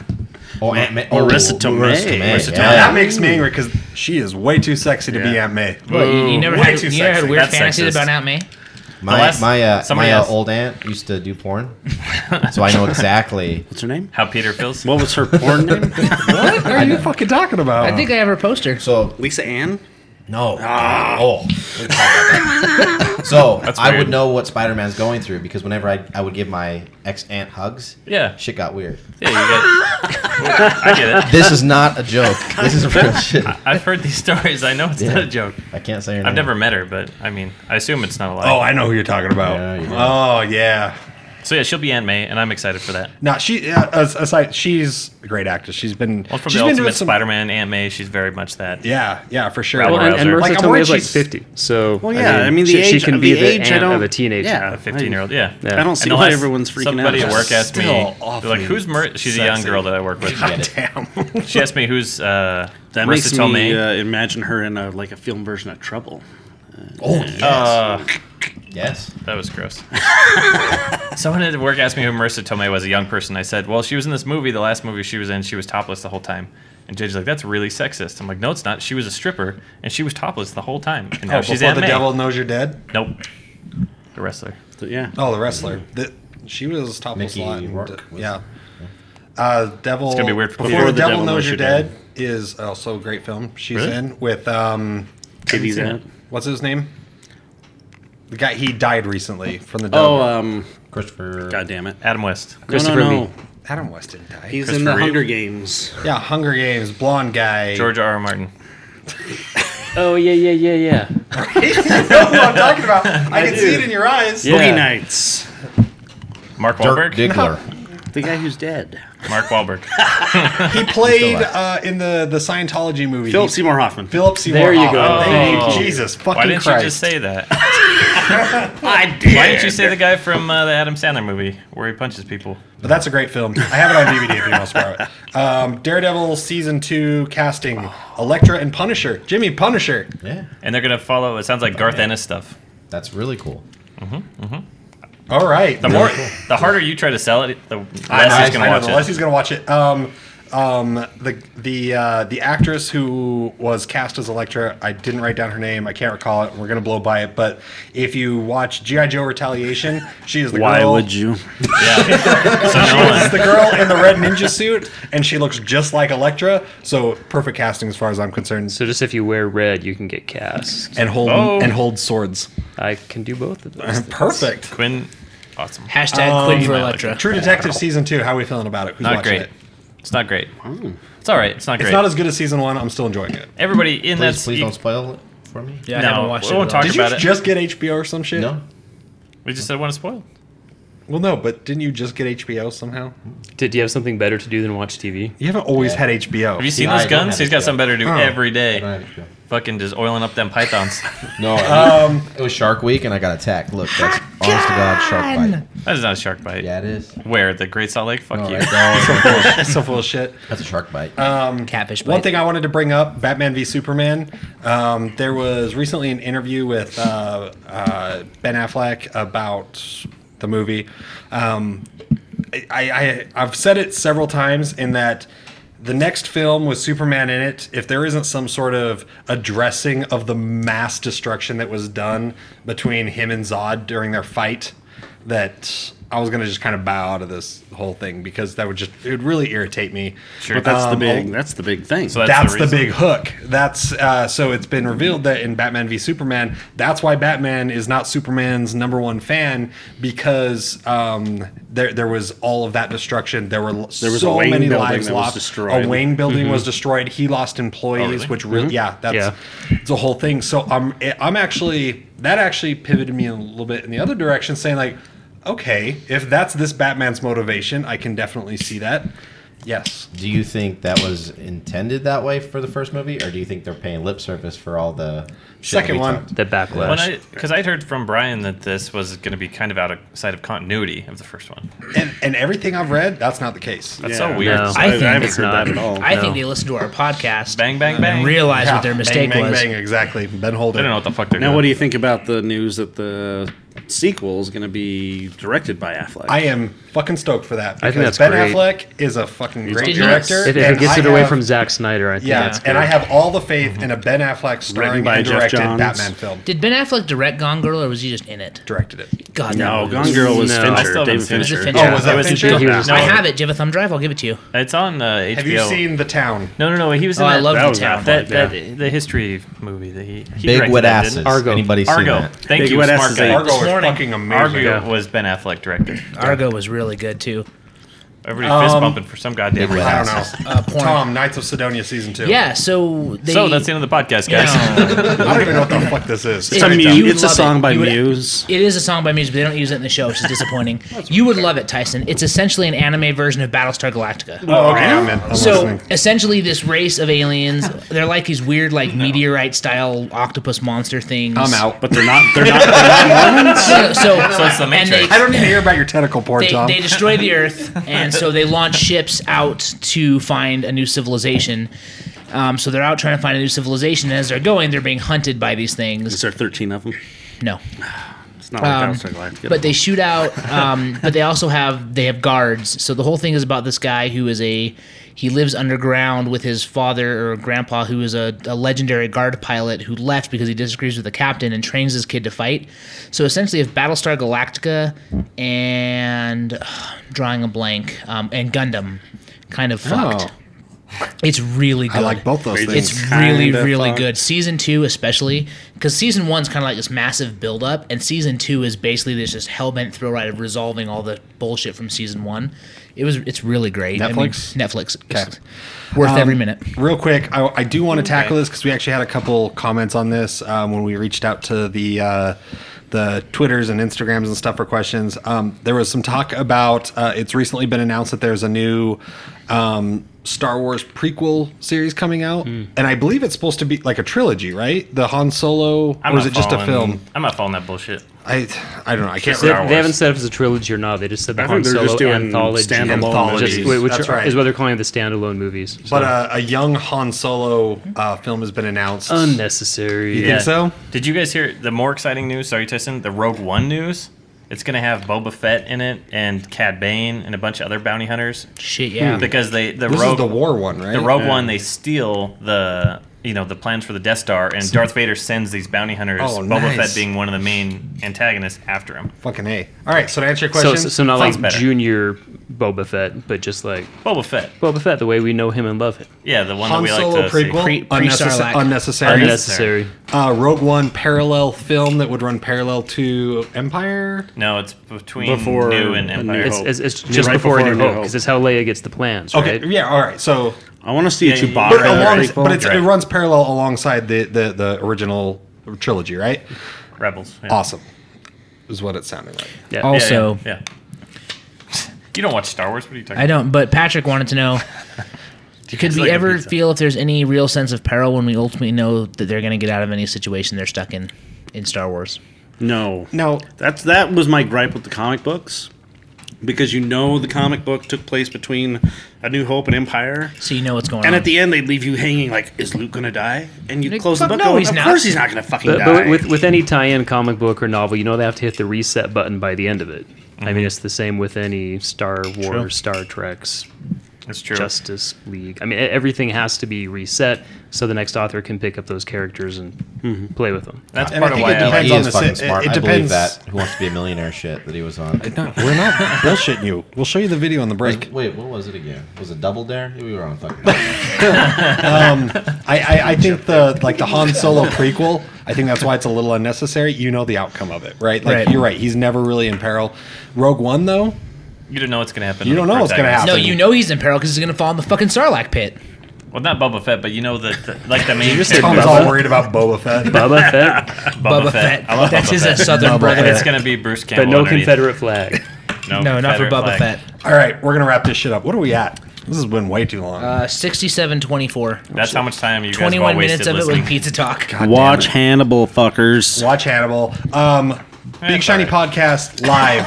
[SPEAKER 4] Oh, Aunt May.
[SPEAKER 6] Marissa Tomei.
[SPEAKER 1] Marissa
[SPEAKER 2] That Hmm. makes me angry because she is way too sexy to be Aunt May.
[SPEAKER 7] Well, you, you never
[SPEAKER 2] way
[SPEAKER 7] had,
[SPEAKER 2] too
[SPEAKER 7] you never had
[SPEAKER 2] sexy.
[SPEAKER 7] weird
[SPEAKER 1] That's
[SPEAKER 7] fantasies
[SPEAKER 1] sexist.
[SPEAKER 7] about Aunt May.
[SPEAKER 4] My
[SPEAKER 1] last-
[SPEAKER 4] my uh,
[SPEAKER 1] somebody
[SPEAKER 4] my uh,
[SPEAKER 1] else.
[SPEAKER 4] old aunt used to do porn, so I know exactly.
[SPEAKER 6] What's her name?
[SPEAKER 1] How Peter feels?
[SPEAKER 6] What was her porn name?
[SPEAKER 2] What are you fucking talking about?
[SPEAKER 7] I think I have her poster.
[SPEAKER 4] So
[SPEAKER 6] Lisa Ann.
[SPEAKER 4] No. Oh. Let's talk about that. so I
[SPEAKER 1] Ah. weird.
[SPEAKER 4] would know what Spider Man's going through because whenever I, I would give my ex aunt hugs,
[SPEAKER 1] Yeah.
[SPEAKER 4] shit got weird.
[SPEAKER 1] Yeah, you get, I get it.
[SPEAKER 4] This is not a joke. This is real shit.
[SPEAKER 1] I've heard these stories. I know it's
[SPEAKER 4] Yeah.
[SPEAKER 1] not a joke.
[SPEAKER 4] I can't say her
[SPEAKER 1] I've
[SPEAKER 4] name.
[SPEAKER 1] never met her, but I mean, I assume it's not a lie.
[SPEAKER 2] Oh, I know who you're talking about.
[SPEAKER 4] Yeah, you
[SPEAKER 2] Oh, yeah.
[SPEAKER 1] So yeah, she'll be Aunt May, and I'm excited for that.
[SPEAKER 2] No, she. Uh, as- aside, she's a great actress. She's been.
[SPEAKER 1] Well, from
[SPEAKER 2] she's
[SPEAKER 1] the
[SPEAKER 2] been
[SPEAKER 1] Ultimate
[SPEAKER 2] some-
[SPEAKER 1] Spider-Man, Aunt May, she's very much that.
[SPEAKER 2] Yeah, yeah, for sure.
[SPEAKER 1] Well,
[SPEAKER 8] Well, and, and
[SPEAKER 1] Wowzer.
[SPEAKER 8] Marissa
[SPEAKER 2] Like, I'm
[SPEAKER 8] Tomei
[SPEAKER 2] worried
[SPEAKER 8] is like
[SPEAKER 2] she's-
[SPEAKER 8] 50, so
[SPEAKER 6] Well, yeah, I mean, the
[SPEAKER 8] she, she
[SPEAKER 6] age-
[SPEAKER 8] can
[SPEAKER 6] the
[SPEAKER 8] be the
[SPEAKER 6] age, I
[SPEAKER 8] aunt of
[SPEAKER 6] don't-
[SPEAKER 8] a teenager.
[SPEAKER 6] yeah.
[SPEAKER 1] A 15 year old. Yeah.
[SPEAKER 8] Yeah.
[SPEAKER 6] I don't see
[SPEAKER 1] And the
[SPEAKER 6] why
[SPEAKER 1] last-
[SPEAKER 6] everyone's freaking
[SPEAKER 1] somebody
[SPEAKER 6] out.
[SPEAKER 1] at work asked me,
[SPEAKER 2] Still
[SPEAKER 1] they're like,
[SPEAKER 2] awfully
[SPEAKER 1] who's Mar-? She's a young
[SPEAKER 2] sexy.
[SPEAKER 1] girl that I work with.
[SPEAKER 2] Damn.
[SPEAKER 1] she asked me who's uh,
[SPEAKER 6] That
[SPEAKER 1] Marissa
[SPEAKER 6] makes me
[SPEAKER 1] Tomei.
[SPEAKER 6] uh, imagine her in a, like a film version of Trouble.
[SPEAKER 4] Oh yes.
[SPEAKER 1] Uh,
[SPEAKER 4] yes.
[SPEAKER 1] that was gross. Someone at work asked me who Marissa Tomei was, a young person. I said, well, she was in this movie, the last movie she was in, she was topless the whole time. And JJ's like, that's really sexist. I'm like, no, it's not. She was a stripper, and she was topless the whole time. And now
[SPEAKER 2] Oh,
[SPEAKER 1] she's
[SPEAKER 2] before
[SPEAKER 1] Aunt
[SPEAKER 2] the
[SPEAKER 1] May.
[SPEAKER 2] devil knows you're dead.
[SPEAKER 1] Nope. The wrestler.
[SPEAKER 6] So, yeah.
[SPEAKER 2] Oh, the wrestler. The- she was topless
[SPEAKER 4] Mm-hmm. Mickey
[SPEAKER 2] a lot. and-
[SPEAKER 4] Rourke was-
[SPEAKER 2] yeah. Uh, devil. It's
[SPEAKER 1] gonna be weird for
[SPEAKER 2] Before, the, devil, knows you're dead, is also a great film. She's
[SPEAKER 1] Really?
[SPEAKER 2] in with um,
[SPEAKER 6] Maybe
[SPEAKER 1] seen
[SPEAKER 6] that.
[SPEAKER 1] it.
[SPEAKER 2] what's his name? The guy he died recently from the devil.
[SPEAKER 6] Oh, um,
[SPEAKER 4] Christopher.
[SPEAKER 6] God damn it.
[SPEAKER 1] Adam West.
[SPEAKER 6] No, no,
[SPEAKER 8] Christopher
[SPEAKER 6] no.
[SPEAKER 2] Adam West didn't die.
[SPEAKER 6] He's
[SPEAKER 1] Christopher
[SPEAKER 6] in the
[SPEAKER 1] Reeve.
[SPEAKER 6] Hunger Games.
[SPEAKER 2] yeah, Hunger Games, blonde guy.
[SPEAKER 1] George R. R. Martin.
[SPEAKER 8] Oh yeah, yeah, yeah, yeah.
[SPEAKER 2] I know who I'm talking about. I can see it in your eyes.
[SPEAKER 8] Yeah.
[SPEAKER 6] Boogie Nights.
[SPEAKER 1] Mark Wahlberg.
[SPEAKER 4] Dirk Diggler.
[SPEAKER 6] The guy who's dead.
[SPEAKER 1] Mark Wahlberg.
[SPEAKER 2] He played
[SPEAKER 4] alive.
[SPEAKER 2] uh, in the the Scientology movie.
[SPEAKER 6] Philip
[SPEAKER 2] He-
[SPEAKER 6] Seymour Hoffman.
[SPEAKER 2] Philip Seymour.
[SPEAKER 8] There you
[SPEAKER 2] Hoffman.
[SPEAKER 8] go.
[SPEAKER 2] Thank
[SPEAKER 1] Thank
[SPEAKER 2] you.
[SPEAKER 1] you.
[SPEAKER 2] Jesus
[SPEAKER 1] Why
[SPEAKER 2] fucking
[SPEAKER 1] didn't
[SPEAKER 2] Christ.
[SPEAKER 1] you just say that?
[SPEAKER 6] I did.
[SPEAKER 1] Why didn't you say the guy from uh, the Adam Sandler movie where he punches people?
[SPEAKER 2] But that's a great film. I have it on DVD if you want to borrow it. Um, Daredevil season two casting: Elektra and Punisher. Jimmy Punisher.
[SPEAKER 4] Yeah.
[SPEAKER 1] And they're gonna follow. It sounds like Garth Ennis stuff.
[SPEAKER 4] That's really cool.
[SPEAKER 2] All right.
[SPEAKER 1] The more, the harder you try to sell it, the less he's gonna
[SPEAKER 2] I know,
[SPEAKER 1] watch
[SPEAKER 2] the
[SPEAKER 1] it.
[SPEAKER 2] less he's gonna watch it. Um, um, the the uh, the actress who was cast as Elektra, I didn't write down her name. I can't recall it. We're gonna blow by it. But if you watch GI Joe Retaliation, she is the
[SPEAKER 6] Why
[SPEAKER 2] girl.
[SPEAKER 6] would you?
[SPEAKER 1] yeah. so no
[SPEAKER 2] It's
[SPEAKER 1] one-
[SPEAKER 2] the girl in the red ninja suit, and she looks just like Elektra. So perfect casting as far as I'm concerned.
[SPEAKER 8] So just if you wear red, you can get cast.
[SPEAKER 2] and hold
[SPEAKER 1] Oh.
[SPEAKER 2] and hold swords.
[SPEAKER 8] I can do both of those. things.
[SPEAKER 2] Perfect. Um,
[SPEAKER 1] Quinn, awesome.
[SPEAKER 7] Hashtag Quinn for Electra.
[SPEAKER 2] True Detective season two. How are we feeling about it? Who's
[SPEAKER 1] Not
[SPEAKER 2] watching
[SPEAKER 1] great.
[SPEAKER 2] it?
[SPEAKER 1] It's not great. It's all right. It's not great.
[SPEAKER 2] It's not as good as season one. I'm still enjoying it.
[SPEAKER 1] Everybody in that.
[SPEAKER 4] Please, please don't spoil it for me.
[SPEAKER 7] Yeah, I
[SPEAKER 1] No,
[SPEAKER 7] haven't watched
[SPEAKER 1] we
[SPEAKER 7] it.
[SPEAKER 1] won't
[SPEAKER 7] at all.
[SPEAKER 1] talk
[SPEAKER 2] Did you
[SPEAKER 1] about it.
[SPEAKER 2] just get HBO or some shit?
[SPEAKER 4] No.
[SPEAKER 1] We just said want to spoil.
[SPEAKER 2] Well, no, but didn't you just get HBO somehow?
[SPEAKER 8] Did you have something better to do than watch TV?
[SPEAKER 2] You haven't always had HBO.
[SPEAKER 1] Have you seen
[SPEAKER 4] I
[SPEAKER 1] those
[SPEAKER 4] don't
[SPEAKER 1] guns?
[SPEAKER 4] have
[SPEAKER 1] He's
[SPEAKER 4] it
[SPEAKER 1] got
[SPEAKER 4] yet.
[SPEAKER 1] something better to do
[SPEAKER 2] Oh.
[SPEAKER 1] every day.
[SPEAKER 4] Right. yeah.
[SPEAKER 1] Fucking just oiling up them pythons.
[SPEAKER 4] No. um, it was Shark Week, and I got attacked. Look, that's honest to God Shark Bite.
[SPEAKER 1] that is not a shark bite.
[SPEAKER 4] Yeah, it is.
[SPEAKER 1] Where the Great Salt Lake? Fuck
[SPEAKER 4] No,
[SPEAKER 1] you.
[SPEAKER 4] right there.
[SPEAKER 2] so full of shit?
[SPEAKER 4] that's a shark bite.
[SPEAKER 2] Uh,
[SPEAKER 7] Catfish.
[SPEAKER 2] One
[SPEAKER 7] bite.
[SPEAKER 2] thing I wanted to bring up: Batman v Superman. Um, there was recently an interview with uh, uh, Ben Affleck about the movie. Um, I, I, I've said it several times in that the next film with Superman in it, if there isn't some sort of addressing of the mass destruction that was done between him and Zod during their fight, that I was gonna just kind of bow out of this whole thing because that would just it would really irritate me.
[SPEAKER 1] Sure.
[SPEAKER 6] But that's the
[SPEAKER 2] Um,
[SPEAKER 6] big. That's the big thing.
[SPEAKER 1] So
[SPEAKER 2] That's, the,
[SPEAKER 1] reason.
[SPEAKER 2] big hook. That's uh, so it's been revealed that in Batman v Superman, that's why Batman is not Superman's number one fan because um, there there was all of that destruction. There were there
[SPEAKER 6] was
[SPEAKER 2] so
[SPEAKER 6] a Wayne
[SPEAKER 2] many
[SPEAKER 6] building
[SPEAKER 2] lives
[SPEAKER 6] that was
[SPEAKER 2] lost.
[SPEAKER 6] destroyed.
[SPEAKER 2] A Wayne building was destroyed. He lost employees,
[SPEAKER 1] really?
[SPEAKER 2] which Mm-hmm. Oh, really Mm-hmm. yeah, that's it's a whole thing. So I'm I'm actually that actually pivoted me a little bit in the other direction, saying like, okay, if that's this Batman's motivation, I can definitely see that. Yes.
[SPEAKER 4] do you think that was intended that way for the first movie, or do you think they're paying lip service for all the shit that
[SPEAKER 2] Second
[SPEAKER 4] we
[SPEAKER 2] one.
[SPEAKER 4] talked-
[SPEAKER 8] That backlash.
[SPEAKER 1] When I, because I'd heard from Brian that this was going to be kind of out of side of continuity of the first one.
[SPEAKER 2] and, and everything I've read, that's not the case.
[SPEAKER 1] That's
[SPEAKER 6] Yeah.
[SPEAKER 1] so weird.
[SPEAKER 8] No.
[SPEAKER 6] I,
[SPEAKER 7] I think
[SPEAKER 6] haven't
[SPEAKER 8] it's
[SPEAKER 6] heard
[SPEAKER 8] not.
[SPEAKER 6] that at all.
[SPEAKER 7] I
[SPEAKER 8] No.
[SPEAKER 7] think they listened to our podcast
[SPEAKER 1] Bang, bang, bang.
[SPEAKER 7] and realized
[SPEAKER 2] Yeah,
[SPEAKER 7] what their mistake
[SPEAKER 2] bang, bang,
[SPEAKER 7] was.
[SPEAKER 2] Bang, exactly. Ben Holder.
[SPEAKER 1] I don't know what the fuck they're
[SPEAKER 6] now,
[SPEAKER 1] doing.
[SPEAKER 6] what do you think about the news that the sequel is going to be directed by Affleck.
[SPEAKER 2] I am fucking stoked for that. Because
[SPEAKER 8] I think that's
[SPEAKER 2] Ben
[SPEAKER 8] great.
[SPEAKER 2] Affleck is a fucking great
[SPEAKER 7] Did he-
[SPEAKER 2] director.
[SPEAKER 8] If, if
[SPEAKER 2] and
[SPEAKER 8] it gets
[SPEAKER 2] I
[SPEAKER 8] it away
[SPEAKER 2] have-
[SPEAKER 8] from Zack Snyder, I think
[SPEAKER 2] Yeah,
[SPEAKER 8] it's
[SPEAKER 2] and I
[SPEAKER 8] good.
[SPEAKER 2] have all the faith in a Ben Affleck starring
[SPEAKER 6] Mm-hmm. by
[SPEAKER 2] and
[SPEAKER 6] Jeff
[SPEAKER 2] directed
[SPEAKER 6] Johns.
[SPEAKER 2] Batman film.
[SPEAKER 7] Did Ben Affleck direct Gone Girl, or was he just in it?
[SPEAKER 2] Directed it.
[SPEAKER 7] God,
[SPEAKER 6] no,
[SPEAKER 7] that
[SPEAKER 6] Gone Girl was
[SPEAKER 8] No.
[SPEAKER 6] Fincher.
[SPEAKER 8] I
[SPEAKER 1] still haven't
[SPEAKER 6] David
[SPEAKER 1] seen it.
[SPEAKER 6] Fincher.
[SPEAKER 7] Fincher.
[SPEAKER 2] Oh, was that
[SPEAKER 1] It was
[SPEAKER 2] Fincher?
[SPEAKER 8] He was-
[SPEAKER 1] No,
[SPEAKER 7] I have it. Do you have a thumb drive? I'll give it to you.
[SPEAKER 1] It's on uh, HBO.
[SPEAKER 2] Have you seen The Town?
[SPEAKER 1] No, no, no. He was
[SPEAKER 7] Oh,
[SPEAKER 1] in
[SPEAKER 7] I
[SPEAKER 1] that-
[SPEAKER 7] love
[SPEAKER 6] that
[SPEAKER 7] the
[SPEAKER 6] was
[SPEAKER 7] town.
[SPEAKER 6] Affleck.
[SPEAKER 1] that,
[SPEAKER 6] Yeah.
[SPEAKER 1] that, the history movie that he, he
[SPEAKER 4] Big
[SPEAKER 1] directed
[SPEAKER 4] wet
[SPEAKER 1] that, didn't
[SPEAKER 4] asses.
[SPEAKER 1] it?
[SPEAKER 8] Argo.
[SPEAKER 4] Anybody seen
[SPEAKER 1] Argo.
[SPEAKER 4] that?
[SPEAKER 1] Thank
[SPEAKER 6] Big
[SPEAKER 1] you,
[SPEAKER 6] wet
[SPEAKER 1] smart
[SPEAKER 6] asses.
[SPEAKER 1] guy.
[SPEAKER 2] Argo is
[SPEAKER 7] morning.
[SPEAKER 2] fucking amazing.
[SPEAKER 1] Argo was Ben Affleck directed.
[SPEAKER 7] Argo was really good too.
[SPEAKER 1] Everybody
[SPEAKER 2] Um,
[SPEAKER 1] fist bumping for some goddamn
[SPEAKER 4] Big
[SPEAKER 1] reason.
[SPEAKER 4] wet
[SPEAKER 2] I don't
[SPEAKER 4] asses.
[SPEAKER 2] know.
[SPEAKER 7] Uh, porn.
[SPEAKER 2] Tom, Knights of Sidonia season two.
[SPEAKER 7] Yeah, so they.
[SPEAKER 1] So that's the end of the podcast, guys.
[SPEAKER 7] Yeah.
[SPEAKER 2] I don't even know what the fuck this is.
[SPEAKER 6] It's a,
[SPEAKER 7] You
[SPEAKER 6] mu-
[SPEAKER 7] would
[SPEAKER 6] it's a
[SPEAKER 7] love
[SPEAKER 6] song
[SPEAKER 7] it.
[SPEAKER 6] by
[SPEAKER 7] You would-
[SPEAKER 6] Muse.
[SPEAKER 7] It is a song by Muse, but they don't use it in the show, which is disappointing. you would love it, Tyson. It's essentially an anime version of Battlestar Galactica.
[SPEAKER 2] Oh, okay, I'm in. I'm
[SPEAKER 7] so
[SPEAKER 2] listening.
[SPEAKER 7] essentially, this race of aliens, they're like these weird, like meteorite style octopus monster things.
[SPEAKER 2] I'm out.
[SPEAKER 6] But they're not. They're not. They're
[SPEAKER 7] So, so,
[SPEAKER 1] So it's the
[SPEAKER 7] and they,
[SPEAKER 1] Matrix.
[SPEAKER 2] I don't need to hear about your tentacle porn,
[SPEAKER 7] they,
[SPEAKER 2] Tom.
[SPEAKER 7] they destroy the Earth, and so they launch ships out to find a new civilization. Um, so they're out trying to find a new civilization. And as they're going, they're being hunted by these
[SPEAKER 6] is
[SPEAKER 7] things.
[SPEAKER 6] there 13 of them?
[SPEAKER 7] No,
[SPEAKER 6] It's not like
[SPEAKER 7] Um,
[SPEAKER 6] Battlestar Galactica.
[SPEAKER 7] but they shoot out. Um, but they also have they have guards. So the whole thing is about this guy who is a he lives underground with his father or grandpa, who is a, a legendary guard pilot who left because he disagrees with the captain and trains his kid to fight. So essentially, if Battlestar Galactica and uh, drawing a blank um, and Gundam kind of fucked. It's really good.
[SPEAKER 2] Oh. I like both those
[SPEAKER 6] Crazy.
[SPEAKER 2] things.
[SPEAKER 7] It's really,
[SPEAKER 6] Kinda
[SPEAKER 7] really
[SPEAKER 6] fun.
[SPEAKER 7] good. Season two, especially, because season one's kind of like this massive build up, and season two is basically this just hell bent thrill ride of resolving all the bullshit from season one. It was, it's really great. I mean,
[SPEAKER 2] Netflix?
[SPEAKER 7] Netflix, It's worth every minute.
[SPEAKER 2] Real quick, I, I do want to tackle this because we actually had a couple comments on this um, when we reached out to the uh, the Twitters and Instagrams and stuff for questions. Um, there was some talk about uh, it's recently been announced that there's a new um, Star Wars prequel series coming out, and I believe it's supposed to be like a trilogy, right? The Han Solo,
[SPEAKER 1] I'm
[SPEAKER 2] or is
[SPEAKER 1] not
[SPEAKER 2] it just a
[SPEAKER 1] following-
[SPEAKER 2] film?
[SPEAKER 1] I'm not following that bullshit.
[SPEAKER 2] I I don't know. I can't
[SPEAKER 8] They,
[SPEAKER 2] remember.
[SPEAKER 8] they haven't said if it's a trilogy or not. They just said the
[SPEAKER 6] I
[SPEAKER 8] Han
[SPEAKER 6] think they're
[SPEAKER 8] Solo
[SPEAKER 6] just doing
[SPEAKER 8] anthology,
[SPEAKER 6] standalone
[SPEAKER 8] Just-
[SPEAKER 2] movies.
[SPEAKER 8] which
[SPEAKER 2] That's
[SPEAKER 8] are-
[SPEAKER 2] right.
[SPEAKER 8] is what they're calling the standalone movies. So-
[SPEAKER 2] But uh, a young Han Solo uh, film has been announced.
[SPEAKER 8] unnecessary.
[SPEAKER 2] Think so?
[SPEAKER 1] Did you guys hear the more exciting news? Sorry, Tyson. The Rogue One news. It's gonna have Boba Fett in it and Cad Bane and a bunch of other bounty hunters
[SPEAKER 7] Shit, yeah.
[SPEAKER 1] because they the
[SPEAKER 2] this
[SPEAKER 1] Rogue
[SPEAKER 2] is the war one, right?
[SPEAKER 1] the Rogue One they steal the you know the plans for the Death Star and Darth Vader sends these bounty hunters.
[SPEAKER 2] Oh,
[SPEAKER 1] Boba
[SPEAKER 2] nice.
[SPEAKER 1] Fett being one of the main antagonists after him.
[SPEAKER 2] Fucking A. All right, so to answer your
[SPEAKER 8] So,
[SPEAKER 2] question,
[SPEAKER 8] so, so not
[SPEAKER 1] Sounds
[SPEAKER 8] like
[SPEAKER 1] better.
[SPEAKER 8] junior Boba Fett, but just like
[SPEAKER 1] Boba Fett.
[SPEAKER 8] Boba Fett, the way we know him and love him.
[SPEAKER 1] Yeah, the one that
[SPEAKER 2] Han
[SPEAKER 1] we
[SPEAKER 2] Solo
[SPEAKER 1] like to
[SPEAKER 2] prequel,
[SPEAKER 7] Pre- pre-
[SPEAKER 2] unnecessary,
[SPEAKER 7] Sarlacc.
[SPEAKER 2] unnecessary.
[SPEAKER 8] Unnecessary.
[SPEAKER 2] Uh, Rogue One parallel film that would run parallel to Empire.
[SPEAKER 1] see. No, it's between
[SPEAKER 6] Before
[SPEAKER 1] New and
[SPEAKER 6] A
[SPEAKER 1] Empire.
[SPEAKER 6] New
[SPEAKER 8] It's,
[SPEAKER 6] Hope.
[SPEAKER 8] it's, it's just
[SPEAKER 6] Right
[SPEAKER 8] before,
[SPEAKER 6] before
[SPEAKER 8] New
[SPEAKER 6] New
[SPEAKER 8] Hope
[SPEAKER 6] Hope.
[SPEAKER 8] because it's how Leia gets the plans,
[SPEAKER 2] Okay,
[SPEAKER 8] right?
[SPEAKER 2] yeah, all right. So,
[SPEAKER 6] I want to see a
[SPEAKER 1] Yeah, yeah,
[SPEAKER 6] Chewbacca.
[SPEAKER 2] but,
[SPEAKER 1] Right,
[SPEAKER 2] along-
[SPEAKER 1] right.
[SPEAKER 2] but it's, it
[SPEAKER 1] Right.
[SPEAKER 2] runs parallel alongside the the, the original trilogy, right?
[SPEAKER 1] Rebels. Yeah.
[SPEAKER 2] Awesome, is what it sounded like.
[SPEAKER 8] Yeah.
[SPEAKER 1] Yeah,
[SPEAKER 7] also,
[SPEAKER 1] yeah. yeah. You don't watch Star Wars? What are you talking
[SPEAKER 7] I don't, but Patrick wanted to know. Could
[SPEAKER 1] guys
[SPEAKER 7] we
[SPEAKER 1] like a
[SPEAKER 7] ever
[SPEAKER 1] pizza?
[SPEAKER 7] feel if there's any real sense of peril when we ultimately know that they're going to get out of any situation they're stuck in in Star Wars?
[SPEAKER 6] No.
[SPEAKER 2] Now,
[SPEAKER 6] That's that was my gripe with the comic books. Because you know the comic book took place between A New Hope and Empire.
[SPEAKER 7] So you know what's going
[SPEAKER 6] And
[SPEAKER 7] on.
[SPEAKER 6] at the end they'd leave you hanging like, is Luke gonna die? And you
[SPEAKER 7] Like,
[SPEAKER 6] close the
[SPEAKER 7] fuck
[SPEAKER 6] book
[SPEAKER 7] no,
[SPEAKER 6] going,
[SPEAKER 7] he's
[SPEAKER 6] Of
[SPEAKER 7] not.
[SPEAKER 6] course he's not gonna fucking
[SPEAKER 8] But,
[SPEAKER 6] die.
[SPEAKER 8] but with, with any tie-in comic book or novel, you know they have to hit the reset button by the end of it. I mean, it's the same with any Star Wars, Star Trek's
[SPEAKER 1] about? It's true.
[SPEAKER 8] Justice League. I mean, e- everything has to be reset so the next author can pick up those characters and play with them.
[SPEAKER 1] That's
[SPEAKER 2] And
[SPEAKER 1] part
[SPEAKER 2] I
[SPEAKER 1] of
[SPEAKER 2] think
[SPEAKER 1] why
[SPEAKER 2] it
[SPEAKER 1] I like
[SPEAKER 2] depends
[SPEAKER 4] He
[SPEAKER 2] on
[SPEAKER 4] is
[SPEAKER 2] the
[SPEAKER 4] fucking
[SPEAKER 2] si- it-
[SPEAKER 4] smart.
[SPEAKER 2] it
[SPEAKER 4] I believe
[SPEAKER 2] depends.
[SPEAKER 4] that. Who wants to be a millionaire? Shit that he was on.
[SPEAKER 2] No, we're not bullshitting you. We'll show you the video on the break.
[SPEAKER 4] Wait, what was it again? Was it Double Dare? We were on fucking.
[SPEAKER 2] Um, I, I, I think the like the Han Solo prequel. I think that's why it's a little unnecessary. You know the outcome of it, right? Like
[SPEAKER 7] Right.
[SPEAKER 2] you're right. He's never really in peril. Rogue One though,
[SPEAKER 1] You don't know what's going to happen.
[SPEAKER 2] You
[SPEAKER 1] to
[SPEAKER 2] don't
[SPEAKER 1] the
[SPEAKER 2] know what's gonna
[SPEAKER 1] protagonist.
[SPEAKER 7] no,
[SPEAKER 2] happen.
[SPEAKER 7] you know he's in peril because he's going to fall in the fucking Sarlacc pit.
[SPEAKER 1] Well, not Boba Fett, but you know that, the, like the main
[SPEAKER 8] just say
[SPEAKER 2] Tom's
[SPEAKER 1] character-
[SPEAKER 2] all worried about Boba Fett.
[SPEAKER 8] Boba Fett,
[SPEAKER 1] Boba, Fett. I love
[SPEAKER 7] That's
[SPEAKER 1] Boba
[SPEAKER 7] his uh,
[SPEAKER 1] Fett.
[SPEAKER 7] southern
[SPEAKER 2] Boba
[SPEAKER 7] brother.
[SPEAKER 2] Fett.
[SPEAKER 1] It's going to be Bruce Campbell.
[SPEAKER 8] but no
[SPEAKER 1] underneath.
[SPEAKER 8] Confederate flag.
[SPEAKER 1] No,
[SPEAKER 7] No, not for
[SPEAKER 1] Confederate
[SPEAKER 7] Boba
[SPEAKER 1] flag.
[SPEAKER 7] Fett.
[SPEAKER 2] All right, we're gonna wrap this shit up. What are we at? This has been way too long.
[SPEAKER 7] Uh, 67 24.
[SPEAKER 1] That's how much time you guys have all
[SPEAKER 7] 21 minutes
[SPEAKER 1] wasted
[SPEAKER 7] of it
[SPEAKER 1] listening.
[SPEAKER 7] was pizza talk.
[SPEAKER 6] Watch Hannibal fuckers.
[SPEAKER 2] Watch Hannibal. Um, Big
[SPEAKER 1] it's
[SPEAKER 2] Shiny
[SPEAKER 1] all
[SPEAKER 2] Podcast live,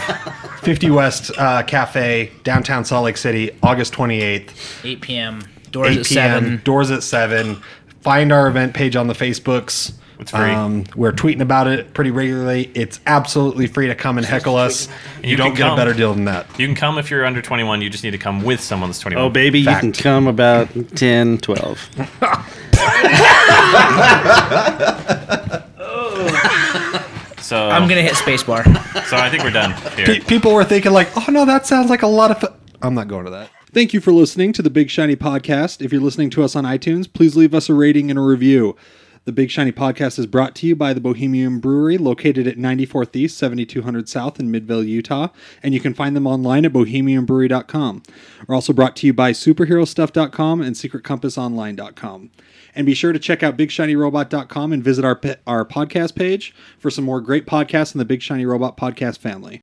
[SPEAKER 2] 50 West uh, Cafe, downtown Salt Lake City, August 28th.
[SPEAKER 7] 8 p.m. Doors
[SPEAKER 2] 8
[SPEAKER 7] at
[SPEAKER 2] p.m.
[SPEAKER 7] 7.
[SPEAKER 2] Doors at 7. Find our event page on the Facebooks.
[SPEAKER 1] It's free.
[SPEAKER 8] Um, we're tweeting about it pretty regularly. It's absolutely free to come and heckle us. You,
[SPEAKER 1] You
[SPEAKER 8] don't
[SPEAKER 1] can
[SPEAKER 8] get a
[SPEAKER 1] come.
[SPEAKER 8] better deal than that.
[SPEAKER 1] you can come if you're under 21. You just need to come with someone that's 21.
[SPEAKER 6] Oh, baby, you can
[SPEAKER 8] Fact.
[SPEAKER 6] come about 10, 12.
[SPEAKER 1] So
[SPEAKER 7] I'm gonna hit spacebar.
[SPEAKER 1] So I think we're done here.
[SPEAKER 8] Pe- people were thinking like, "Oh no, that sounds like a lot of." Fu-. I'm not going to that.
[SPEAKER 2] Thank you for listening to the Big Shiny Podcast. If you're listening to us on iTunes, please leave us a rating and a review. The Big Shiny Podcast is brought to you by the Bohemian Brewery, located at 94th East, 7200 South in Midvale, Utah, and you can find them online at bohemianbrewery.com. We're also brought to you by superherostuff.com and secretcompassonline.com. And be sure to check out bigshinyrobot.com and visit our, pe- our podcast page for some more great podcasts in the Big Shiny Robot podcast family.